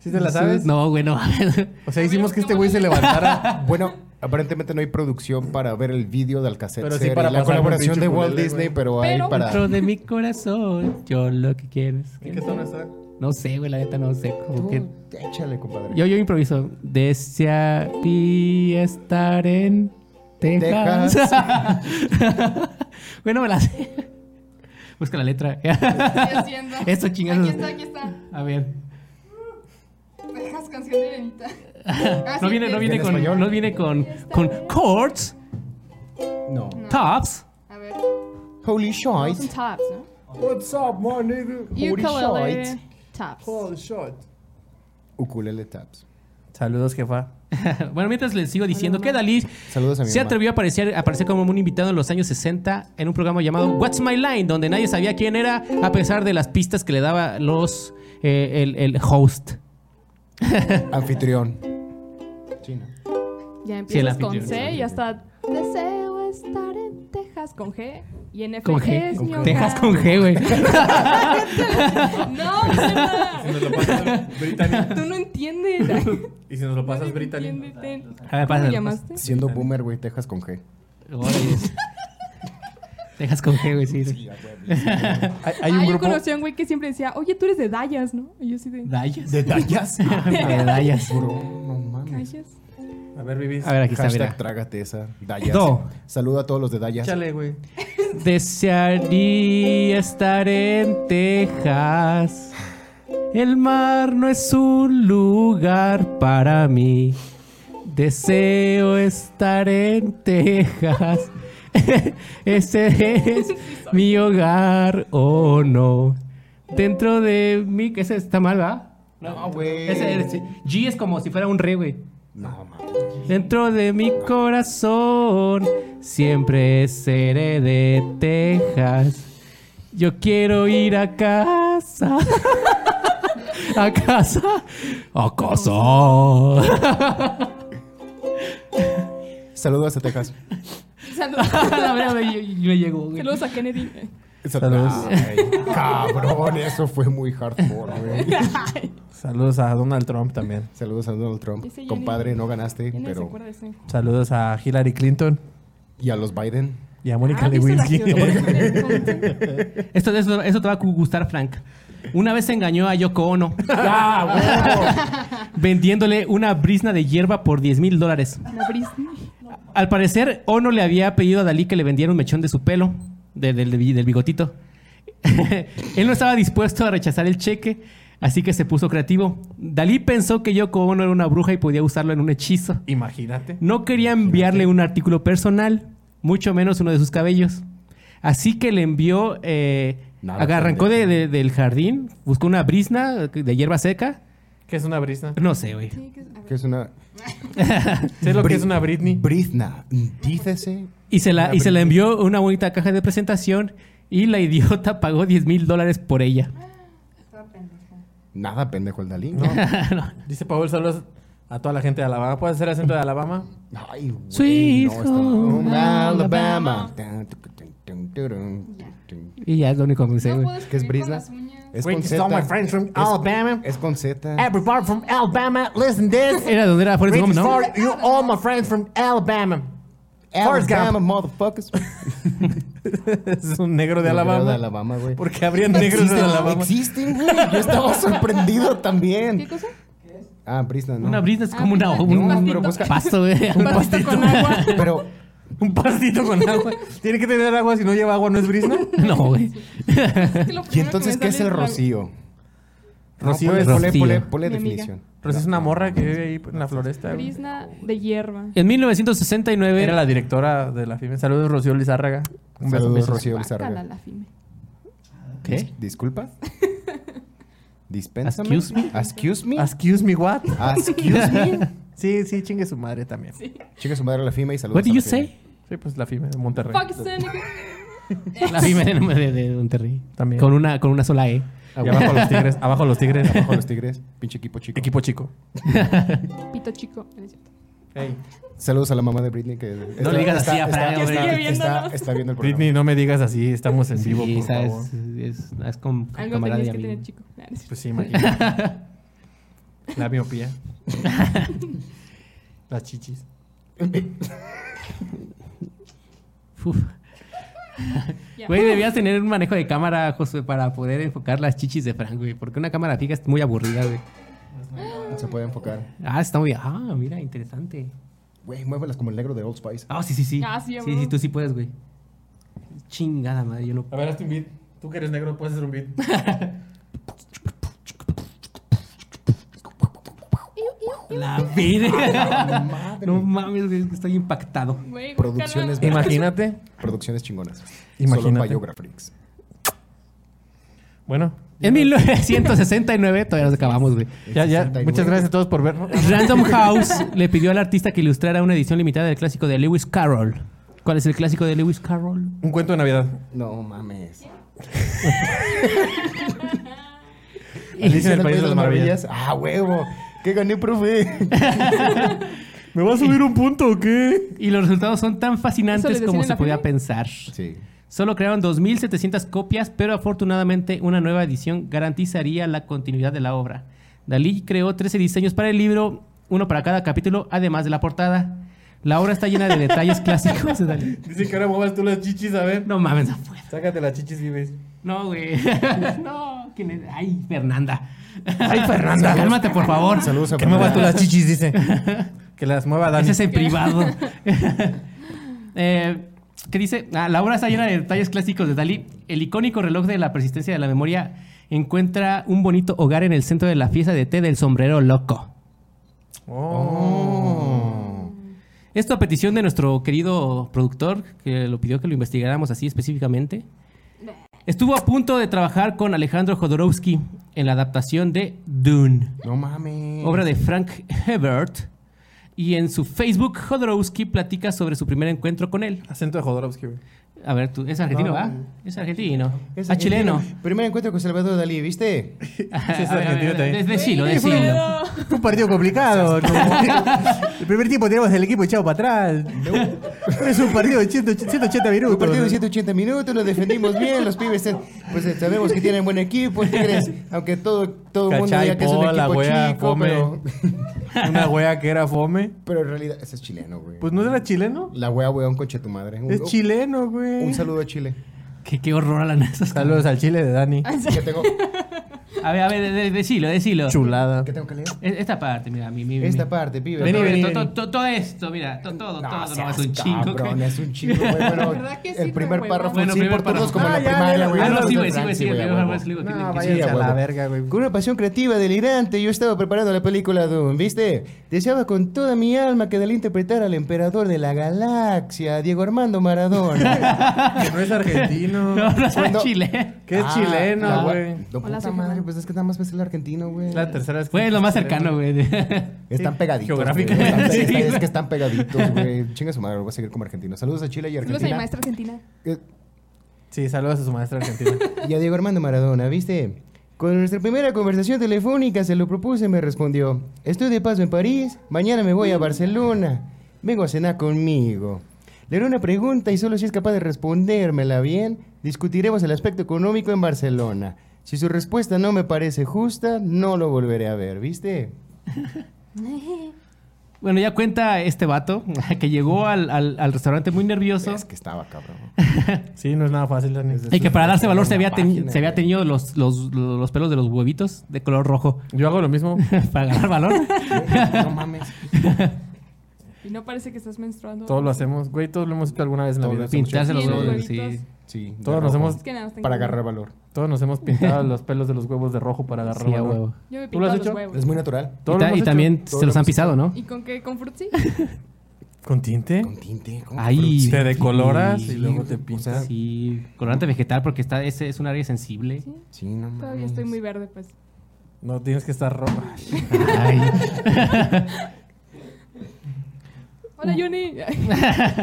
Speaker 4: ¿Sí te la sabes?
Speaker 2: No, bueno.
Speaker 4: O sea, hicimos que este güey se levantara.
Speaker 1: Bueno, aparentemente no hay producción para ver el vídeo de Alcacete.
Speaker 4: Pero sí para
Speaker 1: la
Speaker 4: pasar por
Speaker 1: colaboración de
Speaker 4: pinche
Speaker 1: Walt
Speaker 4: culele,
Speaker 1: Disney,
Speaker 4: güey.
Speaker 1: pero hay
Speaker 3: Pero-
Speaker 1: para.
Speaker 2: Dentro de mi corazón, yo lo que quiero es que-
Speaker 4: ¿En qué zona está?
Speaker 2: No sé, güey, la neta no sé. como
Speaker 1: Tú,
Speaker 2: que-
Speaker 1: Échale, compadre.
Speaker 2: Yo, yo improviso. Desearía estar en Texas. bueno, me la sé. Busca la letra.
Speaker 3: Estoy haciendo.
Speaker 2: Eso, chingados.
Speaker 3: Aquí está, aquí está.
Speaker 2: A ver.
Speaker 3: Dejas canción de Benita. Ah,
Speaker 2: No
Speaker 3: sí,
Speaker 2: viene,
Speaker 3: sí,
Speaker 2: no
Speaker 3: sí.
Speaker 2: viene
Speaker 1: ¿En
Speaker 2: con,
Speaker 1: español?
Speaker 2: no viene con, con chords,
Speaker 1: No.
Speaker 2: tops.
Speaker 3: A ver.
Speaker 1: Holy
Speaker 3: No son
Speaker 1: shit.
Speaker 3: tops, ¿no?
Speaker 6: What's up, my nigga?
Speaker 3: Ukulele tops.
Speaker 6: Holy shot.
Speaker 1: Ukulele Taps.
Speaker 4: Saludos, jefa.
Speaker 2: Bueno, mientras les sigo diciendo que Dalí
Speaker 1: Saludos a mi
Speaker 2: se
Speaker 1: mamá.
Speaker 2: atrevió a aparecer, a aparecer como un invitado en los años 60 en un programa llamado What's My Line, donde nadie sabía quién era a pesar de las pistas que le daba los eh, el, el host.
Speaker 1: Anfitrión. China.
Speaker 3: Ya
Speaker 2: Sí, el
Speaker 3: empiezas con
Speaker 2: anfitrión,
Speaker 1: el
Speaker 3: C y
Speaker 1: anfitrión.
Speaker 3: hasta deseo estar en Texas con G y en F
Speaker 2: Con G.
Speaker 3: es
Speaker 1: Con
Speaker 3: mi
Speaker 1: G.
Speaker 3: hogar.
Speaker 2: Texas con G, güey.
Speaker 3: No, Brenda,
Speaker 4: Si nos lo pasas, Brittany.
Speaker 3: tú no entiendes.
Speaker 4: Y si nos lo pasas,
Speaker 3: No
Speaker 4: Brittany.
Speaker 3: entiendes, ten-
Speaker 2: A ver,
Speaker 3: ¿Cómo
Speaker 2: pásale,
Speaker 3: me llamaste?
Speaker 1: Siendo boomer, güey, Texas con G.
Speaker 2: Órale. Texas con G, güey, sí.
Speaker 4: Hay, hay un
Speaker 3: ah,
Speaker 4: grupo.
Speaker 3: yo conocí a un güey que siempre decía, oye, tú eres de Dallas, ¿no? Y yo sí de
Speaker 2: Dallas.
Speaker 1: ¿Detallas?
Speaker 2: Medallas.
Speaker 1: Bro, no mames.
Speaker 3: Dallas.
Speaker 4: A ver, Vivis.
Speaker 2: A ver, aquí está,
Speaker 1: Hashtag
Speaker 2: mira.
Speaker 1: trágate esa. Dayas.
Speaker 2: Do.
Speaker 1: Saludo a todos los de Dayas.
Speaker 4: Échale, güey.
Speaker 2: Desearía estar en Texas. El mar no es un lugar para mí. Deseo estar en Texas. Ese es mi hogar, oh no. Dentro de mí, que ese está mal, ¿verdad?
Speaker 1: No, güey.
Speaker 2: Ese es- G es como si fuera un re, güey.
Speaker 1: No mames.
Speaker 2: Dentro de mi corazón siempre seré de Texas. Yo quiero ir a casa. A casa. A casa.
Speaker 1: Saludos a Texas.
Speaker 3: Saludos.
Speaker 2: La verdad me, me llegó, güey.
Speaker 3: Saludos a Kennedy.
Speaker 1: Saludos. cabrón, eso fue muy hardcore, güey.
Speaker 4: Saludos a Donald Trump también.
Speaker 1: Saludos a Donald Trump.
Speaker 3: Ese ya
Speaker 1: Compadre, no ganaste,
Speaker 3: Ya nadie se
Speaker 1: pero.
Speaker 3: acuerda de ese.
Speaker 4: Saludos a Hillary Clinton
Speaker 1: Y a los Biden.
Speaker 4: y a Mónica
Speaker 3: Ah, ¿viste la
Speaker 4: Lewinsky.
Speaker 3: teoría?
Speaker 2: Esto, eso, eso te va a gustar, Frank. Una vez engañó a Yoko Ono vendiéndole una brisna de hierba por 10 mil dólares.
Speaker 3: Una Britney.
Speaker 2: Al parecer, Ono le había pedido a Dalí que le vendiera un mechón de su pelo, de- del- del bigotito. Él no estaba dispuesto a rechazar el cheque, así que se puso creativo. Dalí pensó que Yoko Ono era una bruja y podía usarlo en un hechizo.
Speaker 4: Imagínate.
Speaker 2: No quería enviarle un artículo personal, mucho menos uno de sus cabellos. Así que le envió, eh,
Speaker 1: Nada,
Speaker 2: arrancó de- de- del jardín, buscó una brisna de hierba seca.
Speaker 4: ¿Qué es una brisna?
Speaker 2: No sé, güey.
Speaker 3: Sí, que es- a ver.
Speaker 1: Que es una.
Speaker 4: ¿Sabes lo que
Speaker 1: Brit-
Speaker 4: es una Britney?
Speaker 1: Brizna. Dícese.
Speaker 2: Y se la, y se la envió una bonita caja de presentación y la idiota pagó 10 mil dólares por ella.
Speaker 1: Nada, pendejo el Dalí.
Speaker 4: No. Dice Paul, saludos a toda la gente de Alabama. ¿Puedes hacer acento de Alabama?
Speaker 1: Ay, güey.
Speaker 2: Sweet
Speaker 1: no, está-
Speaker 2: home
Speaker 1: Alabama.
Speaker 2: Y ya es lo único que sé, güey.
Speaker 1: ¿Qué es Brisna? Es
Speaker 4: Greetings
Speaker 1: con
Speaker 4: to all my
Speaker 1: Z.
Speaker 4: friends from
Speaker 1: Es-
Speaker 4: Alabama.
Speaker 1: Es con Z.
Speaker 4: Everybody from Alabama, listen this.
Speaker 2: Era donde era Forrest Gump,
Speaker 4: Greetings
Speaker 2: ¿no?
Speaker 4: for you all my friends from Alabama. Forrest
Speaker 1: Alabama,
Speaker 4: Gump.
Speaker 1: motherfuckers.
Speaker 4: Es un negro de Alabama.
Speaker 1: De Alabama, güey.
Speaker 4: Porque habrían negros de
Speaker 1: Existen,
Speaker 4: Alabama.
Speaker 1: Existen, güey. Yo estaba sorprendido
Speaker 3: ¿Qué
Speaker 1: también.
Speaker 3: cosa?
Speaker 1: Ah, Brisna, ¿no?
Speaker 2: Una brisa es
Speaker 3: Ah,
Speaker 2: como una,
Speaker 3: mira,
Speaker 2: un
Speaker 3: un
Speaker 2: un
Speaker 3: pastito.
Speaker 2: pasto, güey.
Speaker 3: Un vasito con agua.
Speaker 1: Pero
Speaker 4: Un pastito con agua. Tiene que tener agua, si no lleva agua no es brisna.
Speaker 2: No, güey.
Speaker 1: ¿Y entonces qué es el rocío?
Speaker 4: Rocío
Speaker 1: ponle-
Speaker 4: es-
Speaker 1: ponle- ponle-
Speaker 2: Rocío.
Speaker 1: ponle
Speaker 3: Mi amiga.
Speaker 1: definición.
Speaker 4: Pues es una morra que vive ahí en la floresta. güey.
Speaker 3: Brisna de hierba.
Speaker 2: En 1969.
Speaker 4: Era la directora de la FIME. Saludos, Rocío Lizárraga. Un beso.
Speaker 1: Saludos,
Speaker 4: besos.
Speaker 1: Rocío Lizárraga.
Speaker 3: Bácala la fime.
Speaker 2: ¿Qué?
Speaker 1: ¿Disculpa? ¿Dispénsame?
Speaker 2: Excuse me.
Speaker 1: Excuse me.
Speaker 4: Excuse me, what?
Speaker 1: Excuse me.
Speaker 4: Sí, sí, chingue su madre también. Sí,
Speaker 1: Chica su madre la FIMA y saludos.
Speaker 2: What did
Speaker 1: a
Speaker 2: you
Speaker 1: la FIME.
Speaker 2: say?
Speaker 4: pues la FIME de Monterrey.
Speaker 3: Fuck ese nigga.
Speaker 2: La primera de nombre de, de Monterrey.
Speaker 4: También.
Speaker 2: Con una, con una sola E.
Speaker 4: Y abajo los tigres. Abajo los tigres.
Speaker 1: Ah, Abajo los tigres. Pinche equipo chico.
Speaker 4: Equipo chico.
Speaker 3: Pito chico. No es cierto.
Speaker 1: Saludos a la mamá de Britney que
Speaker 2: No le digas así a Fran,
Speaker 1: está,
Speaker 2: hombre.
Speaker 1: está- está- está viendo el programa.
Speaker 4: Britney, no me digas así. Estamos en vivo,
Speaker 2: Sí,
Speaker 4: por
Speaker 2: esa
Speaker 4: favor.
Speaker 2: es, es, es con con
Speaker 3: Algo
Speaker 2: camarada
Speaker 3: tenías
Speaker 2: y
Speaker 3: que tener
Speaker 2: amigo.
Speaker 3: chico. No, no es cierto.
Speaker 4: Pues sí, imagínate. La miopía. Las chichis.
Speaker 2: Uf.
Speaker 3: Ya.
Speaker 2: Güey, debías tener un manejo de cámara, José, para poder enfocar las chichis de Frank, güey. Porque una cámara fija es muy aburrida, güey.
Speaker 1: Se puede enfocar.
Speaker 2: Ah, está muy. Ah, mira, interesante.
Speaker 1: Güey, muévelas como el negro de Old Spice.
Speaker 2: Ah, sí, sí, sí.
Speaker 3: Ah, sí,
Speaker 2: sí,
Speaker 3: a
Speaker 2: sí,
Speaker 3: huevo.
Speaker 2: tú sí puedes, güey. Chingada madre, yo no.
Speaker 4: A ver, hazte un beat. Tú que eres negro, puedes hacer un beat.
Speaker 2: La verga. no mames, güey, es que estoy impactado.
Speaker 3: Güey,
Speaker 1: Producciones
Speaker 3: guácala.
Speaker 4: Imagínate.
Speaker 1: Producciones chingonas. Solo
Speaker 4: Imagínate.
Speaker 1: en Biographics.
Speaker 4: Bueno.
Speaker 2: En 1969 todavía nos acabamos, güey.
Speaker 4: Ya, ya.
Speaker 1: 69.
Speaker 4: Muchas gracias a todos por vernos.
Speaker 2: Random House le pidió al artista que ilustrara una edición limitada del clásico de Lewis Carroll. ¿Cuál es el clásico de Lewis Carroll?
Speaker 4: Un cuento de Navidad.
Speaker 1: No mames.
Speaker 4: Alicia en el País de las Maravillas.
Speaker 1: Ah, huevo. ¿Qué gané, profe?
Speaker 4: ¿Me va a subir un punto o qué?
Speaker 2: Y los resultados son tan
Speaker 3: ¿Eso les
Speaker 2: fascinantes
Speaker 3: decían
Speaker 2: como
Speaker 3: en
Speaker 2: se
Speaker 3: la
Speaker 2: podía
Speaker 3: feria?
Speaker 2: pensar.
Speaker 1: Sí.
Speaker 2: Solo crearon 2.700 copias, pero afortunadamente una nueva edición garantizaría la continuidad de la obra. Dalí creó 13 diseños para el libro, uno para cada capítulo, además de la portada. La obra está llena de detalles clásicos de Dalí.
Speaker 4: Dice que ahora muevas tú las chichis, a ver.
Speaker 2: No mames, no puedo.
Speaker 4: Sácate las chichis, vives.
Speaker 2: No, güey. No, ¿quién es? Ay, Fernanda.
Speaker 4: Ay, Fernanda.
Speaker 2: Cálmate, por favor.
Speaker 1: Saludos a
Speaker 4: Que muevas tú
Speaker 1: Fernanda.
Speaker 4: las chichis, dice. Que las mueva Dani.
Speaker 2: Ese es en privado. eh, ¿Qué dice? Ah, la obra está llena de detalles clásicos de Dalí. El icónico reloj de la persistencia de la memoria encuentra un bonito hogar en el centro de la fiesta de té del sombrero loco.
Speaker 5: Oh.
Speaker 4: Oh.
Speaker 2: Esto a petición de nuestro querido productor, que lo pidió que lo investigáramos así específicamente. Estuvo a punto de trabajar con Alejandro Jodorowsky en la adaptación de Dune.
Speaker 1: No mames.
Speaker 2: obra de Frank Hebert. Y en su Facebook, Jodorowsky platica sobre su primer encuentro con él.
Speaker 4: Acento de Jodorowsky, güey.
Speaker 2: A ver, tú, es argentino,
Speaker 4: No,
Speaker 2: ¿va?
Speaker 4: no.
Speaker 2: Es argentino.
Speaker 1: Es
Speaker 2: ah, chileno.
Speaker 1: Primer encuentro con Salvador Dalí, ¿viste?
Speaker 4: es
Speaker 2: A ver, a ver,
Speaker 4: argentino
Speaker 2: a ver,
Speaker 4: también.
Speaker 2: de- Decilo, decilo.
Speaker 3: Pero-
Speaker 5: Fue un partido complicado. ¿no? el primer tiempo tenemos el equipo echado para atrás. es un partido de 180, 180 minutos.
Speaker 1: Un partido de 180 minutos, nos defendimos bien, los pibes, eh, pues eh, sabemos que tienen buen equipo, Tigres, aunque todo, todo el mundo
Speaker 4: Cachai,
Speaker 1: diga que es un
Speaker 4: Paul, la
Speaker 1: equipo
Speaker 4: wea,
Speaker 1: chico,
Speaker 4: fome.
Speaker 1: pero,
Speaker 4: Una wea que era fome.
Speaker 1: pero en realidad ese es chileno, güey.
Speaker 4: Pues no era chileno.
Speaker 1: La wea, weón, coche tu madre. Un,
Speaker 4: Es chileno, güey.
Speaker 1: Un saludo a Chile.
Speaker 2: Qué, qué horror a la NASA.
Speaker 4: Saludos al chile de Dani.
Speaker 3: Ah,
Speaker 1: ¿Qué tengo,
Speaker 2: A ver, a ver, de- de- decilo, decilo.
Speaker 4: Chulada.
Speaker 1: qué tengo que leer?
Speaker 2: Es- Esta parte, mira, mi, mi, mi.
Speaker 1: Esta parte, pibe.
Speaker 2: Vení,
Speaker 1: ¿no?
Speaker 2: vení,
Speaker 4: vení,
Speaker 2: to-
Speaker 4: vení.
Speaker 2: to- to- Todo esto, mira, to- todo,
Speaker 1: No,
Speaker 2: todo, no,
Speaker 1: seas
Speaker 2: es un chingo.
Speaker 1: cabrón,
Speaker 2: güey.
Speaker 1: es un chingo, güey. Bueno,
Speaker 3: ¿Verdad que sí,
Speaker 1: el primer
Speaker 3: güey,
Speaker 1: párrafo
Speaker 2: Bueno,
Speaker 1: sí
Speaker 2: primer
Speaker 1: por todos
Speaker 2: párrafo.
Speaker 1: como
Speaker 4: Ah,
Speaker 1: la
Speaker 4: ya,
Speaker 1: primaria,
Speaker 4: ya,
Speaker 1: güey.
Speaker 2: Ah, no,
Speaker 1: Nosotros
Speaker 2: sí, güey,
Speaker 1: en
Speaker 2: sí, güey,
Speaker 1: Francia,
Speaker 2: sí, el
Speaker 1: güey,
Speaker 2: primer
Speaker 1: a
Speaker 2: párrafo es
Speaker 1: huevo.
Speaker 2: Lewis, que-
Speaker 1: No,
Speaker 2: que-
Speaker 1: vaya,
Speaker 2: que-
Speaker 1: a
Speaker 4: a la
Speaker 1: huevo.
Speaker 4: verga, güey.
Speaker 1: Con una pasión creativa delirante, yo estaba preparando la película Doom, ¿viste? Deseaba con toda mi alma que Dalí interpretara al emperador de la galaxia, Diego Armando Maradona.
Speaker 4: Que no es argentino.
Speaker 2: No, no es
Speaker 1: Cuando-
Speaker 2: Chile.
Speaker 4: Que es
Speaker 1: Ah, la-
Speaker 4: chileno, güey.
Speaker 1: No,
Speaker 3: Hola,
Speaker 1: puta
Speaker 3: soy
Speaker 1: madre,
Speaker 3: Fernanda.
Speaker 1: pues es que nada más ves el argentino, güey.
Speaker 4: Es La tercera vez que-
Speaker 2: Fue lo más cercano, güey.
Speaker 1: Están pegaditos. güey.
Speaker 4: Geográficamente,
Speaker 1: Están pe-
Speaker 2: sí,
Speaker 1: están- Es
Speaker 2: güey.
Speaker 1: que están pegaditos, güey. Chinga su madre, voy a seguir como argentino. Saludos a Chile y
Speaker 3: Saludos a mi
Speaker 1: Argentina.
Speaker 3: maestra argentina.
Speaker 1: Eh,
Speaker 4: Sí, saludos a su maestra argentina.
Speaker 1: Y a Diego Armando Maradona, ¿viste? Con nuestra primera conversación telefónica se lo propuse, me respondió, estoy de paso en París, mañana me voy a Barcelona, vengo a cenar conmigo. Le haré una pregunta y solo si es capaz de respondérmela bien, discutiremos el aspecto económico en Barcelona. Si su respuesta no me parece justa, no lo volveré a ver, ¿viste?
Speaker 2: Bueno, ya cuenta este vato que llegó al, al- al restaurante muy nervioso.
Speaker 1: Es que estaba cabrón.
Speaker 4: Sí, no es nada fácil, Dani.
Speaker 2: Y que para darse valor se había, teñi-
Speaker 1: Página,
Speaker 2: se había
Speaker 1: güey.
Speaker 2: teñido los, los, los pelos de los huevitos de color rojo
Speaker 4: Yo hago lo mismo.
Speaker 2: para ganar valor.
Speaker 1: No mames.
Speaker 3: Y no parece que estás menstruando.
Speaker 4: Todos lo hacemos, güey, todos lo hemos hecho alguna vez en la
Speaker 1: Todos
Speaker 4: vida.
Speaker 1: hacemos
Speaker 2: Pintarse los
Speaker 3: Sí, los
Speaker 2: huevos,
Speaker 3: huevitos.
Speaker 2: sí.
Speaker 1: Sí, de
Speaker 4: Todos nos
Speaker 1: rojo,
Speaker 4: hemos-
Speaker 3: Es que nada más tengo
Speaker 1: Para
Speaker 3: uno.
Speaker 1: agarrar valor.
Speaker 4: Todos nos hemos pintado los pelos de los huevos de rojo para agarrar
Speaker 2: Sí, a
Speaker 4: valor.
Speaker 2: huevo.
Speaker 3: Yo me
Speaker 4: ¿Tú
Speaker 3: pinto
Speaker 4: lo has
Speaker 3: los
Speaker 4: hecho?
Speaker 3: huevos.
Speaker 1: Es muy natural.
Speaker 4: Todos
Speaker 2: Y,
Speaker 4: lo
Speaker 2: ta-
Speaker 4: hemos
Speaker 2: y
Speaker 4: hecho.
Speaker 2: también
Speaker 1: Todos
Speaker 2: se los
Speaker 1: lo
Speaker 2: han
Speaker 1: hemos
Speaker 2: pisado, ¿no?
Speaker 3: ¿Y con qué? ¿Con frutzi?
Speaker 4: ¿Con tinte?
Speaker 1: Con tinte. con
Speaker 2: Ahí.
Speaker 1: frutti.
Speaker 4: Te decoloras
Speaker 1: Sí,
Speaker 4: y luego te
Speaker 1: o
Speaker 4: pintas.
Speaker 1: sea,
Speaker 2: Sí, colorante vegetal porque está, es, es un área sensible.
Speaker 3: Sí.
Speaker 1: Sí, no mames.
Speaker 3: Todavía estoy muy verde, pues.
Speaker 4: No tienes que estar roja.
Speaker 2: Ay.
Speaker 1: Mm.
Speaker 3: Hola, Juni.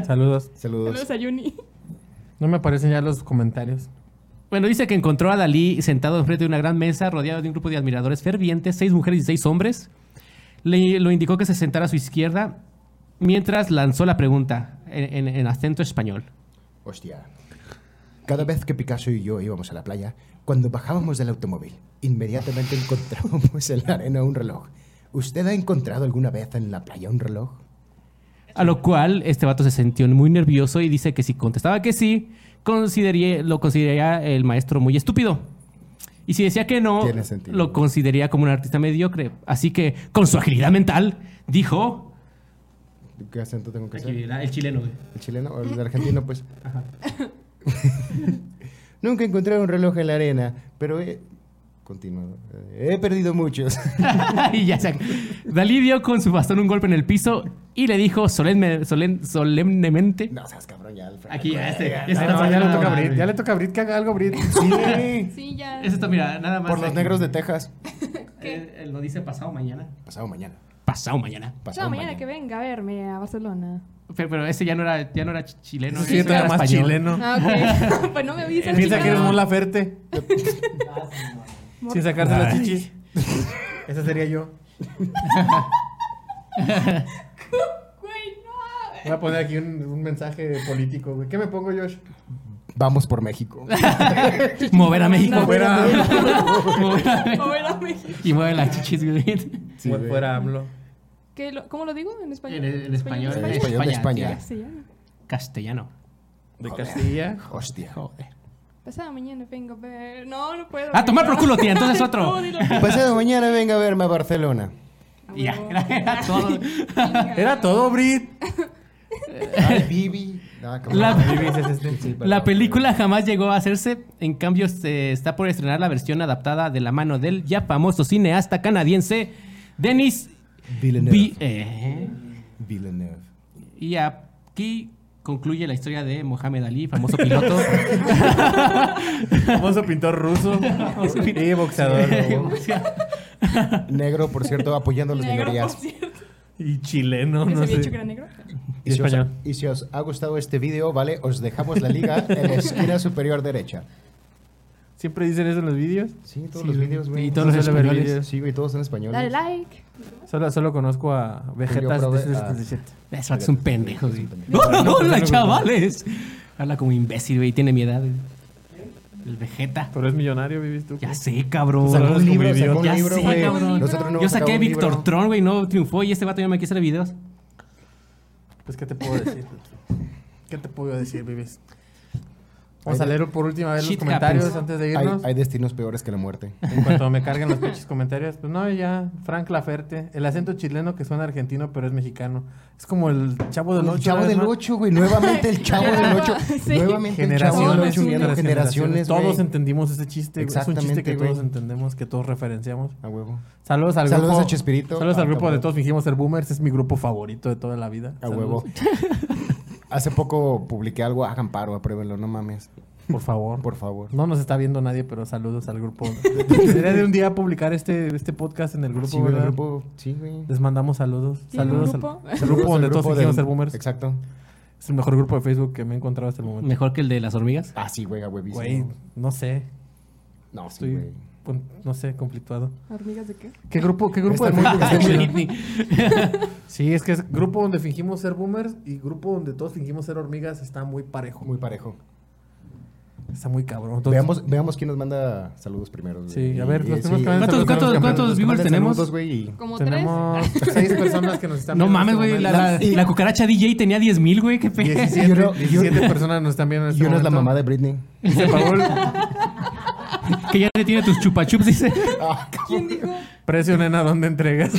Speaker 4: Saludos.
Speaker 1: Saludos.
Speaker 3: Saludos a Juni.
Speaker 4: No me aparecen ya los comentarios.
Speaker 2: Bueno, dice que encontró a Dalí sentado enfrente de una gran mesa rodeado de un grupo de admiradores fervientes, seis mujeres y seis hombres. Le lo indicó que se sentara a su izquierda mientras lanzó la pregunta en, en- en acento español.
Speaker 1: Hostia. Cada vez que Picasso y yo íbamos a la playa, cuando bajábamos del automóvil, inmediatamente encontrábamos en la arena un reloj. ¿Usted ha encontrado alguna vez en la playa un reloj?
Speaker 2: A lo cual este vato se sintió muy nervioso y dice que si contestaba que sí, consideré- lo consideraría el maestro muy estúpido. Y si decía que no,
Speaker 1: Tiene sentido.
Speaker 2: lo consideraría como un artista mediocre. Así que, con su agilidad mental, dijo...
Speaker 1: ¿Qué acento tengo que hacer?
Speaker 2: el chileno.
Speaker 1: ¿El chileno o el de argentino? Pues. Nunca encontré un reloj en la arena, pero he. Continúo. He perdido muchos.
Speaker 2: y ya se... Dalí dio con su bastón un golpe en el piso y le dijo solemne- solen- solemnemente...
Speaker 1: no seas cabrón ya, Alfred.
Speaker 2: Aquí, ya este.
Speaker 1: Güey,
Speaker 2: este
Speaker 4: Ah,
Speaker 2: está
Speaker 4: no, ya le
Speaker 2: nada
Speaker 4: toca a
Speaker 2: más,
Speaker 4: Brit. Ya
Speaker 2: güey.
Speaker 4: le toca a Brit que haga algo, Brit.
Speaker 1: Sí.
Speaker 3: Sí, ya.
Speaker 2: Ese está, mira, nada más.
Speaker 1: Por los
Speaker 2: aquí.
Speaker 1: negros de Texas.
Speaker 2: Él, él lo dice pasado mañana.
Speaker 1: Pasado mañana.
Speaker 2: Pasado mañana.
Speaker 1: Pasado
Speaker 3: Chao, mañana que venga a verme a Barcelona.
Speaker 2: Pero, pero ese ya no era, ya no era ch- chileno.
Speaker 4: Sí,
Speaker 2: ese
Speaker 4: todavía más
Speaker 2: español.
Speaker 4: chileno.
Speaker 3: Ah, ok. pues no me avisas.
Speaker 4: Piensa que eres
Speaker 3: chingado.
Speaker 4: Mon Laferte. Sin sacarse las chichis. Esa sería yo.
Speaker 3: Güey, no.
Speaker 4: Voy a poner aquí un, un mensaje político, güey. ¿Qué me pongo, Josh?
Speaker 1: Vamos por México.
Speaker 2: Mover a México.
Speaker 4: Mover a-
Speaker 2: Mover a México.
Speaker 3: Mover a México.
Speaker 2: Y mueve las chichis, güey.
Speaker 1: Sí, güey.
Speaker 4: fuera AMLO.
Speaker 3: ¿Qué lo- ¿Cómo lo digo en español?
Speaker 2: En, en español.
Speaker 1: En español de España.
Speaker 2: tío.
Speaker 3: Sí, ya.
Speaker 2: Castellano.
Speaker 4: De
Speaker 1: Joder.
Speaker 4: Castilla.
Speaker 1: Hostia.
Speaker 2: Joder.
Speaker 3: Pasado mañana vengo a ver. No, no puedo.
Speaker 2: A tomar Ah, por culo, tía. Entonces
Speaker 3: No,
Speaker 2: otro.
Speaker 3: dilo.
Speaker 1: Pasado mañana venga a verme a Barcelona.
Speaker 2: Y ya. Era,
Speaker 3: Ah,
Speaker 2: era todo.
Speaker 4: Era todo, Brit.
Speaker 1: Ay, Bibi. Ah, cabrón.
Speaker 2: La-
Speaker 1: Bibi es este. Sí,
Speaker 2: La
Speaker 1: perdón.
Speaker 2: película jamás llegó a hacerse. En cambio, se está por estrenar la versión adaptada de la mano del ya famoso cineasta canadiense Denis
Speaker 1: Villeneuve.
Speaker 2: Vi- eh.
Speaker 1: Villeneuve.
Speaker 2: Y aquí concluye la historia de Mohamed Ali, famoso piloto.
Speaker 4: Famoso pintor ruso. y boxeador. güey.
Speaker 1: Negro, por cierto, apoyando a las
Speaker 3: Negro, por
Speaker 1: minorías.
Speaker 3: cierto.
Speaker 4: Y chileno,
Speaker 3: ¿Que se
Speaker 4: no
Speaker 3: había hecho que era
Speaker 4: sé.
Speaker 3: negro?
Speaker 1: Y si, os,
Speaker 4: español.
Speaker 1: y si os ha gustado este vídeo, ¿vale? Os dejamos la liga en la esquina superior derecha.
Speaker 4: Siempre dicen eso en los vídeos.
Speaker 1: Sí, todos
Speaker 2: Sí,
Speaker 1: los
Speaker 2: güey.
Speaker 1: vídeos, güey.
Speaker 2: Y todos los
Speaker 1: Suele ver
Speaker 2: españoles.
Speaker 1: vídeos. Sí, güey, todos son españoles.
Speaker 3: Dale like.
Speaker 4: Solo, solo conozco a Vegetas. este
Speaker 1: probé-
Speaker 4: de- de-
Speaker 1: ah.
Speaker 4: de- de-
Speaker 2: Eso es un pendejo, güey.
Speaker 1: pendejo.
Speaker 2: ¡Hola, chavales! Habla como imbécil, güey. Tiene mi edad, güey. El Vegeta.
Speaker 4: Pero es millonario, vivís tú.
Speaker 2: Ya sé, cabrón.
Speaker 1: Sacó un libro,
Speaker 4: convivió.
Speaker 1: sacó un
Speaker 2: Ya
Speaker 1: libro,
Speaker 2: sé,
Speaker 1: güey.
Speaker 2: cabrón.
Speaker 1: Nosotros no
Speaker 2: Yo
Speaker 1: hemos sacado
Speaker 2: saqué
Speaker 1: un libro.
Speaker 2: Víctor Tron, güey. No triunfó. Y este vato ya me quiso hacer videos.
Speaker 4: Pues, ¿qué te puedo decir? ¿Qué te puedo decir, Vivis? Vamos a leer por última vez los
Speaker 2: Shit
Speaker 4: comentarios
Speaker 2: happens.
Speaker 4: antes de
Speaker 1: Hay,
Speaker 4: irnos.
Speaker 1: hay destinos peores que la muerte.
Speaker 4: En cuanto me carguen los pinches comentarios, pues no, ya, Frank Laferte, el acento chileno que suena argentino pero es mexicano. Es como el chavo del
Speaker 1: El
Speaker 4: 8.
Speaker 1: chavo del 8, güey. Nuevamente el chavo del 8.
Speaker 3: Sí.
Speaker 1: Nuevamente el chavo del
Speaker 4: Generaciones,
Speaker 1: 8
Speaker 4: tras
Speaker 1: generaciones, güey.
Speaker 4: Todos entendimos ese chiste. güey. Es un chiste
Speaker 1: Exactamente,
Speaker 4: que
Speaker 1: güey.
Speaker 4: todos entendemos, que todos referenciamos.
Speaker 1: A huevo.
Speaker 4: Saludos al
Speaker 1: Saludos
Speaker 4: grupo.
Speaker 1: a Chespirito.
Speaker 4: Saludos
Speaker 1: Ah,
Speaker 4: al grupo de
Speaker 1: cabrón.
Speaker 4: todos fingimos ser boomers. Es mi grupo favorito de toda la vida.
Speaker 1: A
Speaker 4: Saludos.
Speaker 1: huevo. Hace poco publiqué algo, hagan paro, apruébenlo, no mames.
Speaker 4: Por favor.
Speaker 1: Por favor.
Speaker 4: No nos está viendo nadie, pero saludos al grupo. Debería de un día publicar este, este podcast en el grupo,
Speaker 1: Sí, güey,
Speaker 4: ¿verdad?
Speaker 1: el grupo, sí, güey.
Speaker 4: Les mandamos saludos.
Speaker 3: ¿Tiene un
Speaker 4: Saludos
Speaker 3: grupo?
Speaker 4: al el grupo donde
Speaker 1: al
Speaker 4: todos
Speaker 1: grupo
Speaker 4: fingimos
Speaker 1: del-
Speaker 4: ser boomers.
Speaker 1: Exacto.
Speaker 4: Es el mejor grupo de Facebook que me he encontrado hasta el momento.
Speaker 2: Mejor que el de las hormigas.
Speaker 1: Ah, sí, güey, a huevísimo.
Speaker 4: Güey, no sé.
Speaker 1: No, sí,
Speaker 4: Estoy,
Speaker 1: güey.
Speaker 4: con- no sé, conflictuado.
Speaker 3: ¿Hormigas de qué?
Speaker 4: ¿Qué grupo, qué grupo de
Speaker 1: Está muy-
Speaker 4: Facebook?
Speaker 1: está muy-
Speaker 4: Sí, es que es grupo donde fingimos ser boomers y grupo donde todos fingimos ser hormigas está muy parejo.
Speaker 1: Muy parejo.
Speaker 4: Está muy cabrón. Entonces,
Speaker 1: Veamos, veamos quién nos manda saludos primero. güey.
Speaker 4: Sí, a ver,
Speaker 1: Y-
Speaker 4: los
Speaker 1: y-
Speaker 4: primeros que mandan
Speaker 2: ¿Cuántos-
Speaker 4: saludos,
Speaker 2: cuántos-
Speaker 4: los que mandan-
Speaker 2: cuántos
Speaker 1: los que
Speaker 2: viewers
Speaker 1: mandan
Speaker 2: tenemos?
Speaker 1: saludos, güey, y-
Speaker 3: Como tres.
Speaker 4: Tenemos seis personas que nos están
Speaker 2: No
Speaker 4: viendo en
Speaker 2: mames,
Speaker 4: este
Speaker 2: güey. La,
Speaker 4: momento.
Speaker 2: la- la cucaracha DJ tenía 10 mil, güey. Qué pedo.
Speaker 4: 17,
Speaker 1: Y uno- y uno-
Speaker 4: 17 personas nos están viendo en este
Speaker 1: Y uno es la
Speaker 4: momento.
Speaker 1: mamá de Britney.
Speaker 4: Dice Paul,
Speaker 2: Que ya te tiene tus chupachups, dice.
Speaker 4: Ah,
Speaker 3: ¿Quién dijo?
Speaker 4: Presionen a donde entregas.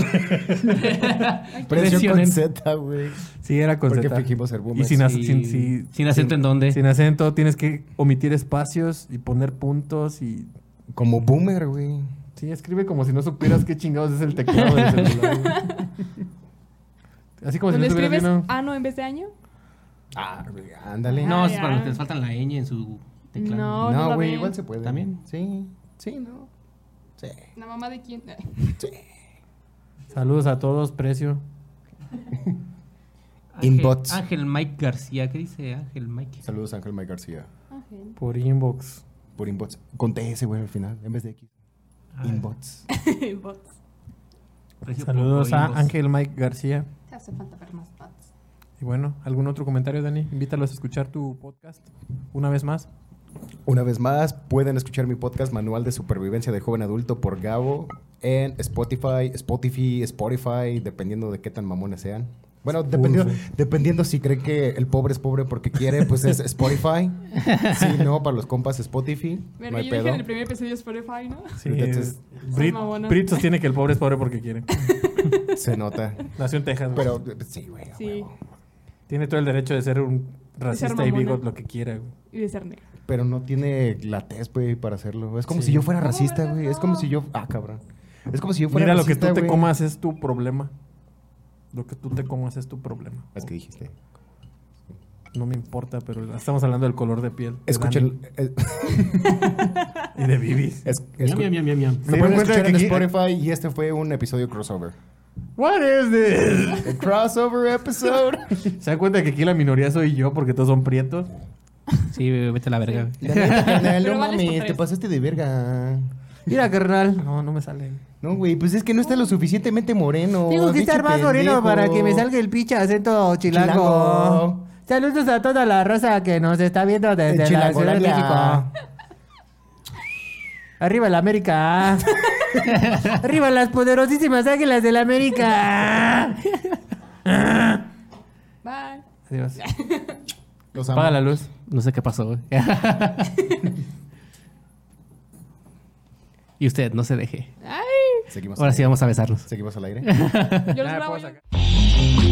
Speaker 1: Presión con
Speaker 2: Presionen.
Speaker 1: Z, güey.
Speaker 4: Sí, era con
Speaker 1: Porque
Speaker 4: Z.
Speaker 1: fingimos ser
Speaker 4: Y
Speaker 1: boomers.
Speaker 4: sin, ac-
Speaker 2: Sí.
Speaker 4: sin- sí-
Speaker 2: Sin acento en dónde.
Speaker 4: Sin acento, tienes que omitir espacios y poner puntos y...
Speaker 1: Como boomer, güey.
Speaker 4: Sí, escribe como si no supieras qué chingados es el teclado del celular. güey. Así como si
Speaker 3: ¿Le
Speaker 4: no supieras bien,
Speaker 3: escribes
Speaker 4: ¿no?
Speaker 3: ano en vez de año?
Speaker 1: Ah, güey, ándale.
Speaker 2: No,
Speaker 3: Ah,
Speaker 2: es para
Speaker 3: ya.
Speaker 2: los que les faltan la ñ en su teclado.
Speaker 3: No, no
Speaker 1: No,
Speaker 3: la
Speaker 1: güey,
Speaker 3: ven.
Speaker 1: igual se puede.
Speaker 2: ¿También?
Speaker 1: Sí, sí, no. Sí.
Speaker 3: ¿La mamá de quién?
Speaker 4: Saludos a todos, precio.
Speaker 2: Ángel-
Speaker 1: Inbots.
Speaker 2: Ángel Mike García. ¿Qué dice Ángel Mike?
Speaker 1: Saludos, Ángel Mike García.
Speaker 3: Ángel.
Speaker 4: Por inbox.
Speaker 1: Por inbots. Con TS, güey, al final, en vez de X. Inbots.
Speaker 3: Bots.
Speaker 2: Precio
Speaker 4: Saludos
Speaker 2: por
Speaker 4: a
Speaker 2: inbox.
Speaker 4: Ángel Mike García.
Speaker 3: Te hace falta ver más bots.
Speaker 4: Y bueno, ¿algún otro comentario, Dani? Invítalos a escuchar tu podcast una vez más.
Speaker 1: Una vez más, pueden escuchar mi podcast Manual de Supervivencia de Joven Adulto por Gabo en Spotify, Spotify, Spotify, dependiendo de qué tan mamones sean. Bueno, dependiendo, dependiendo si creen que el pobre es pobre porque quiere, pues es Spotify. Si no, para los compas Spotify.
Speaker 3: Pero
Speaker 1: no hay
Speaker 3: yo dije
Speaker 1: pedo.
Speaker 3: en el primer episodio de Spotify, ¿no?
Speaker 4: Sí,
Speaker 1: Entonces-
Speaker 4: Brit,
Speaker 3: mamona.
Speaker 4: Brit sostiene que el pobre es pobre porque quiere.
Speaker 1: Se nota.
Speaker 4: Nació en Texas. güey.
Speaker 1: Pero eh, sí, güey. a
Speaker 3: Sí.
Speaker 1: huevo.
Speaker 4: Tiene todo el derecho de ser un racista y
Speaker 3: mamona.
Speaker 4: bigot lo que quiera. güey.
Speaker 3: Y de ser negro.
Speaker 1: Pero no tiene la tez, güey, para hacerlo. Es como
Speaker 4: Sí.
Speaker 1: si yo fuera
Speaker 3: ¿Cómo
Speaker 1: racista,
Speaker 3: verga
Speaker 1: güey.
Speaker 3: no?
Speaker 1: Es como si yo. Ah, cabrón. Es como si yo fuera
Speaker 4: Mira, lo que
Speaker 1: racista.
Speaker 4: tú te
Speaker 1: güey.
Speaker 4: comas es tu problema. Lo que tú te comas es tu problema.
Speaker 1: Es que dijiste.
Speaker 4: No me importa, pero estamos hablando del color de piel. de
Speaker 1: Escuchen. eh,
Speaker 4: Dani Y de Bibis.
Speaker 1: es-
Speaker 2: Miam,
Speaker 1: escu-
Speaker 2: miam, miam, miam, miam.
Speaker 1: Lo
Speaker 4: Sí,
Speaker 1: pueden
Speaker 4: cuenta
Speaker 1: escuchar en
Speaker 4: que aquí-
Speaker 1: Spotify y este fue un episodio crossover.
Speaker 4: What is this?
Speaker 1: A crossover episode.
Speaker 4: ¿Se dan cuenta que aquí la minoría soy yo porque todos son prietos?
Speaker 2: Sí, vete a la verga. güey.
Speaker 1: La neta, carnal,
Speaker 3: Pero
Speaker 1: no
Speaker 3: vales por
Speaker 1: mames, te
Speaker 3: tres.
Speaker 1: pasaste de verga.
Speaker 5: Mira, carnal.
Speaker 4: No, no me sale.
Speaker 1: No, güey, pues es que no está lo suficientemente moreno.
Speaker 5: Tengo que
Speaker 1: pinche
Speaker 5: estar más moreno
Speaker 1: Oh,
Speaker 5: para
Speaker 1: pendejo.
Speaker 5: que me salga el pinche acento chilango.
Speaker 1: Chilango.
Speaker 5: Saludos a toda la raza que nos está viendo desde la Ciudad de
Speaker 1: Chilangolandia.
Speaker 5: México. Arriba la América. Arriba las poderosísimas águilas de la América.
Speaker 3: Bye.
Speaker 4: Adiós.
Speaker 1: Los amo.
Speaker 4: Apaga la luz.
Speaker 2: No sé qué pasó. güey. y usted, no se deje.
Speaker 3: Ay.
Speaker 1: Seguimos.
Speaker 2: Ahora
Speaker 1: al
Speaker 2: sí
Speaker 1: aire.
Speaker 2: vamos a besarnos.
Speaker 1: Seguimos al aire.
Speaker 3: Yo los grabo yo.